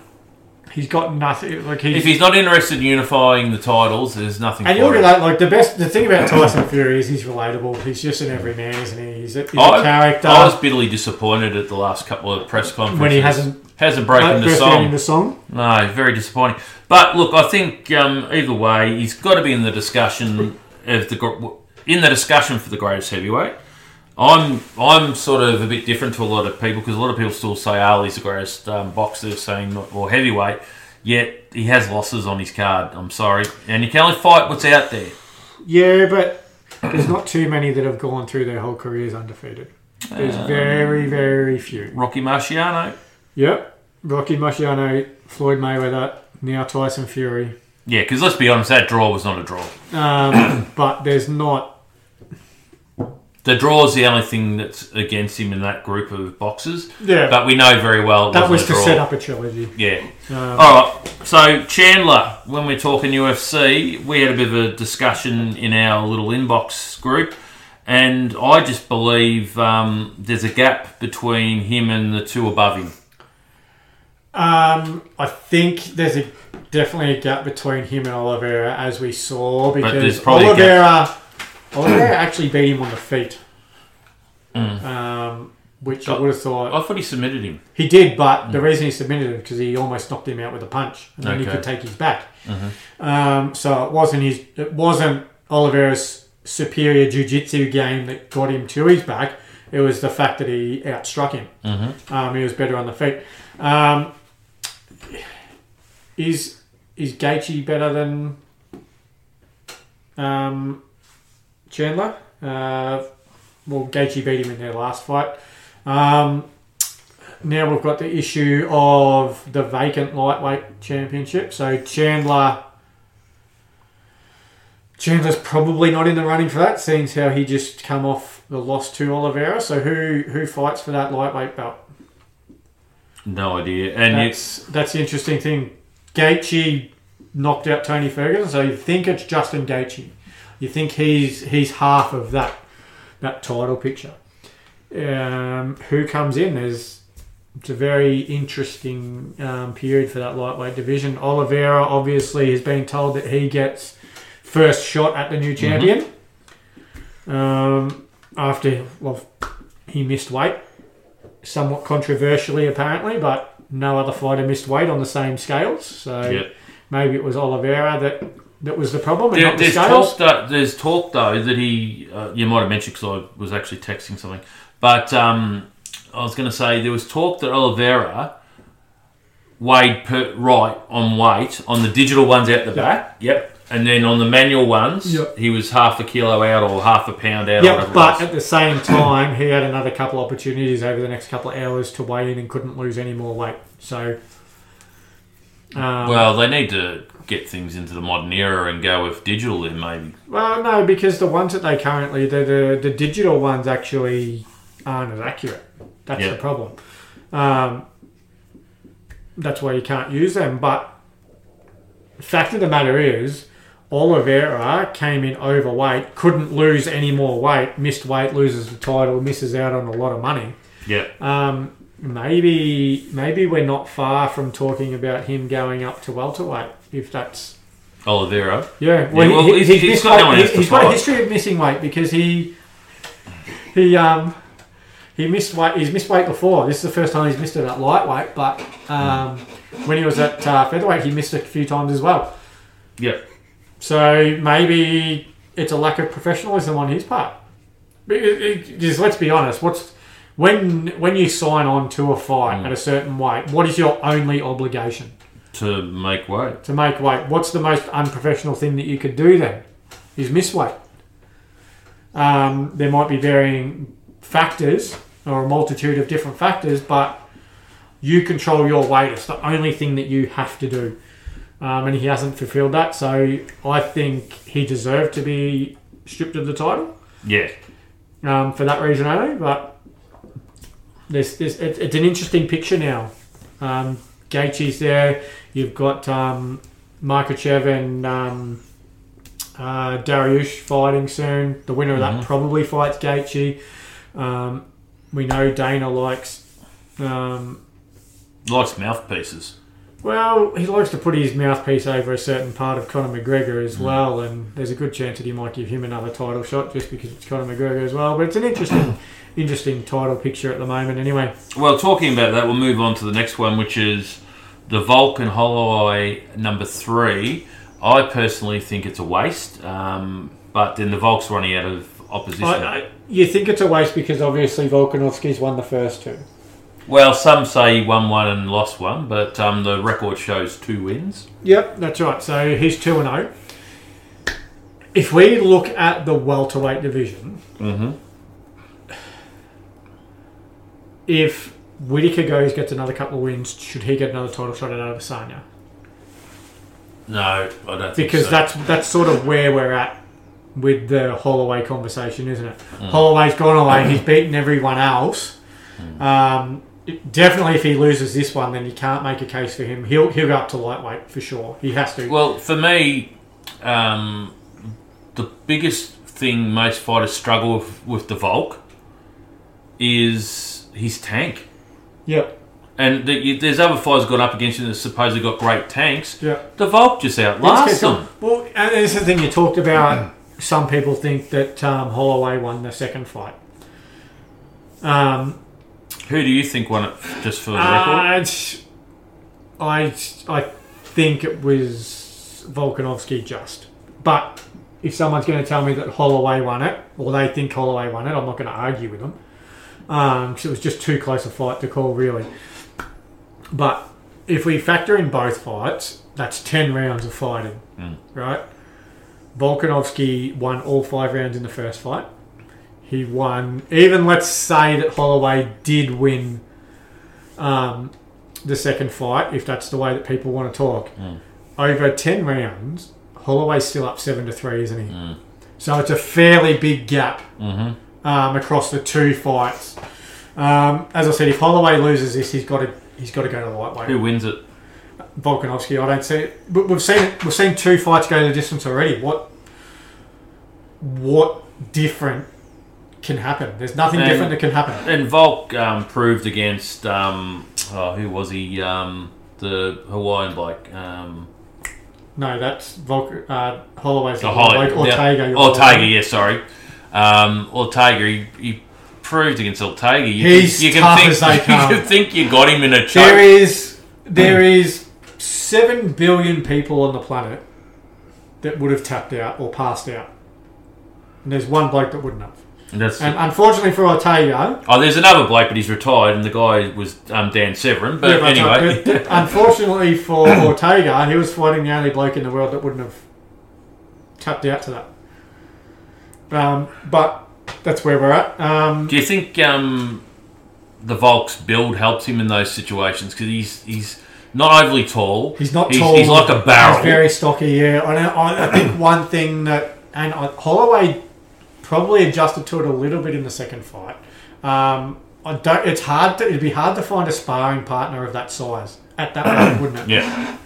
[SPEAKER 2] He's got nothing. Like
[SPEAKER 1] If he's not interested in unifying the titles, there's nothing.
[SPEAKER 2] And you
[SPEAKER 1] for
[SPEAKER 2] look at
[SPEAKER 1] him.
[SPEAKER 2] that, like the best, the thing about Tyson Fury is he's relatable. He's just an everyman, isn't he? He's a, he's a
[SPEAKER 1] I-
[SPEAKER 2] character.
[SPEAKER 1] I was bitterly disappointed at the last couple of press conferences
[SPEAKER 2] uh, when he hasn't
[SPEAKER 1] hasn't broken
[SPEAKER 2] like,
[SPEAKER 1] the
[SPEAKER 2] burst
[SPEAKER 1] song.
[SPEAKER 2] out in the song.
[SPEAKER 1] No, very disappointing. But look, I think um, either way, he's got to be in the discussion of the gr- in the discussion for the greatest heavyweight. I'm I'm sort of a bit different to a lot of people because a lot of people still say Ali's the greatest um, boxer, saying not- or heavyweight. Yet he has losses on his card. I'm sorry, and you can only fight what's out there.
[SPEAKER 2] Yeah, but there's not too many that have gone through their whole careers undefeated. There's very, very few.
[SPEAKER 1] Rocky Marciano,
[SPEAKER 2] Yep, Rocky Marciano, Floyd Mayweather, now Tyson Fury.
[SPEAKER 1] yeah, because let's be honest, that draw was not a draw.
[SPEAKER 2] Um, but there's not.
[SPEAKER 1] The draw is the only thing that's against him in that group of boxers.
[SPEAKER 2] Yeah,
[SPEAKER 1] But we know very well it wasn't
[SPEAKER 2] that was
[SPEAKER 1] a
[SPEAKER 2] to
[SPEAKER 1] draw.
[SPEAKER 2] set up a trilogy.
[SPEAKER 1] Yeah.
[SPEAKER 2] Um,
[SPEAKER 1] All right. So Chandler, when we're talking UFC, we had a bit of a discussion in our little inbox group, and I just believe um, there's a gap between him and the two above him.
[SPEAKER 2] Um, I think there's a definitely a gap between him and Oliveira, as we saw,
[SPEAKER 1] there's
[SPEAKER 2] because
[SPEAKER 1] probably a
[SPEAKER 2] Oliveira, Oliveira actually beat him on the feet. Um, which
[SPEAKER 1] Oh.
[SPEAKER 2] I would have thought
[SPEAKER 1] Mm. I thought he submitted him.
[SPEAKER 2] he did, but the reason he submitted it because he almost knocked him out with a punch, and then he
[SPEAKER 1] Mm. Okay. Mm-hmm.
[SPEAKER 2] could take his back. Um, so it wasn't his, it wasn't Oliveira's superior jiu-jitsu game that got him to his back. It was the fact that he outstruck him.
[SPEAKER 1] Mm-hmm.
[SPEAKER 2] Um, he was better on the feet. Um, is is Gaethje better than um, Chandler? Uh, well, Gaethje beat him in their last fight. Um, now we've got the issue of the vacant lightweight championship. So Chandler, Chandler's probably not in the running for that, seeing as how he just come off the loss to Oliveira. So who who fights for that lightweight belt?
[SPEAKER 1] No idea. And it's
[SPEAKER 2] that's that's the interesting thing. Gaethje knocked out Tony Ferguson, so you think it's Justin Gaethje. You think he's he's half of that that title picture. Um, who comes in is it's a very interesting um, period for that lightweight division. Oliveira obviously has been told that he gets first shot at the new
[SPEAKER 1] Mm-hmm.
[SPEAKER 2] champion um, after well he missed weight somewhat controversially apparently, but no other fighter missed weight on the same scales. So
[SPEAKER 1] yeah.
[SPEAKER 2] maybe it was Oliveira that, that was the problem and
[SPEAKER 1] There-
[SPEAKER 2] not the
[SPEAKER 1] there's
[SPEAKER 2] scales.
[SPEAKER 1] talk that there's talk though that he uh, you might have mentioned because I was actually texting something, but um, I was going to say there was talk that Oliveira weighed per, right on weight on the digital ones out the back. Yep. And then on the manual ones,
[SPEAKER 2] Yep.
[SPEAKER 1] he was half a kilo out or half a pound out. or
[SPEAKER 2] Yep,
[SPEAKER 1] whatever
[SPEAKER 2] but
[SPEAKER 1] it
[SPEAKER 2] at the same time, he had another couple opportunities over the next couple of hours to weigh in and couldn't lose any more weight. So, um,
[SPEAKER 1] was. well, they need to get things into the modern era and go with digital then maybe.
[SPEAKER 2] well, no, because the ones that they currently, the the, the digital ones actually aren't as accurate. That's
[SPEAKER 1] Yeah.
[SPEAKER 2] the problem. Um, that's why you can't use them. But the fact of the matter is, Oliveira came in overweight, couldn't lose any more weight, missed weight, loses the title, misses out on a lot of money.
[SPEAKER 1] Yeah.
[SPEAKER 2] Um, maybe maybe we're not far from talking about him going up to welterweight if that's
[SPEAKER 1] Oliveira.
[SPEAKER 2] yeah. Well,
[SPEAKER 1] well,
[SPEAKER 2] he,
[SPEAKER 1] he's-
[SPEAKER 2] he's,
[SPEAKER 1] he's
[SPEAKER 2] missed
[SPEAKER 1] got no
[SPEAKER 2] weight.
[SPEAKER 1] one
[SPEAKER 2] He-
[SPEAKER 1] else to
[SPEAKER 2] he's got a
[SPEAKER 1] fight.
[SPEAKER 2] history of missing weight because he he um he missed weight. He's missed weight before. This is the first time he's missed it at lightweight, but um, when he was at uh, featherweight, he missed a few times as well.
[SPEAKER 1] Yep.
[SPEAKER 2] So maybe it's a lack of professionalism on his part. It- it- it- just let's be honest. What's when when you sign on to a
[SPEAKER 1] Mm.
[SPEAKER 2] fight at a certain weight? What is your only obligation
[SPEAKER 1] To make weight.
[SPEAKER 2] to make weight? What's the most unprofessional thing that you could do then? Is miss weight. Um, there might be varying factors or a multitude of different factors, but you control your weight. It's the only thing that you have to do. Um, and he hasn't fulfilled that. So I think he deserved to be stripped of the title
[SPEAKER 1] Yeah.
[SPEAKER 2] um, for that reason only. But there's, there's, it, it's an interesting picture now. Um, Gaethje's there. You've got um, Markachev and um, uh, Dariush fighting soon. The winner of that probably fights Gaethje. Um, we know Dana likes um,
[SPEAKER 1] Likes mouthpieces.
[SPEAKER 2] well, he likes to put his mouthpiece over a certain part of Conor McGregor as well, and there's a good chance that he might give him another title shot just because it's Conor McGregor as well. But it's an interesting, interesting title picture at the moment, anyway.
[SPEAKER 1] Well, talking about that, we'll move on to the next one, which is the Vulcan Holloway number three. I personally think it's a waste, um, but then the Volk's running out of opposition.
[SPEAKER 2] I, I, you think it's a waste because obviously Volkanovski's won the first two.
[SPEAKER 1] well, some say he won one and lost one, but um, the record shows two wins.
[SPEAKER 2] Yep, that's right. So he's two and zero. If we look at the welterweight division, if Whitaker goes gets another couple of wins, should he get another title shot at Adesanya?
[SPEAKER 1] No, I don't think
[SPEAKER 2] because
[SPEAKER 1] so.
[SPEAKER 2] that's that's sort of where we're at with the Holloway conversation, isn't it? Holloway's gone away. He's beaten everyone else. Um, it- definitely, if he loses this one, then you can't make a case for him. He'll he'll go up to lightweight for sure. He has to.
[SPEAKER 1] Well, for me, um, the biggest thing most fighters struggle with, with the Volk is his tank.
[SPEAKER 2] yep.
[SPEAKER 1] And the, you, there's other fighters gone up against him that supposedly got great tanks.
[SPEAKER 2] Yeah.
[SPEAKER 1] The Volk just outlasts them.
[SPEAKER 2] Well, and this is the thing you talked about. Some people think that um, Holloway won the second fight. Um,
[SPEAKER 1] Who do you think won it? Just for the record,
[SPEAKER 2] Uh, it's- I, I think it was Volkanovski just. But if someone's going to tell me that Holloway won it, or they think Holloway won it, I'm not going to argue with them. Um 'cause it was just too close a fight to call, really. But if we factor in both fights, that's 10 rounds of fighting,
[SPEAKER 1] Mm.
[SPEAKER 2] right? Volkanovski won all five rounds in the first fight. He won, even let's say that Holloway did win um, the second fight, if that's the way that people want to talk.
[SPEAKER 1] Mm.
[SPEAKER 2] Over ten rounds, Holloway's still up seven to three, isn't he?
[SPEAKER 1] Mm.
[SPEAKER 2] So it's a fairly big gap
[SPEAKER 1] Mhm.
[SPEAKER 2] um, across the two fights. Um, as I said, if Holloway loses this, he's got to he's got to go to the lightweight.
[SPEAKER 1] who wins it?
[SPEAKER 2] Volkanovski, I don't see it. But we've seen we've seen two fights go the distance already. What what different can happen? There's nothing
[SPEAKER 1] And-
[SPEAKER 2] different that can happen.
[SPEAKER 1] And Volk um, proved against um, oh, who was he? Um, the Hawaiian bloke. Um,
[SPEAKER 2] No, that's Volk, uh, Holloway's
[SPEAKER 1] The
[SPEAKER 2] the
[SPEAKER 1] Holly-
[SPEAKER 2] like Ortega.
[SPEAKER 1] Yeah,
[SPEAKER 2] you're
[SPEAKER 1] Ortega,
[SPEAKER 2] right.
[SPEAKER 1] yeah, sorry. Um, Ortega, he, he proved against Ortega. You,
[SPEAKER 2] He's tough
[SPEAKER 1] think,
[SPEAKER 2] as they come.
[SPEAKER 1] You can think you got him in a
[SPEAKER 2] There
[SPEAKER 1] choke.
[SPEAKER 2] is there is seven billion people on the planet that would have tapped out or passed out, and there's one bloke that wouldn't have.
[SPEAKER 1] That's,
[SPEAKER 2] And unfortunately for Ortega,
[SPEAKER 1] oh, there's another bloke, but he's retired, and the guy was um, Dan Severin. But anyway,
[SPEAKER 2] but unfortunately for Ortega, he was fighting the only bloke in the world that wouldn't have tapped out to that. Um, but that's where we're at. Um,
[SPEAKER 1] do you think um, the Volk's build helps him in those situations? Because he's he's not overly tall.
[SPEAKER 2] He's not
[SPEAKER 1] he's,
[SPEAKER 2] tall.
[SPEAKER 1] He's like a barrel.
[SPEAKER 2] He's very stocky. Yeah, I, don't, I, I think one thing that and I, Holloway probably adjusted to it a little bit in the second fight. Um, I don't. It's hard. To, it'd be hard to find a sparring partner of that size at that point, wouldn't it?
[SPEAKER 1] yeah.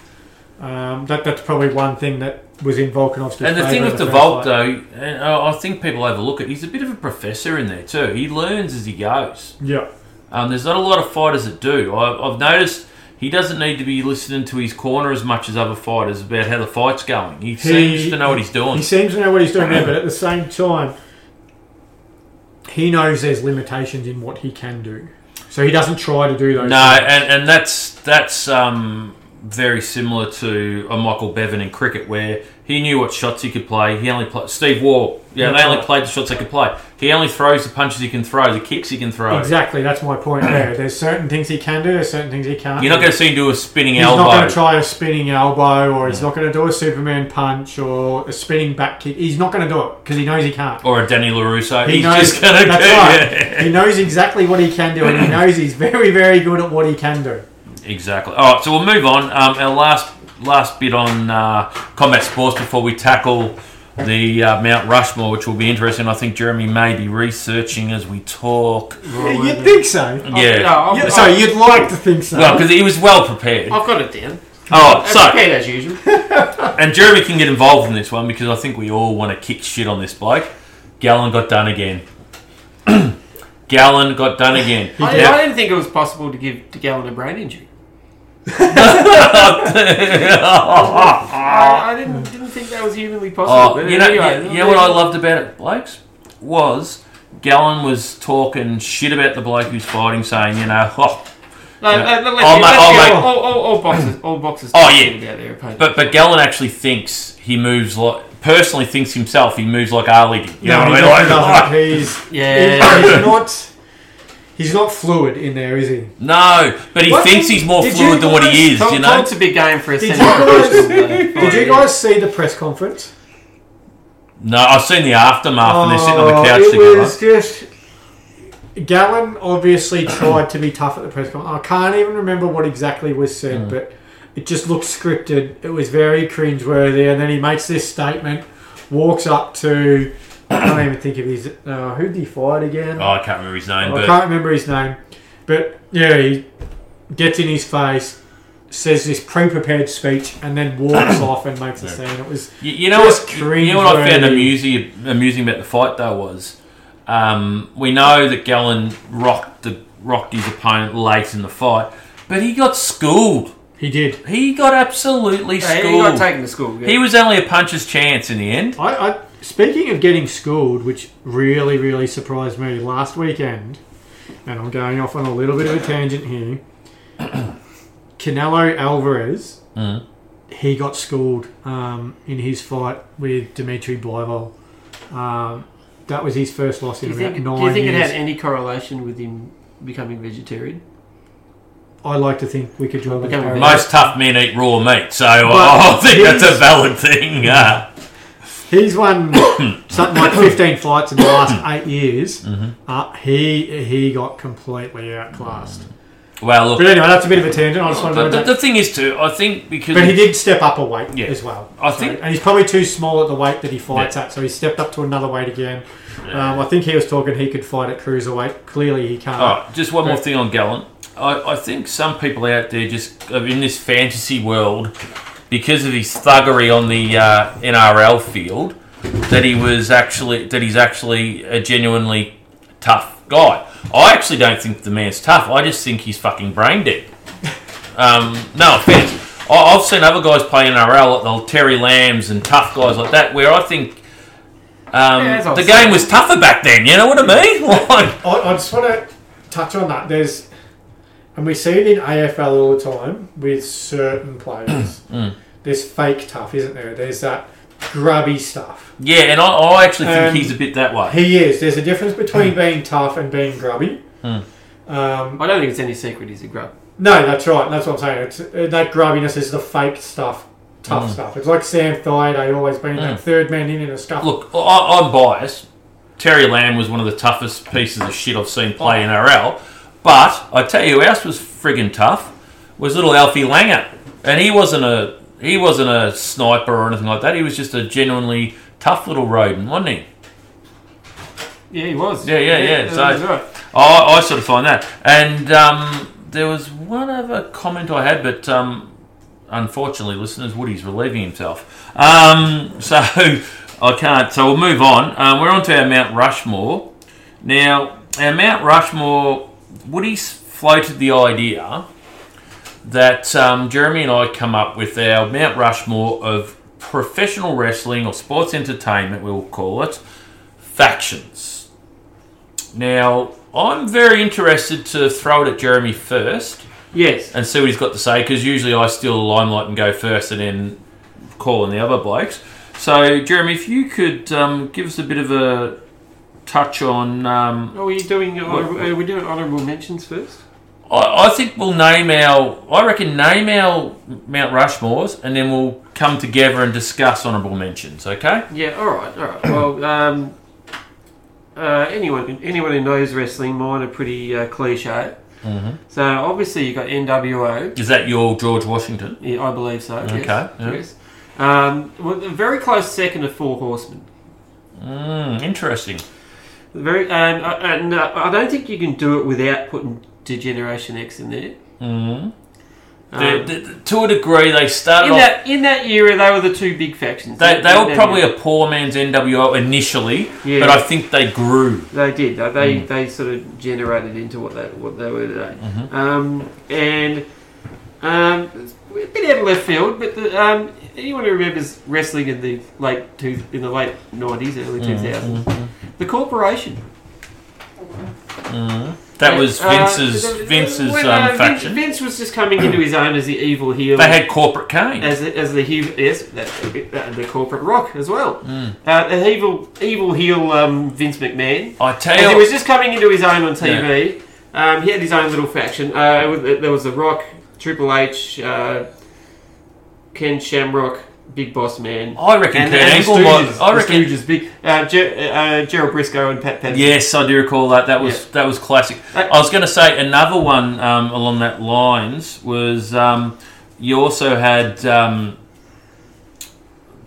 [SPEAKER 2] Um, that, that's probably one thing that was in Volkanovski's
[SPEAKER 1] And the
[SPEAKER 2] favour
[SPEAKER 1] thing
[SPEAKER 2] in
[SPEAKER 1] with the
[SPEAKER 2] first
[SPEAKER 1] Volk,
[SPEAKER 2] fight.
[SPEAKER 1] though, and I I think people overlook it. He's a bit of a professor in there too. He learns as he goes.
[SPEAKER 2] yeah,
[SPEAKER 1] Um, there's not a lot of fighters that do. I, I've noticed he doesn't need to be listening to his corner as much as other fighters about how the fight's going. He, seems to know what he's doing.
[SPEAKER 2] He seems to know what he's doing there, but at the same time, he knows there's limitations in what he can do. So he doesn't try to do those.
[SPEAKER 1] No,
[SPEAKER 2] things.
[SPEAKER 1] and, and that's that's um, very similar to a Michael Bevan in cricket, where he knew what shots he could play. He only played Steve Waugh. Yeah,
[SPEAKER 2] That's
[SPEAKER 1] they only
[SPEAKER 2] right.
[SPEAKER 1] played the shots they could play. He only throws the punches he can throw, the kicks he can throw.
[SPEAKER 2] Exactly, that's my point there. There's certain things he can do, there's certain things he can't
[SPEAKER 1] You're not
[SPEAKER 2] do.
[SPEAKER 1] going to see him do a spinning
[SPEAKER 2] He's
[SPEAKER 1] elbow.
[SPEAKER 2] not going to try a spinning elbow, or he's not going to do a Superman punch, or a spinning back kick. He's not going to do it because he knows he can't.
[SPEAKER 1] or a Danny LaRusso.
[SPEAKER 2] He
[SPEAKER 1] he's
[SPEAKER 2] knows
[SPEAKER 1] just going to do
[SPEAKER 2] that's
[SPEAKER 1] it.
[SPEAKER 2] right. He knows exactly what he can do, and he knows he's very, very good at what he can do.
[SPEAKER 1] Exactly. All right, so we'll move on. Um, our last last bit on uh, combat sports before we tackle the uh, Mount Rushmore, which will be interesting. I think Jeremy may be researching as we talk.
[SPEAKER 2] You'd think so.
[SPEAKER 1] Yeah.
[SPEAKER 3] No, I've,
[SPEAKER 2] You- So you'd like to think so.
[SPEAKER 1] Well, because he was well prepared.
[SPEAKER 3] I've got it down.
[SPEAKER 1] Oh,
[SPEAKER 3] I'm
[SPEAKER 1] so
[SPEAKER 3] prepared as usual.
[SPEAKER 1] and Jeremy can get involved in this one because I think we all want to kick shit on this bloke. Gallon got done again. Gallon got done again.
[SPEAKER 3] I,
[SPEAKER 1] Now-
[SPEAKER 3] I didn't think it was possible to give to Gallon a brain injury. I, I didn't didn't think that was humanly possible.
[SPEAKER 1] Oh,
[SPEAKER 3] but
[SPEAKER 1] you know,
[SPEAKER 3] anyway,
[SPEAKER 1] you, you know what I loved about it, blokes, was Gallon was talking shit about the bloke who's fighting, saying, you know, oh,
[SPEAKER 3] No,
[SPEAKER 1] Yeah. Oh,
[SPEAKER 3] no, no, let's,
[SPEAKER 1] I'll
[SPEAKER 3] let's
[SPEAKER 1] make-
[SPEAKER 3] get
[SPEAKER 1] I'll
[SPEAKER 3] all, all, all boxes, all boxes.
[SPEAKER 1] Oh,
[SPEAKER 3] talk
[SPEAKER 1] yeah.
[SPEAKER 3] shit about their opponent.
[SPEAKER 1] but but Gallon actually thinks he moves like personally thinks himself he moves like Ali did. You know
[SPEAKER 2] No,
[SPEAKER 1] what
[SPEAKER 2] he
[SPEAKER 1] I mean?
[SPEAKER 2] doesn't.
[SPEAKER 1] Like,
[SPEAKER 2] He's,
[SPEAKER 3] yeah,
[SPEAKER 2] he's not. He's not fluid in there, is he?
[SPEAKER 1] no, but he
[SPEAKER 2] What?
[SPEAKER 1] thinks he's more
[SPEAKER 2] Did you
[SPEAKER 1] fluid than what he is.
[SPEAKER 3] Tol-
[SPEAKER 1] You know,
[SPEAKER 3] Tol's a big game for a
[SPEAKER 2] Did you
[SPEAKER 3] centre.
[SPEAKER 2] guys-
[SPEAKER 3] uh,
[SPEAKER 2] Did you guys see the press conference?
[SPEAKER 1] no, I've seen the aftermath and they're sitting on the
[SPEAKER 2] Oh,
[SPEAKER 1] couch
[SPEAKER 2] it
[SPEAKER 1] together.
[SPEAKER 2] was just. Gallon obviously tried to be tough at the press conference. I can't even remember what exactly was said,
[SPEAKER 1] Hmm.
[SPEAKER 2] but it just looked scripted. It was very cringeworthy. And then he makes this statement, walks up to. I don't even think of his. Uh, who did he fight again?
[SPEAKER 1] Oh, I can't remember his name,
[SPEAKER 2] I
[SPEAKER 1] but
[SPEAKER 2] can't remember his name. But yeah, he gets in his face, says this pre prepared speech, and then walks off and makes a scene. It was.
[SPEAKER 1] You, you know what?
[SPEAKER 2] Just
[SPEAKER 1] You know what I found
[SPEAKER 2] cringeworthy.
[SPEAKER 1] amusing amusing about the fight though was um, we know that Gallon rocked the rocked his opponent late in the fight, but he got schooled.
[SPEAKER 2] He did.
[SPEAKER 1] He got absolutely
[SPEAKER 3] Yeah, he got
[SPEAKER 1] schooled.
[SPEAKER 3] taken to school. yeah.
[SPEAKER 1] He was only a puncher's chance in the end.
[SPEAKER 2] I, I speaking of getting schooled, which really really surprised me last weekend. and I'm going off on a little bit of a tangent here. Canelo Alvarez,
[SPEAKER 1] Mm.
[SPEAKER 2] he got schooled um, in his fight with Dimitri Blyvol. Um, that was his first loss
[SPEAKER 3] Do
[SPEAKER 2] in
[SPEAKER 3] you
[SPEAKER 2] about
[SPEAKER 3] think, do
[SPEAKER 2] nine
[SPEAKER 3] you think it
[SPEAKER 2] years.
[SPEAKER 3] had any correlation with him becoming vegetarian?
[SPEAKER 2] I like to think we could draw the
[SPEAKER 3] Okay,
[SPEAKER 2] parallel.
[SPEAKER 1] Most tough men eat raw meat, so I
[SPEAKER 2] But
[SPEAKER 1] think that's a
[SPEAKER 2] he's-
[SPEAKER 1] valid thing. Uh,
[SPEAKER 2] He's won something like 15 fights in the last eight years. Uh, he he got completely outclassed.
[SPEAKER 1] well, look,
[SPEAKER 2] But anyway, that's a bit of a tangent. I just wanted
[SPEAKER 1] the,
[SPEAKER 2] to
[SPEAKER 1] the,
[SPEAKER 2] that.
[SPEAKER 1] the thing is too, I think because
[SPEAKER 2] But he did step up a weight
[SPEAKER 1] Yeah.
[SPEAKER 2] as well.
[SPEAKER 1] I
[SPEAKER 2] So-
[SPEAKER 1] think-
[SPEAKER 2] and he's probably too small at the weight that he fights at, so he stepped up to another weight again. Um, I think he was talking he could fight at cruiserweight. Clearly, he can't.
[SPEAKER 1] All right, just one more thing on Gallant. I, I think some people out there just are in this fantasy world because of his thuggery on the uh, NRL field that he was actually that he's actually a genuinely tough guy. I actually don't think the man's tough. I just think he's fucking brain dead. Um, no offense. I, I've seen other guys play NRL, like the Terry Lambs and tough guys like that, where I think um,
[SPEAKER 3] Yeah, that's what
[SPEAKER 1] the
[SPEAKER 3] I'm
[SPEAKER 1] game
[SPEAKER 3] saying.
[SPEAKER 1] was tougher back then. You know what I mean? Like,
[SPEAKER 2] I, I just want to touch on that. There's, and we see it in AFL all the time with certain players.
[SPEAKER 3] Mm.
[SPEAKER 2] There's fake tough, isn't there? There's that grubby stuff.
[SPEAKER 1] Yeah, and I, I actually think
[SPEAKER 2] Um,
[SPEAKER 1] he's a bit that way.
[SPEAKER 2] He is. There's a difference
[SPEAKER 3] Mm.
[SPEAKER 2] between being tough and being grubby. Um,
[SPEAKER 3] I don't think it's any secret he's a grub.
[SPEAKER 2] no, that's right. That's what I'm saying. It's, uh, that grubbiness is the fake stuff, tough
[SPEAKER 3] Mm.
[SPEAKER 2] stuff. It's like Sam Thaiday always being that third man in in a stuff.
[SPEAKER 1] Look, I, I'm biased. Terry Lamb was one of the toughest pieces of shit I've seen play in NRL. But I tell you, who else was friggin' tough was little Alfie Langer, and he wasn't a he wasn't a sniper or anything like that. He was just a genuinely tough little rodent, wasn't he?
[SPEAKER 3] Yeah, he was.
[SPEAKER 1] Yeah, yeah, yeah, so-
[SPEAKER 3] that's right.
[SPEAKER 1] I, I sort of find that. And um, there was one other comment I had, but um, unfortunately, listeners, Woody's relieving himself. Um, so I can't. So we'll move on. Um, we're on to our Mount Rushmore. Now, our Mount Rushmore, Woody's floated the idea that um, Jeremy and I come up with our Mount Rushmore of professional wrestling or sports entertainment, we'll call it, factions. Now, I'm very interested to throw it at Jeremy first
[SPEAKER 3] Yes.
[SPEAKER 1] and see what he's got to say because usually I steal the limelight and go first and then call on the other blokes. So, Jeremy, if you could um, give us a bit of a touch on. Um,
[SPEAKER 3] Are we doing
[SPEAKER 1] What-
[SPEAKER 3] honourable, are we doing honourable mentions first?
[SPEAKER 1] I, I think we'll name our. I reckon name our Mount Rushmores and then we'll come together and discuss honourable mentions, okay?
[SPEAKER 3] Yeah. All right. All right. Well, um, uh, anyone anyone who knows wrestling, mine are pretty uh, cliche.
[SPEAKER 1] Mhm.
[SPEAKER 3] So obviously you got NWO.
[SPEAKER 1] Is that your George Washington?
[SPEAKER 3] Yeah, I believe so. yes,
[SPEAKER 1] Okay, yeah.
[SPEAKER 3] Yes. Um, well, a very close second of Four Horsemen.
[SPEAKER 1] Mm, interesting.
[SPEAKER 3] Very, and, uh, and uh, I don't think you can do it without putting Degeneration X in there.
[SPEAKER 1] Mm.
[SPEAKER 3] Um,
[SPEAKER 1] The- the- to a degree, they started
[SPEAKER 3] in
[SPEAKER 1] off.
[SPEAKER 3] that in that era, they were the two big factions.
[SPEAKER 1] They, they were probably
[SPEAKER 3] did.
[SPEAKER 1] a poor man's NWO initially,
[SPEAKER 3] Yeah.
[SPEAKER 1] but I Hmm. think they grew.
[SPEAKER 3] they did. They they, they sort of generated into what they what they were today. Um, and um, it's a bit out of left field, but the, um, anyone who remembers wrestling in the late two, in the late nineties, early two
[SPEAKER 1] Mm-hmm.
[SPEAKER 3] thousands, the corporation.
[SPEAKER 1] Mm-hmm. That was
[SPEAKER 3] Uh,
[SPEAKER 1] Vince's
[SPEAKER 3] the- the-
[SPEAKER 1] Vince's
[SPEAKER 3] when, uh,
[SPEAKER 1] um,
[SPEAKER 3] Vin-
[SPEAKER 1] faction.
[SPEAKER 3] Vince was just coming into his own as the evil heel,
[SPEAKER 1] They had corporate Kane.
[SPEAKER 3] as the, as the heel, yes, that, that, the corporate rock as well.
[SPEAKER 1] Mm.
[SPEAKER 3] Uh, the evil evil heel um, Vince McMahon.
[SPEAKER 1] I
[SPEAKER 3] As
[SPEAKER 1] tell
[SPEAKER 3] he
[SPEAKER 1] you,
[SPEAKER 3] was just coming into his own on TV. Um, he had his own little faction. Uh, it was- there was the Rock, Triple H, uh, Ken Shamrock, Big Boss Man.
[SPEAKER 1] I reckon Kurt Angle
[SPEAKER 3] the
[SPEAKER 1] might.
[SPEAKER 3] Stooges,
[SPEAKER 1] I
[SPEAKER 3] the
[SPEAKER 1] reckon.
[SPEAKER 3] Stooges, big uh, Ger- uh, Gerald Briscoe and Pat Patterson.
[SPEAKER 1] Yes, I do recall that. That was
[SPEAKER 3] Yeah.
[SPEAKER 1] that was classic.
[SPEAKER 3] That-
[SPEAKER 1] I was going to say another one um, along that lines was um, you also had um,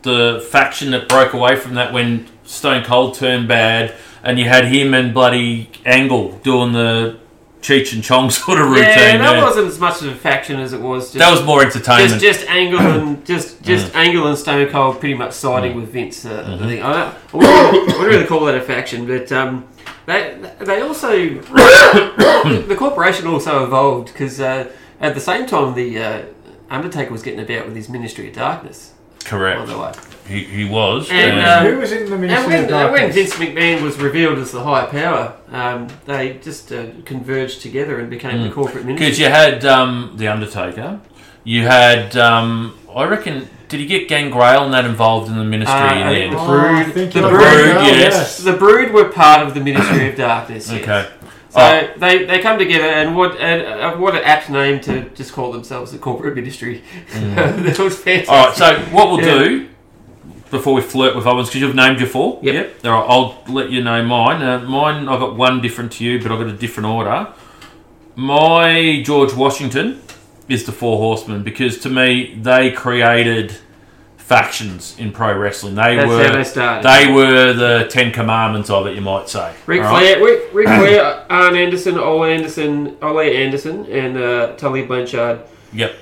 [SPEAKER 1] the faction that broke away from that when Stone Cold turned bad, and you had him and bloody Angle doing the Cheech and Chong sort of routine.
[SPEAKER 3] Yeah, that
[SPEAKER 1] yeah.
[SPEAKER 3] wasn't as much of a faction as it was. Just,
[SPEAKER 1] That was more entertainment.
[SPEAKER 3] just, just Angle and just just Angle and Stone Cold pretty much siding
[SPEAKER 1] Mm.
[SPEAKER 3] with Vince. Uh, I
[SPEAKER 1] Mm-hmm.
[SPEAKER 3] think. I, don't, I wouldn't, I wouldn't really call that a faction, but um, they they also the corporation also evolved because uh, at the same time the uh, Undertaker was getting about with his Ministry of Darkness. by
[SPEAKER 1] correct.
[SPEAKER 3] the way.
[SPEAKER 1] He, he was.
[SPEAKER 3] And,
[SPEAKER 1] um,
[SPEAKER 3] um,
[SPEAKER 2] Who was in the Ministry
[SPEAKER 3] And when,
[SPEAKER 2] of
[SPEAKER 3] and when
[SPEAKER 2] Darkness?
[SPEAKER 3] Vince McMahon was revealed as the higher power, um, they just uh, converged together and became
[SPEAKER 1] Mm.
[SPEAKER 3] the corporate ministry.
[SPEAKER 1] Because you had um, the Undertaker, you had um, I reckon did he get Gangrel and that involved in the ministry
[SPEAKER 3] Uh,
[SPEAKER 1] in
[SPEAKER 3] I-
[SPEAKER 1] the end?
[SPEAKER 3] The
[SPEAKER 2] Oh,
[SPEAKER 3] Brood-
[SPEAKER 2] I think
[SPEAKER 3] the
[SPEAKER 2] you're
[SPEAKER 3] Brood,
[SPEAKER 2] right,
[SPEAKER 1] yes.
[SPEAKER 3] The Brood were part of the Ministry of Darkness. yes.
[SPEAKER 1] Okay,
[SPEAKER 3] So
[SPEAKER 1] Oh.
[SPEAKER 3] Uh, they, they come together, and what and, uh, what an apt name to just call themselves the corporate ministry. that was fantastic.
[SPEAKER 1] all right. So what we'll
[SPEAKER 3] Yeah.
[SPEAKER 1] do before we flirt with others because you've named your four.
[SPEAKER 3] Yep.
[SPEAKER 1] All right, I'll let you know mine. Uh, mine I've got one different to you, but I've got a different order. My George Washington is the Four Horsemen because to me they created factions in pro wrestling. They
[SPEAKER 3] That's
[SPEAKER 1] were
[SPEAKER 3] how they started.
[SPEAKER 1] They were the Ten Commandments of it, you might say.
[SPEAKER 3] Rick
[SPEAKER 1] All right?
[SPEAKER 3] Flair, Rick, Rick Flair, Arn Anderson, Ole Anderson, Ole Anderson, and uh, Tully Blanchard.
[SPEAKER 1] Yep.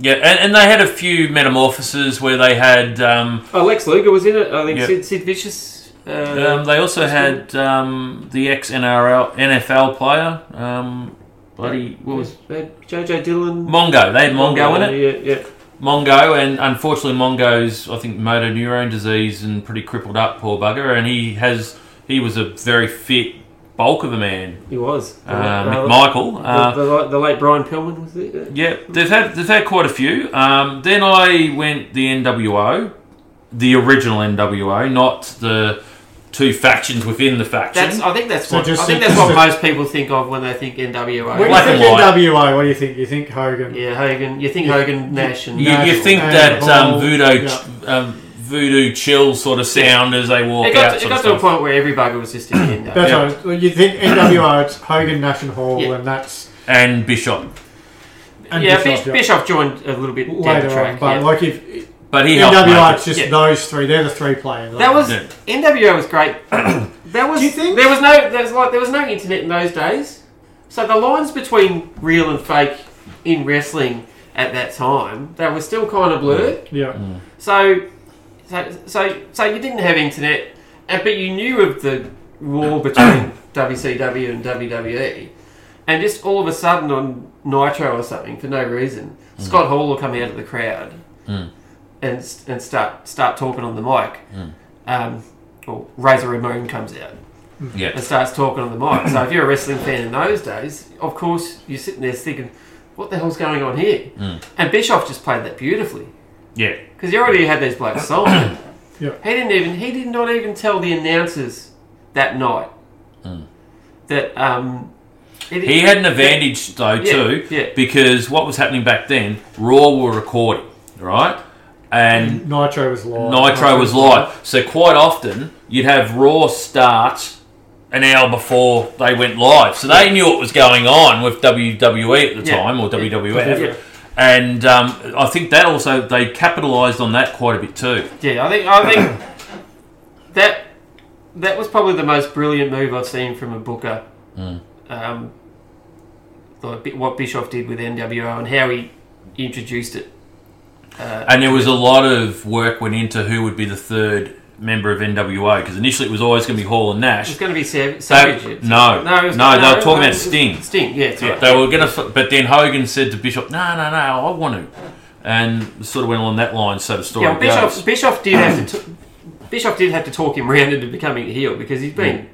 [SPEAKER 1] Yeah, and, and they had a few metamorphoses where they had. Um,
[SPEAKER 3] Oh, Lex Luger was in it. I think
[SPEAKER 1] Yep.
[SPEAKER 3] Sid, Sid Vicious. Uh,
[SPEAKER 1] um, they also had um, the ex NRL NFL player, um, bloody
[SPEAKER 3] what was that? JJ Dillon. Uh,
[SPEAKER 1] Mongo. They had Mongo in it.
[SPEAKER 3] Yeah, yeah.
[SPEAKER 1] Mongo, and unfortunately, Mongo's I think motor neurone disease and pretty crippled up, poor bugger. And he has he was a very fit bulk of a man,
[SPEAKER 3] He was.
[SPEAKER 1] uh, McMichael.
[SPEAKER 3] the,
[SPEAKER 1] Uh,
[SPEAKER 3] the, li- the late Brian Pillman was it? Uh,
[SPEAKER 1] Yeah, they've had they've had quite a few. Um, then I went the NWO, the original NWO, not the two factions within the faction.
[SPEAKER 3] That's. I think that's
[SPEAKER 2] So
[SPEAKER 3] what.
[SPEAKER 2] just
[SPEAKER 3] I think
[SPEAKER 2] think-
[SPEAKER 3] that's what most people think of when they think NWA.
[SPEAKER 2] When
[SPEAKER 1] Black
[SPEAKER 2] you
[SPEAKER 1] and
[SPEAKER 2] think
[SPEAKER 1] white.
[SPEAKER 2] NWO, what do you think? You think Hogan?
[SPEAKER 3] yeah, Hogan. You think
[SPEAKER 2] Yeah.
[SPEAKER 3] Hogan, Nash, and
[SPEAKER 1] you, you
[SPEAKER 2] Nigel
[SPEAKER 1] think
[SPEAKER 2] and
[SPEAKER 1] that um,
[SPEAKER 2] Hall,
[SPEAKER 1] voodoo
[SPEAKER 2] yeah.
[SPEAKER 1] um, voodoo chill sort of sound as they walk
[SPEAKER 3] it
[SPEAKER 1] out.
[SPEAKER 3] got, to, it
[SPEAKER 1] sort
[SPEAKER 3] got
[SPEAKER 1] of
[SPEAKER 3] to a
[SPEAKER 1] stuff.
[SPEAKER 3] point where every bugger was just in the
[SPEAKER 2] That's
[SPEAKER 3] NWA.
[SPEAKER 1] Yeah.
[SPEAKER 2] what I was- well, you think NWO, it's Hogan, Nash and Hall,
[SPEAKER 3] Yeah.
[SPEAKER 2] and that's
[SPEAKER 1] and Bishop,
[SPEAKER 2] and
[SPEAKER 3] yeah,
[SPEAKER 2] Bischoff,
[SPEAKER 3] Bischoff,
[SPEAKER 2] yeah.
[SPEAKER 3] Bischoff joined a little bit down
[SPEAKER 2] later
[SPEAKER 3] the track.
[SPEAKER 2] on. But
[SPEAKER 3] yeah.
[SPEAKER 2] like if
[SPEAKER 1] but he helped.
[SPEAKER 2] NWO,
[SPEAKER 1] make
[SPEAKER 2] it's just
[SPEAKER 3] Yeah.
[SPEAKER 2] those three. They're the three players.
[SPEAKER 3] That was
[SPEAKER 1] Yeah.
[SPEAKER 3] NWO was great. That was
[SPEAKER 2] Do you think-
[SPEAKER 3] there was no there was like there was no internet in those days, so the lines between real and fake in wrestling at that time they were still kind of blurred.
[SPEAKER 2] yeah.
[SPEAKER 3] So, so so so you didn't have internet, and- but you knew of the war between WCW and WWE, and just all of a sudden on Nitro or something for no reason, Scott Hall will come out of the crowd and s- and start start talking on the mic. Um, or Razor Ramon comes out
[SPEAKER 1] it. Yeah,
[SPEAKER 3] and starts talking on the mic. So if you're a wrestling fan in those days, of course you're sitting there thinking, "What the hell's going on here?" And Bischoff just played that beautifully
[SPEAKER 1] yeah.
[SPEAKER 3] because he already had those blokes signed.
[SPEAKER 2] Yeah.
[SPEAKER 3] He didn't even he did not even tell the announcers that night that um it-
[SPEAKER 1] Mm. He had an advantage though
[SPEAKER 3] Yeah,
[SPEAKER 1] too,
[SPEAKER 3] yeah.
[SPEAKER 1] because what was happening back then, Raw were recording, right, and
[SPEAKER 2] Nitro was live.
[SPEAKER 1] Nitro was live. So quite often you'd have Raw start an hour before they went live. So they knew what was going on with WWE at the
[SPEAKER 3] Yeah.
[SPEAKER 1] time or
[SPEAKER 3] Yeah.
[SPEAKER 1] WWF.
[SPEAKER 3] Yeah.
[SPEAKER 1] And um, I think that also they capitalised on that quite a bit too.
[SPEAKER 3] Yeah, I think I think that that was probably the most brilliant move I've seen from a booker.
[SPEAKER 1] Mm.
[SPEAKER 3] Um, like Bi- what Bischoff did with NWO and how he introduced it. Uh,
[SPEAKER 1] And there was a lot of work went into who would be the third member of NWA because initially it was always going to be Hall and
[SPEAKER 3] it's
[SPEAKER 1] Nash.
[SPEAKER 3] going to be Sav-
[SPEAKER 1] They-
[SPEAKER 3] Savage.
[SPEAKER 1] no,
[SPEAKER 3] no, it was-
[SPEAKER 1] no, they were talking
[SPEAKER 3] no, it
[SPEAKER 1] about
[SPEAKER 3] was
[SPEAKER 1] Sting.
[SPEAKER 3] Sting, yeah, that's
[SPEAKER 1] Yeah,
[SPEAKER 3] right.
[SPEAKER 1] they were going to, but then Hogan said to Bishop, "No, no, no, I want to," and sort of went along that line. So the story
[SPEAKER 3] Yeah,
[SPEAKER 1] goes.
[SPEAKER 3] Bischoff, Bischoff did have to. T- Bischoff did have to talk him round into becoming a heel because he's been.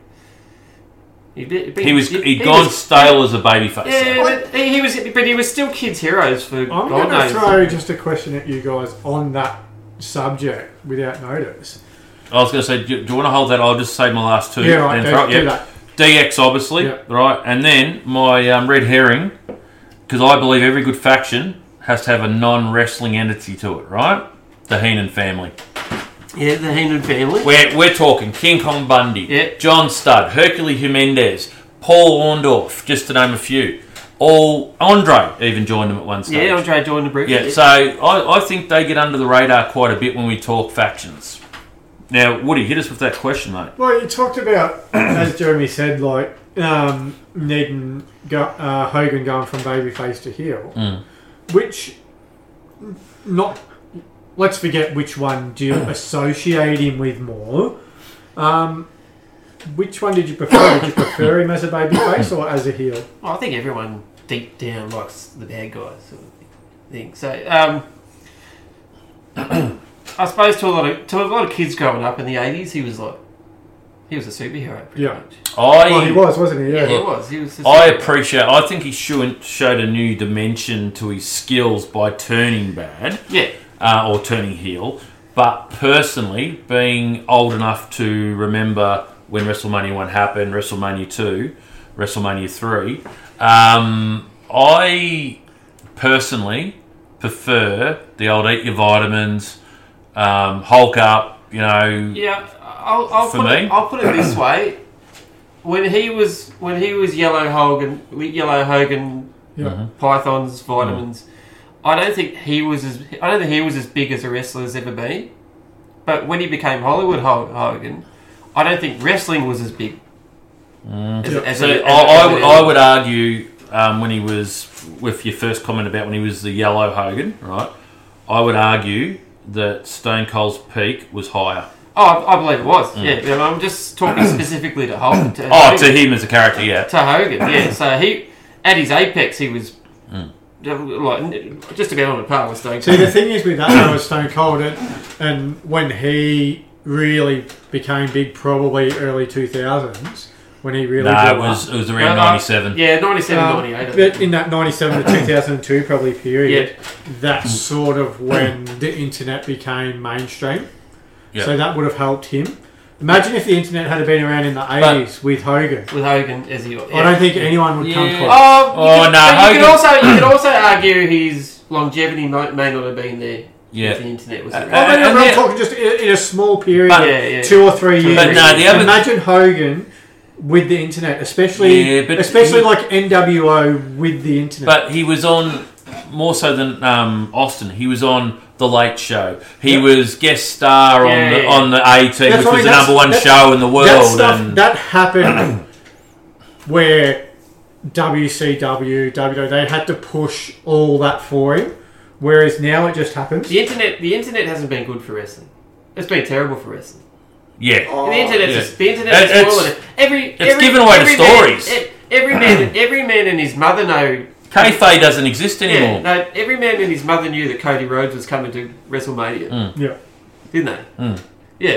[SPEAKER 3] He'd be- been-
[SPEAKER 1] He was
[SPEAKER 3] he-
[SPEAKER 1] he'd
[SPEAKER 3] he
[SPEAKER 1] gone
[SPEAKER 3] was-
[SPEAKER 1] stale as a babyface.
[SPEAKER 3] Yeah, but he he was, but he was still kids' heroes for
[SPEAKER 2] I'm
[SPEAKER 3] God
[SPEAKER 2] going to
[SPEAKER 3] knows.
[SPEAKER 2] throw just a question at you guys on that subject without notice.
[SPEAKER 1] I was going to say, do, do you want to hold that? I'll just say my last two.
[SPEAKER 2] yeah, right.
[SPEAKER 1] then
[SPEAKER 2] Do,
[SPEAKER 1] throw it-
[SPEAKER 2] do
[SPEAKER 1] yeah.
[SPEAKER 2] that.
[SPEAKER 1] DX, obviously,
[SPEAKER 2] Yeah.
[SPEAKER 1] right? And then my um, red herring, because I believe every good faction has to have a non-wrestling entity to it, right? The Heenan family.
[SPEAKER 3] Yeah, the Heenan family.
[SPEAKER 1] We're, we're talking King Kong Bundy,
[SPEAKER 3] Yeah.
[SPEAKER 1] John Studd, Hercules Jimenez, Paul Orndorff, just to name a few. All Andre even joined them at one stage.
[SPEAKER 3] Yeah, Andre joined the brick.
[SPEAKER 1] Yeah, so I, I think they get under the radar quite a bit when we talk factions. Now, Woody, hit us with that question, mate.
[SPEAKER 2] Well, you talked about, as Jeremy said, like um, needing go, uh, Hogan going from babyface to heel,
[SPEAKER 1] Mm.
[SPEAKER 2] which n- not. Let's forget which one do you associate him with more. Um, which one did you prefer? Did you prefer him as a babyface or as a heel?
[SPEAKER 3] Well, I think everyone deep down likes the bad guys sort of thing. So, um, I suppose to a lot of to a lot of kids growing up in the eighties, he was like he was a superhero. Pretty
[SPEAKER 4] Yeah.
[SPEAKER 3] much.
[SPEAKER 1] I
[SPEAKER 2] Well, he was, wasn't he?
[SPEAKER 3] yeah,
[SPEAKER 2] Yeah.
[SPEAKER 3] he was. He was. a
[SPEAKER 1] I
[SPEAKER 3] superhero.
[SPEAKER 1] appreciate. I think he showed showed a new dimension to his skills by turning bad
[SPEAKER 3] Yeah,
[SPEAKER 1] uh, or turning heel. But personally, being old enough to remember when WrestleMania one happened, WrestleMania two, WrestleMania three, um, I personally prefer the old eat your vitamins, um, Hulk up. You know,
[SPEAKER 3] yeah. I'll, I'll
[SPEAKER 1] For
[SPEAKER 3] put
[SPEAKER 1] me?
[SPEAKER 3] it. I'll put it this way: when he was when he was Yellow Hogan, Yellow Hogan,
[SPEAKER 4] Yeah.
[SPEAKER 1] Mm-hmm.
[SPEAKER 3] Pythons, vitamins.
[SPEAKER 1] Hmm.
[SPEAKER 3] I don't think he was as I don't think he was as big as a wrestler has ever been. But when he became Hollywood Ho- Hogan, I don't think wrestling was as big. As, as
[SPEAKER 1] So
[SPEAKER 3] a- as a-
[SPEAKER 1] I, I, would-
[SPEAKER 3] as a-
[SPEAKER 1] I would argue um, when he was with your first comment about when he was the yellow Hogan, right? I would argue that Stone Cold's peak was higher.
[SPEAKER 3] Oh, I, I believe it was. Yeah, yeah, I'm just talking specifically to Hogan. To,
[SPEAKER 1] Hmm. Oh, to him as a character, yeah.
[SPEAKER 3] to Hogan. Yeah, so he at his apex, he was
[SPEAKER 1] Mm.
[SPEAKER 3] like just about on a par with Stone
[SPEAKER 2] See,
[SPEAKER 3] Cold.
[SPEAKER 2] the thing is with that though, is Stone Cold, and, and when he really became big, probably early 2000s, when he really
[SPEAKER 1] Nah, it
[SPEAKER 2] blew
[SPEAKER 1] was
[SPEAKER 2] up.
[SPEAKER 1] it was
[SPEAKER 3] No,
[SPEAKER 1] around
[SPEAKER 3] no,
[SPEAKER 1] ninety seven.
[SPEAKER 3] Yeah, 97,
[SPEAKER 2] Um,
[SPEAKER 3] 98. I think.
[SPEAKER 2] but in that 97 to 2002 probably period, that's sort of when the internet became mainstream.
[SPEAKER 1] Yeah.
[SPEAKER 2] So that would have helped him. Imagine if the internet had been around in the 80s with Hogan.
[SPEAKER 3] with Hogan as he. Yeah.
[SPEAKER 2] I don't think anyone would come
[SPEAKER 1] Yeah.
[SPEAKER 2] close.
[SPEAKER 3] Oh, you
[SPEAKER 1] Oh,
[SPEAKER 3] could,
[SPEAKER 1] no,
[SPEAKER 3] but you
[SPEAKER 1] Hogan-
[SPEAKER 3] could also you could also argue his longevity might, may not have been there. if the
[SPEAKER 1] Yeah.
[SPEAKER 3] internet was
[SPEAKER 1] Uh,
[SPEAKER 3] around.
[SPEAKER 2] I mean,
[SPEAKER 1] and
[SPEAKER 2] I'm
[SPEAKER 1] then-
[SPEAKER 2] talking just in in a small period,
[SPEAKER 1] But-
[SPEAKER 3] yeah, yeah.
[SPEAKER 2] two or three
[SPEAKER 3] But
[SPEAKER 2] years.
[SPEAKER 1] no, the other-
[SPEAKER 2] Imagine Hogan with the internet, especially
[SPEAKER 1] Yeah, but
[SPEAKER 2] especially
[SPEAKER 1] he-
[SPEAKER 2] like NWO with the internet.
[SPEAKER 1] But he was on more so than um, Austin. He was on the Late Show. He
[SPEAKER 2] Yeah. was
[SPEAKER 1] was guest star on
[SPEAKER 3] Yeah,
[SPEAKER 1] the
[SPEAKER 3] yeah.
[SPEAKER 1] on the AT,
[SPEAKER 2] That's
[SPEAKER 1] which
[SPEAKER 2] what I
[SPEAKER 1] was the
[SPEAKER 2] mean, that's-
[SPEAKER 1] number one
[SPEAKER 2] that-
[SPEAKER 1] show in the world.
[SPEAKER 2] that stuff
[SPEAKER 1] and
[SPEAKER 2] that happened where WCW, WWE, E, they had to push all that for him. Whereas now it just happens.
[SPEAKER 3] The internet, the internet hasn't been good for wrestling. It's been terrible for wrestling.
[SPEAKER 1] yeah,
[SPEAKER 2] Oh,
[SPEAKER 3] the internet's
[SPEAKER 1] yeah.
[SPEAKER 3] just, the
[SPEAKER 1] It-
[SPEAKER 3] internet's
[SPEAKER 1] it's-
[SPEAKER 3] spoiling it. Every
[SPEAKER 1] it's
[SPEAKER 3] every,
[SPEAKER 1] given away the
[SPEAKER 3] every
[SPEAKER 1] stories.
[SPEAKER 3] Man, e- every man, every man and his mother know.
[SPEAKER 1] kayfabe doesn't exist
[SPEAKER 3] Yeah,
[SPEAKER 1] anymore.
[SPEAKER 3] no, every man and his mother knew that Cody Rhodes was coming to WrestleMania,
[SPEAKER 2] Yeah.
[SPEAKER 3] didn't they?
[SPEAKER 2] Mm.
[SPEAKER 3] Yeah,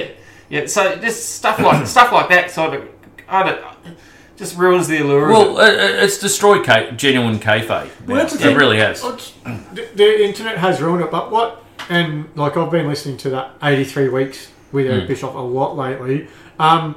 [SPEAKER 3] yeah. So just stuff like stuff like that sort of, I don't, just ruins the allure. of it.
[SPEAKER 1] Well, it- it- it's destroyed ca- genuine kayfabe.
[SPEAKER 2] Well, that's the
[SPEAKER 1] it
[SPEAKER 2] thing.
[SPEAKER 1] really has.
[SPEAKER 2] The, the internet has ruined it, but what? And like I've been listening to that 83 weeks with Eric
[SPEAKER 1] Hmm.
[SPEAKER 2] Bischoff a lot lately. Um,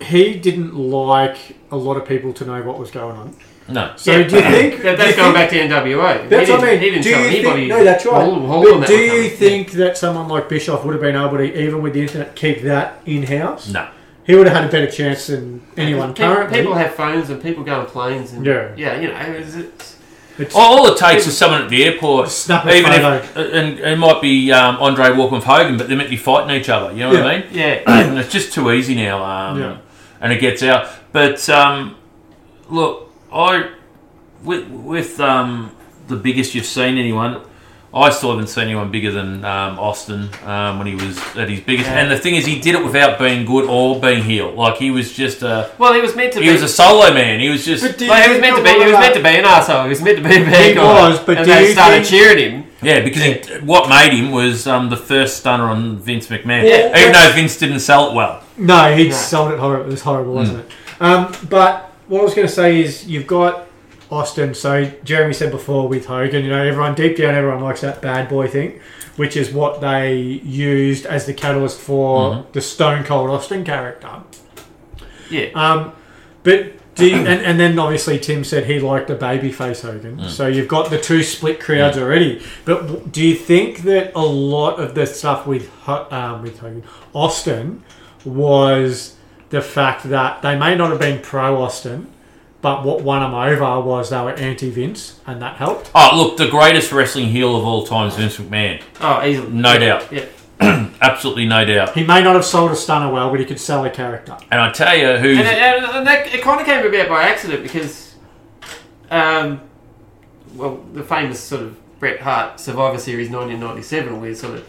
[SPEAKER 2] he didn't like a lot of people to know what was going on.
[SPEAKER 1] No.
[SPEAKER 2] So
[SPEAKER 3] Yeah.
[SPEAKER 2] do you think
[SPEAKER 3] That, that's
[SPEAKER 2] do you think-
[SPEAKER 3] going back to NWA.
[SPEAKER 2] That's
[SPEAKER 3] he
[SPEAKER 2] what
[SPEAKER 3] didn't,
[SPEAKER 2] I mean.
[SPEAKER 3] He didn't
[SPEAKER 2] do
[SPEAKER 3] tell
[SPEAKER 2] you
[SPEAKER 3] anybody.
[SPEAKER 2] think, no, that's right.
[SPEAKER 3] Hold, hold on
[SPEAKER 2] But
[SPEAKER 3] that
[SPEAKER 2] do
[SPEAKER 3] one,
[SPEAKER 2] you
[SPEAKER 3] Tony.
[SPEAKER 2] think that someone like Bischoff would have been able to, even with the internet, keep that in house?
[SPEAKER 1] No.
[SPEAKER 2] He would have had a better chance than anyone
[SPEAKER 3] People-
[SPEAKER 2] currently.
[SPEAKER 3] People have phones and people go on planes and
[SPEAKER 2] Yeah.
[SPEAKER 3] yeah, you know, it's, it's,
[SPEAKER 2] It's-
[SPEAKER 3] Oh,
[SPEAKER 1] All, all it takes is someone at the airport,
[SPEAKER 2] Snap a
[SPEAKER 1] even if, uh,
[SPEAKER 2] photo.
[SPEAKER 1] and and it might be um, Andre walking with Hogan, but they're meant to be fighting each other. You know what I mean?
[SPEAKER 3] yeah.
[SPEAKER 1] And it's just too easy now, um,
[SPEAKER 2] Yeah.
[SPEAKER 1] and it gets out. But um, look, I with with um, the biggest you've seen anyone. I still haven't seen anyone bigger than um, Austin um, when he was at his biggest.
[SPEAKER 3] Yeah.
[SPEAKER 1] And the thing is, he did it without being good or being heel. Like he was just a
[SPEAKER 3] Well, he was meant to
[SPEAKER 1] he
[SPEAKER 3] be.
[SPEAKER 1] was a solo man. He was just
[SPEAKER 2] But do you
[SPEAKER 3] like, he was
[SPEAKER 2] think
[SPEAKER 3] meant to
[SPEAKER 2] a
[SPEAKER 3] be.
[SPEAKER 2] lot
[SPEAKER 3] He
[SPEAKER 2] of
[SPEAKER 3] was meant
[SPEAKER 2] that-
[SPEAKER 3] to be an asshole. He was meant to be a bad
[SPEAKER 2] He
[SPEAKER 3] guy.
[SPEAKER 2] was, but
[SPEAKER 3] and
[SPEAKER 2] do
[SPEAKER 3] they
[SPEAKER 2] you
[SPEAKER 3] started
[SPEAKER 2] think-
[SPEAKER 3] cheering him.
[SPEAKER 1] Yeah, because He, what made him was um, the first stunner on Vince McMahon.
[SPEAKER 2] Yeah.
[SPEAKER 1] Even though Vince didn't sell it well.
[SPEAKER 2] No, he'd
[SPEAKER 3] No. Hmm.
[SPEAKER 2] sold it horrible. It was horrible, wasn't it? Um, but what I was going to say is you've got Austin. So Jeremy said before with Hogan, you know, everyone deep down, everyone likes that bad boy thing, which is what they used as the catalyst for
[SPEAKER 3] Mm-hmm.
[SPEAKER 2] the Stone Cold Austin character.
[SPEAKER 3] Yeah.
[SPEAKER 2] Um, but do you, and, and then obviously Tim said he liked the babyface Hogan. So you've got the two split crowds already. But w- do you think that a lot of the stuff with Ho- um, with Hogan Austin was the fact that they may not have been pro Austin, but what won them over was they were anti Vince, and that helped.
[SPEAKER 1] Oh, look, the greatest wrestling heel of all time is Vince McMahon.
[SPEAKER 3] oh, easily.
[SPEAKER 1] No doubt.
[SPEAKER 3] Yeah.
[SPEAKER 1] Absolutely no doubt.
[SPEAKER 2] He may not have sold a stunner well, but he could sell a character.
[SPEAKER 1] And I tell you who's.
[SPEAKER 3] And, and, and that, it kind of came about by accident because, um, well, the famous sort of Bret Hart Survivor Series 1997, where sort of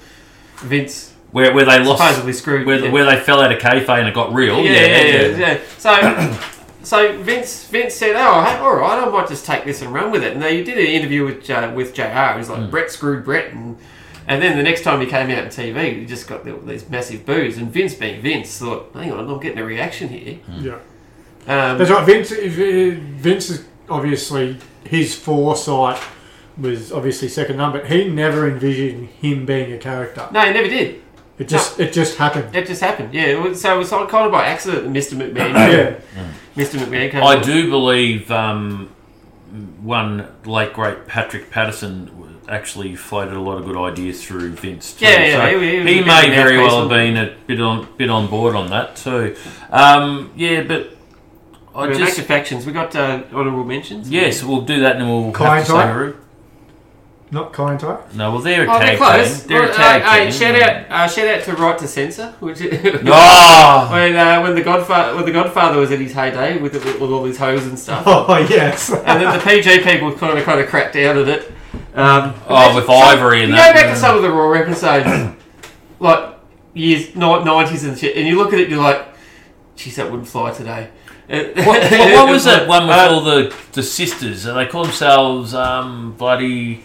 [SPEAKER 3] Vince
[SPEAKER 1] where, where they lost.
[SPEAKER 3] supposedly screwed.
[SPEAKER 1] Where,
[SPEAKER 3] yeah.
[SPEAKER 1] where they fell out of kayfabe and it got real.
[SPEAKER 3] yeah, yeah, yeah, yeah. So, so Vince Vince said, "Oh, hey, all right, uh, Hmm. I might just take this and run with it." And they did an interview with J, with Jr. He's like, "Brett screwed Brett," and And then the next time he came out on TV, he just got the, these massive boos. And Vince, being Vince, thought, "Hang on, I'm not getting a reaction here."
[SPEAKER 5] Yeah.
[SPEAKER 3] Um,
[SPEAKER 5] That's right. Vince, Vince is obviously his foresight was obviously second none, but he never envisioned him being a character.
[SPEAKER 3] no, he never did.
[SPEAKER 5] It just it just happened.
[SPEAKER 3] That just happened. Yeah. it was- So it was sort of kind of by accident that Mr. McMahon.
[SPEAKER 5] Yeah,
[SPEAKER 3] Mr. McMahon came.
[SPEAKER 1] I
[SPEAKER 3] along.
[SPEAKER 1] do believe um, one late great Patrick Patterson actually floated a lot of good ideas through Vince. Too.
[SPEAKER 3] Yeah, yeah,
[SPEAKER 1] So
[SPEAKER 3] he- he was
[SPEAKER 1] he
[SPEAKER 3] a bit
[SPEAKER 1] may
[SPEAKER 3] of a
[SPEAKER 1] very well have
[SPEAKER 3] mouthpiece
[SPEAKER 1] been a bit on bit on board on that too. Um, yeah, but I
[SPEAKER 3] We're back
[SPEAKER 1] just
[SPEAKER 3] to factions. We got uh, honourable mentions.
[SPEAKER 1] yes, we'll do that and then we'll
[SPEAKER 5] Kai
[SPEAKER 1] have to
[SPEAKER 5] and
[SPEAKER 1] say
[SPEAKER 5] Ty?
[SPEAKER 1] Roo.
[SPEAKER 5] not kind type.
[SPEAKER 1] No, well they're a
[SPEAKER 3] Oh,
[SPEAKER 1] tag
[SPEAKER 3] they're close.
[SPEAKER 1] team. They're
[SPEAKER 3] Well,
[SPEAKER 1] a tag
[SPEAKER 3] uh, hey,
[SPEAKER 1] team.
[SPEAKER 3] shout out! Uh, shout out to Right to Censor, which
[SPEAKER 1] Ah!
[SPEAKER 3] when uh, when the Godfather when the Godfather was in his heyday with with all these hoes and stuff,
[SPEAKER 5] Oh yes.
[SPEAKER 3] and then the PG people kind of kind of cracked down at it. Um,
[SPEAKER 1] Oh, with
[SPEAKER 3] so-
[SPEAKER 1] Ivory
[SPEAKER 3] You
[SPEAKER 1] and
[SPEAKER 3] go
[SPEAKER 1] that.
[SPEAKER 3] back to some of the Raw episodes, like years nineties and shit, and you look at it, you're like, "Geez, that wouldn't fly today." It-
[SPEAKER 1] What, what, what was that one with
[SPEAKER 3] Uh,
[SPEAKER 1] all the, the sisters? Uh, They call themselves um, bloody.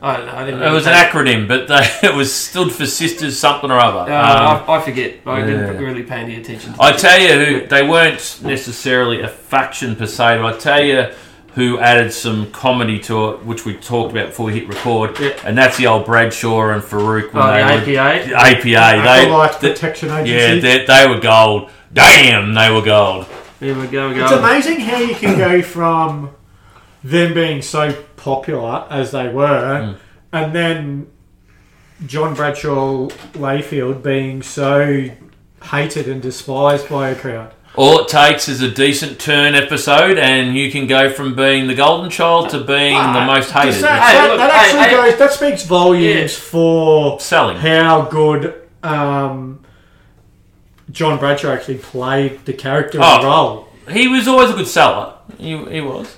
[SPEAKER 3] I don't know. I didn't
[SPEAKER 1] It was an
[SPEAKER 3] really-
[SPEAKER 1] acronym, but they, it was stood for sisters something or other. Um,
[SPEAKER 3] Uh, I, I forget. I didn't
[SPEAKER 1] yeah.
[SPEAKER 3] really pay any attention. to
[SPEAKER 1] I
[SPEAKER 3] it.
[SPEAKER 1] tell you, who, they weren't necessarily a faction per se, but I tell you who added some comedy to it, which we talked about before we hit record,
[SPEAKER 3] Yeah.
[SPEAKER 1] and that's the old Bradshaw and Farouk when
[SPEAKER 3] Oh, the
[SPEAKER 1] they were
[SPEAKER 3] APA.
[SPEAKER 1] the APA.
[SPEAKER 5] Acolyte
[SPEAKER 1] They,
[SPEAKER 5] Protection
[SPEAKER 1] they-
[SPEAKER 5] Agency.
[SPEAKER 1] yeah, they, they were gold. Damn, they were gold.
[SPEAKER 3] Here we go. We go.
[SPEAKER 5] It's amazing how you can go from them being so popular as they
[SPEAKER 1] Hmm.
[SPEAKER 5] were, and then John Bradshaw Layfield being so hated and despised by a crowd.
[SPEAKER 1] All it takes is a decent turn episode, and you can go from being the golden child to being the most
[SPEAKER 5] That,
[SPEAKER 1] hated.
[SPEAKER 5] that-
[SPEAKER 3] look,
[SPEAKER 5] that
[SPEAKER 3] hey,
[SPEAKER 5] actually
[SPEAKER 3] hey.
[SPEAKER 5] goes. That speaks volumes for
[SPEAKER 1] Selling.
[SPEAKER 5] how good um, John Bradshaw actually played the character
[SPEAKER 1] Oh.
[SPEAKER 5] and role.
[SPEAKER 1] He was always a good seller. He, he was.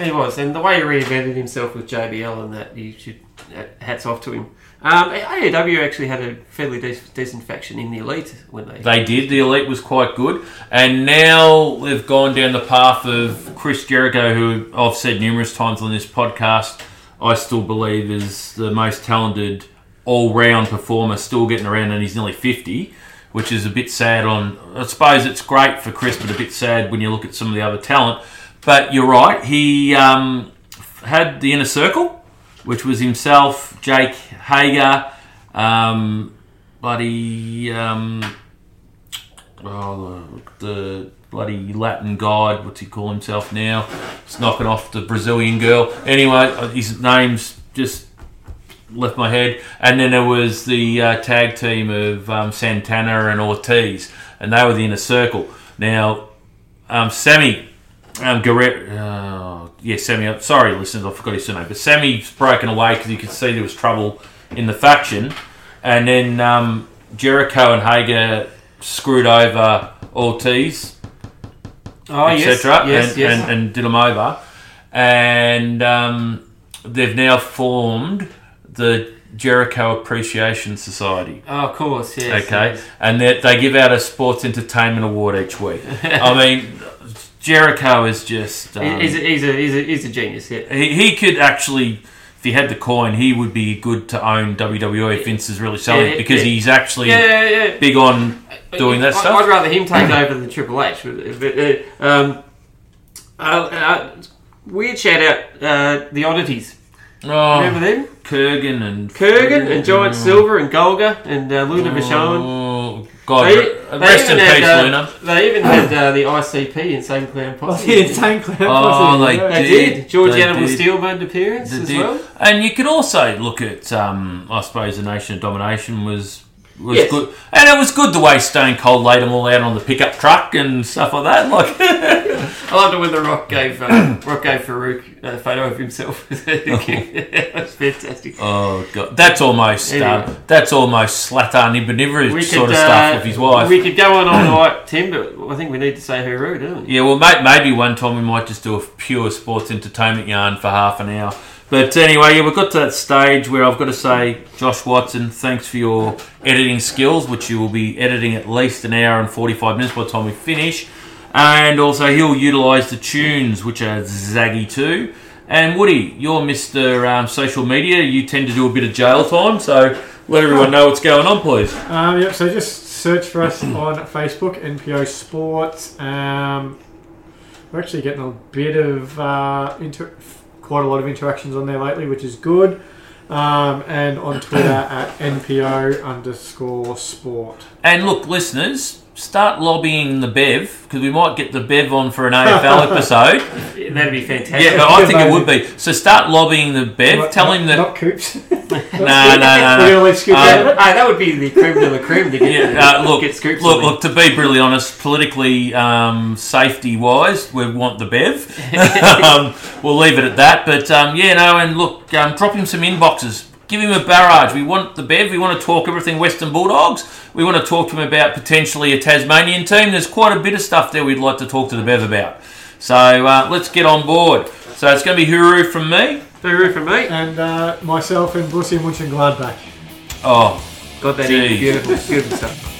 [SPEAKER 3] He was, and the way he reinvented himself with JBL and that, you should uh, hats off to him. Um, AEW actually had a fairly dec decent faction in the elite when they.
[SPEAKER 1] They did. The elite was quite good, and now they've gone down the path of Chris Jericho, who I've said numerous times on this podcast. I still believe is the most talented all-round performer, still getting around, and he's nearly fifty, which is a bit sad. On I suppose it's great for Chris, but a bit sad when you look at some of the other talent. But you're right. He um, had the inner circle, which was himself, Jake Hager. Um, bloody um, oh, the, the bloody Latin god, what's he call himself now? He's knocking off the Brazilian girl. Anyway, uh, his name's just left my head. And then there was the uh, tag team of um, Santana and Ortiz, and they were the inner circle. Now, um, Sammy. Um, Garrett, oh, yeah, Sammy. I'm sorry, listeners, I forgot his surname. But Sammy's broken away because you could see there was trouble in the faction. And then um, Jericho and Hager screwed over Ortiz,
[SPEAKER 3] oh yes,
[SPEAKER 1] etc.,
[SPEAKER 3] yes,
[SPEAKER 1] and,
[SPEAKER 3] yes.
[SPEAKER 1] and, and did them over. And um, they've now formed the Jericho Appreciation Society.
[SPEAKER 3] oh, of course, yes.
[SPEAKER 1] Okay,
[SPEAKER 3] yes.
[SPEAKER 1] and they, they give out a sports entertainment award each week. I mean, Jericho is just. Um,
[SPEAKER 3] He- He's, a, he's, a, he's, a, he's a genius. Yeah.
[SPEAKER 1] he, he could actually, if he had the coin, he would be good to own WWE if Vince is really selling
[SPEAKER 3] Yeah,
[SPEAKER 1] it because
[SPEAKER 3] yeah.
[SPEAKER 1] he's actually
[SPEAKER 3] Yeah, yeah, yeah.
[SPEAKER 1] big on
[SPEAKER 3] But
[SPEAKER 1] doing that
[SPEAKER 3] I,
[SPEAKER 1] stuff.
[SPEAKER 3] I'd rather him take over than Triple H. But, but, uh, um, uh, uh, weird shout out uh, the oddities. Remember
[SPEAKER 1] oh, Mm.
[SPEAKER 3] them?
[SPEAKER 1] Kurgan and
[SPEAKER 3] Kurgan and Giant Silver and Golga and uh, Luna
[SPEAKER 1] Mm.
[SPEAKER 3] Vachon.
[SPEAKER 1] Oh, God,
[SPEAKER 3] They-
[SPEAKER 1] re-
[SPEAKER 3] they
[SPEAKER 1] rest in
[SPEAKER 3] even
[SPEAKER 1] peace,
[SPEAKER 3] had, uh,
[SPEAKER 1] Luna.
[SPEAKER 3] They even had uh, the ICP Insane Clown Posse.
[SPEAKER 5] insane clown
[SPEAKER 1] Oh,
[SPEAKER 5] posse,
[SPEAKER 1] they
[SPEAKER 5] yeah.
[SPEAKER 3] They
[SPEAKER 1] did.
[SPEAKER 3] did. George
[SPEAKER 1] They
[SPEAKER 3] Animal
[SPEAKER 1] did.
[SPEAKER 3] Steel made an appearance
[SPEAKER 1] The
[SPEAKER 3] as
[SPEAKER 1] deal.
[SPEAKER 3] well.
[SPEAKER 1] And you could also look at, um, I suppose, the Nation of Domination was was
[SPEAKER 3] Yes.
[SPEAKER 1] good, and it was good the way Stone Cold laid them all out on the pickup truck and stuff like that. Like,
[SPEAKER 3] I loved it when The Rock gave uh, Rock gave Farouk a photo of himself. It was fantastic.
[SPEAKER 1] oh god, that's almost uh,
[SPEAKER 3] Anyway.
[SPEAKER 1] that's almost Slatan Ibrahimovic sort of stuff
[SPEAKER 3] uh,
[SPEAKER 1] with his wife.
[SPEAKER 3] We could go on all night, Tim, but I think we need to say hooroo, don't we?
[SPEAKER 1] Yeah, well, may- maybe one time we might just do a pure sports entertainment yarn for half an hour. But anyway, yeah, we've got to that stage where I've got to say, Josh Watson, thanks for your editing skills, which you will be editing at least an hour and 45 minutes by the time we finish. And also, he'll utilise the tunes, which are zaggy too. And Woody, you're Mr. Um, social media. You tend to do a bit of jail time, so let everyone know what's going on, please.
[SPEAKER 2] Um, yep, so just search for us on Facebook, NPO Sports. Um, we're actually getting a bit of uh, inter- quite a lot of interactions on there lately, which is good. Um, and on Twitter at NPO underscore sport.
[SPEAKER 1] And look, listeners, start lobbying the Bev because we might get the Bev on for an AFL episode.
[SPEAKER 3] That'd be fantastic.
[SPEAKER 1] Yeah, but I think it would be. So start lobbying the Bev.
[SPEAKER 2] Not-
[SPEAKER 1] Tell
[SPEAKER 2] not-
[SPEAKER 1] him that.
[SPEAKER 2] Not Coops.
[SPEAKER 1] No, no, no, no.
[SPEAKER 2] We're going to leave Scoop
[SPEAKER 1] Um,
[SPEAKER 2] out of
[SPEAKER 3] That, ah, that would be the cream de la cream to get,
[SPEAKER 1] Yeah, uh, look,
[SPEAKER 3] get scoops.
[SPEAKER 1] Look,
[SPEAKER 3] on
[SPEAKER 1] look. To be brutally honest, politically, um, safety-wise, we want the bev. um, we'll leave it at that. But um, yeah, no, and look, um, drop him some inboxes. Give him a barrage. We want the bev. We want to talk everything Western Bulldogs. We want to talk to him about potentially a Tasmanian team. There's quite a bit of stuff there we'd like to talk to the bev about. So uh, let's get on board. So it's going to be hooroo from me.
[SPEAKER 3] it. Hooroo for me.
[SPEAKER 2] and uh, myself and Brucey and Munchen Gladbach.
[SPEAKER 1] Oh,
[SPEAKER 3] Got that
[SPEAKER 1] Jeez.
[SPEAKER 3] in. Beautiful, beautiful stuff.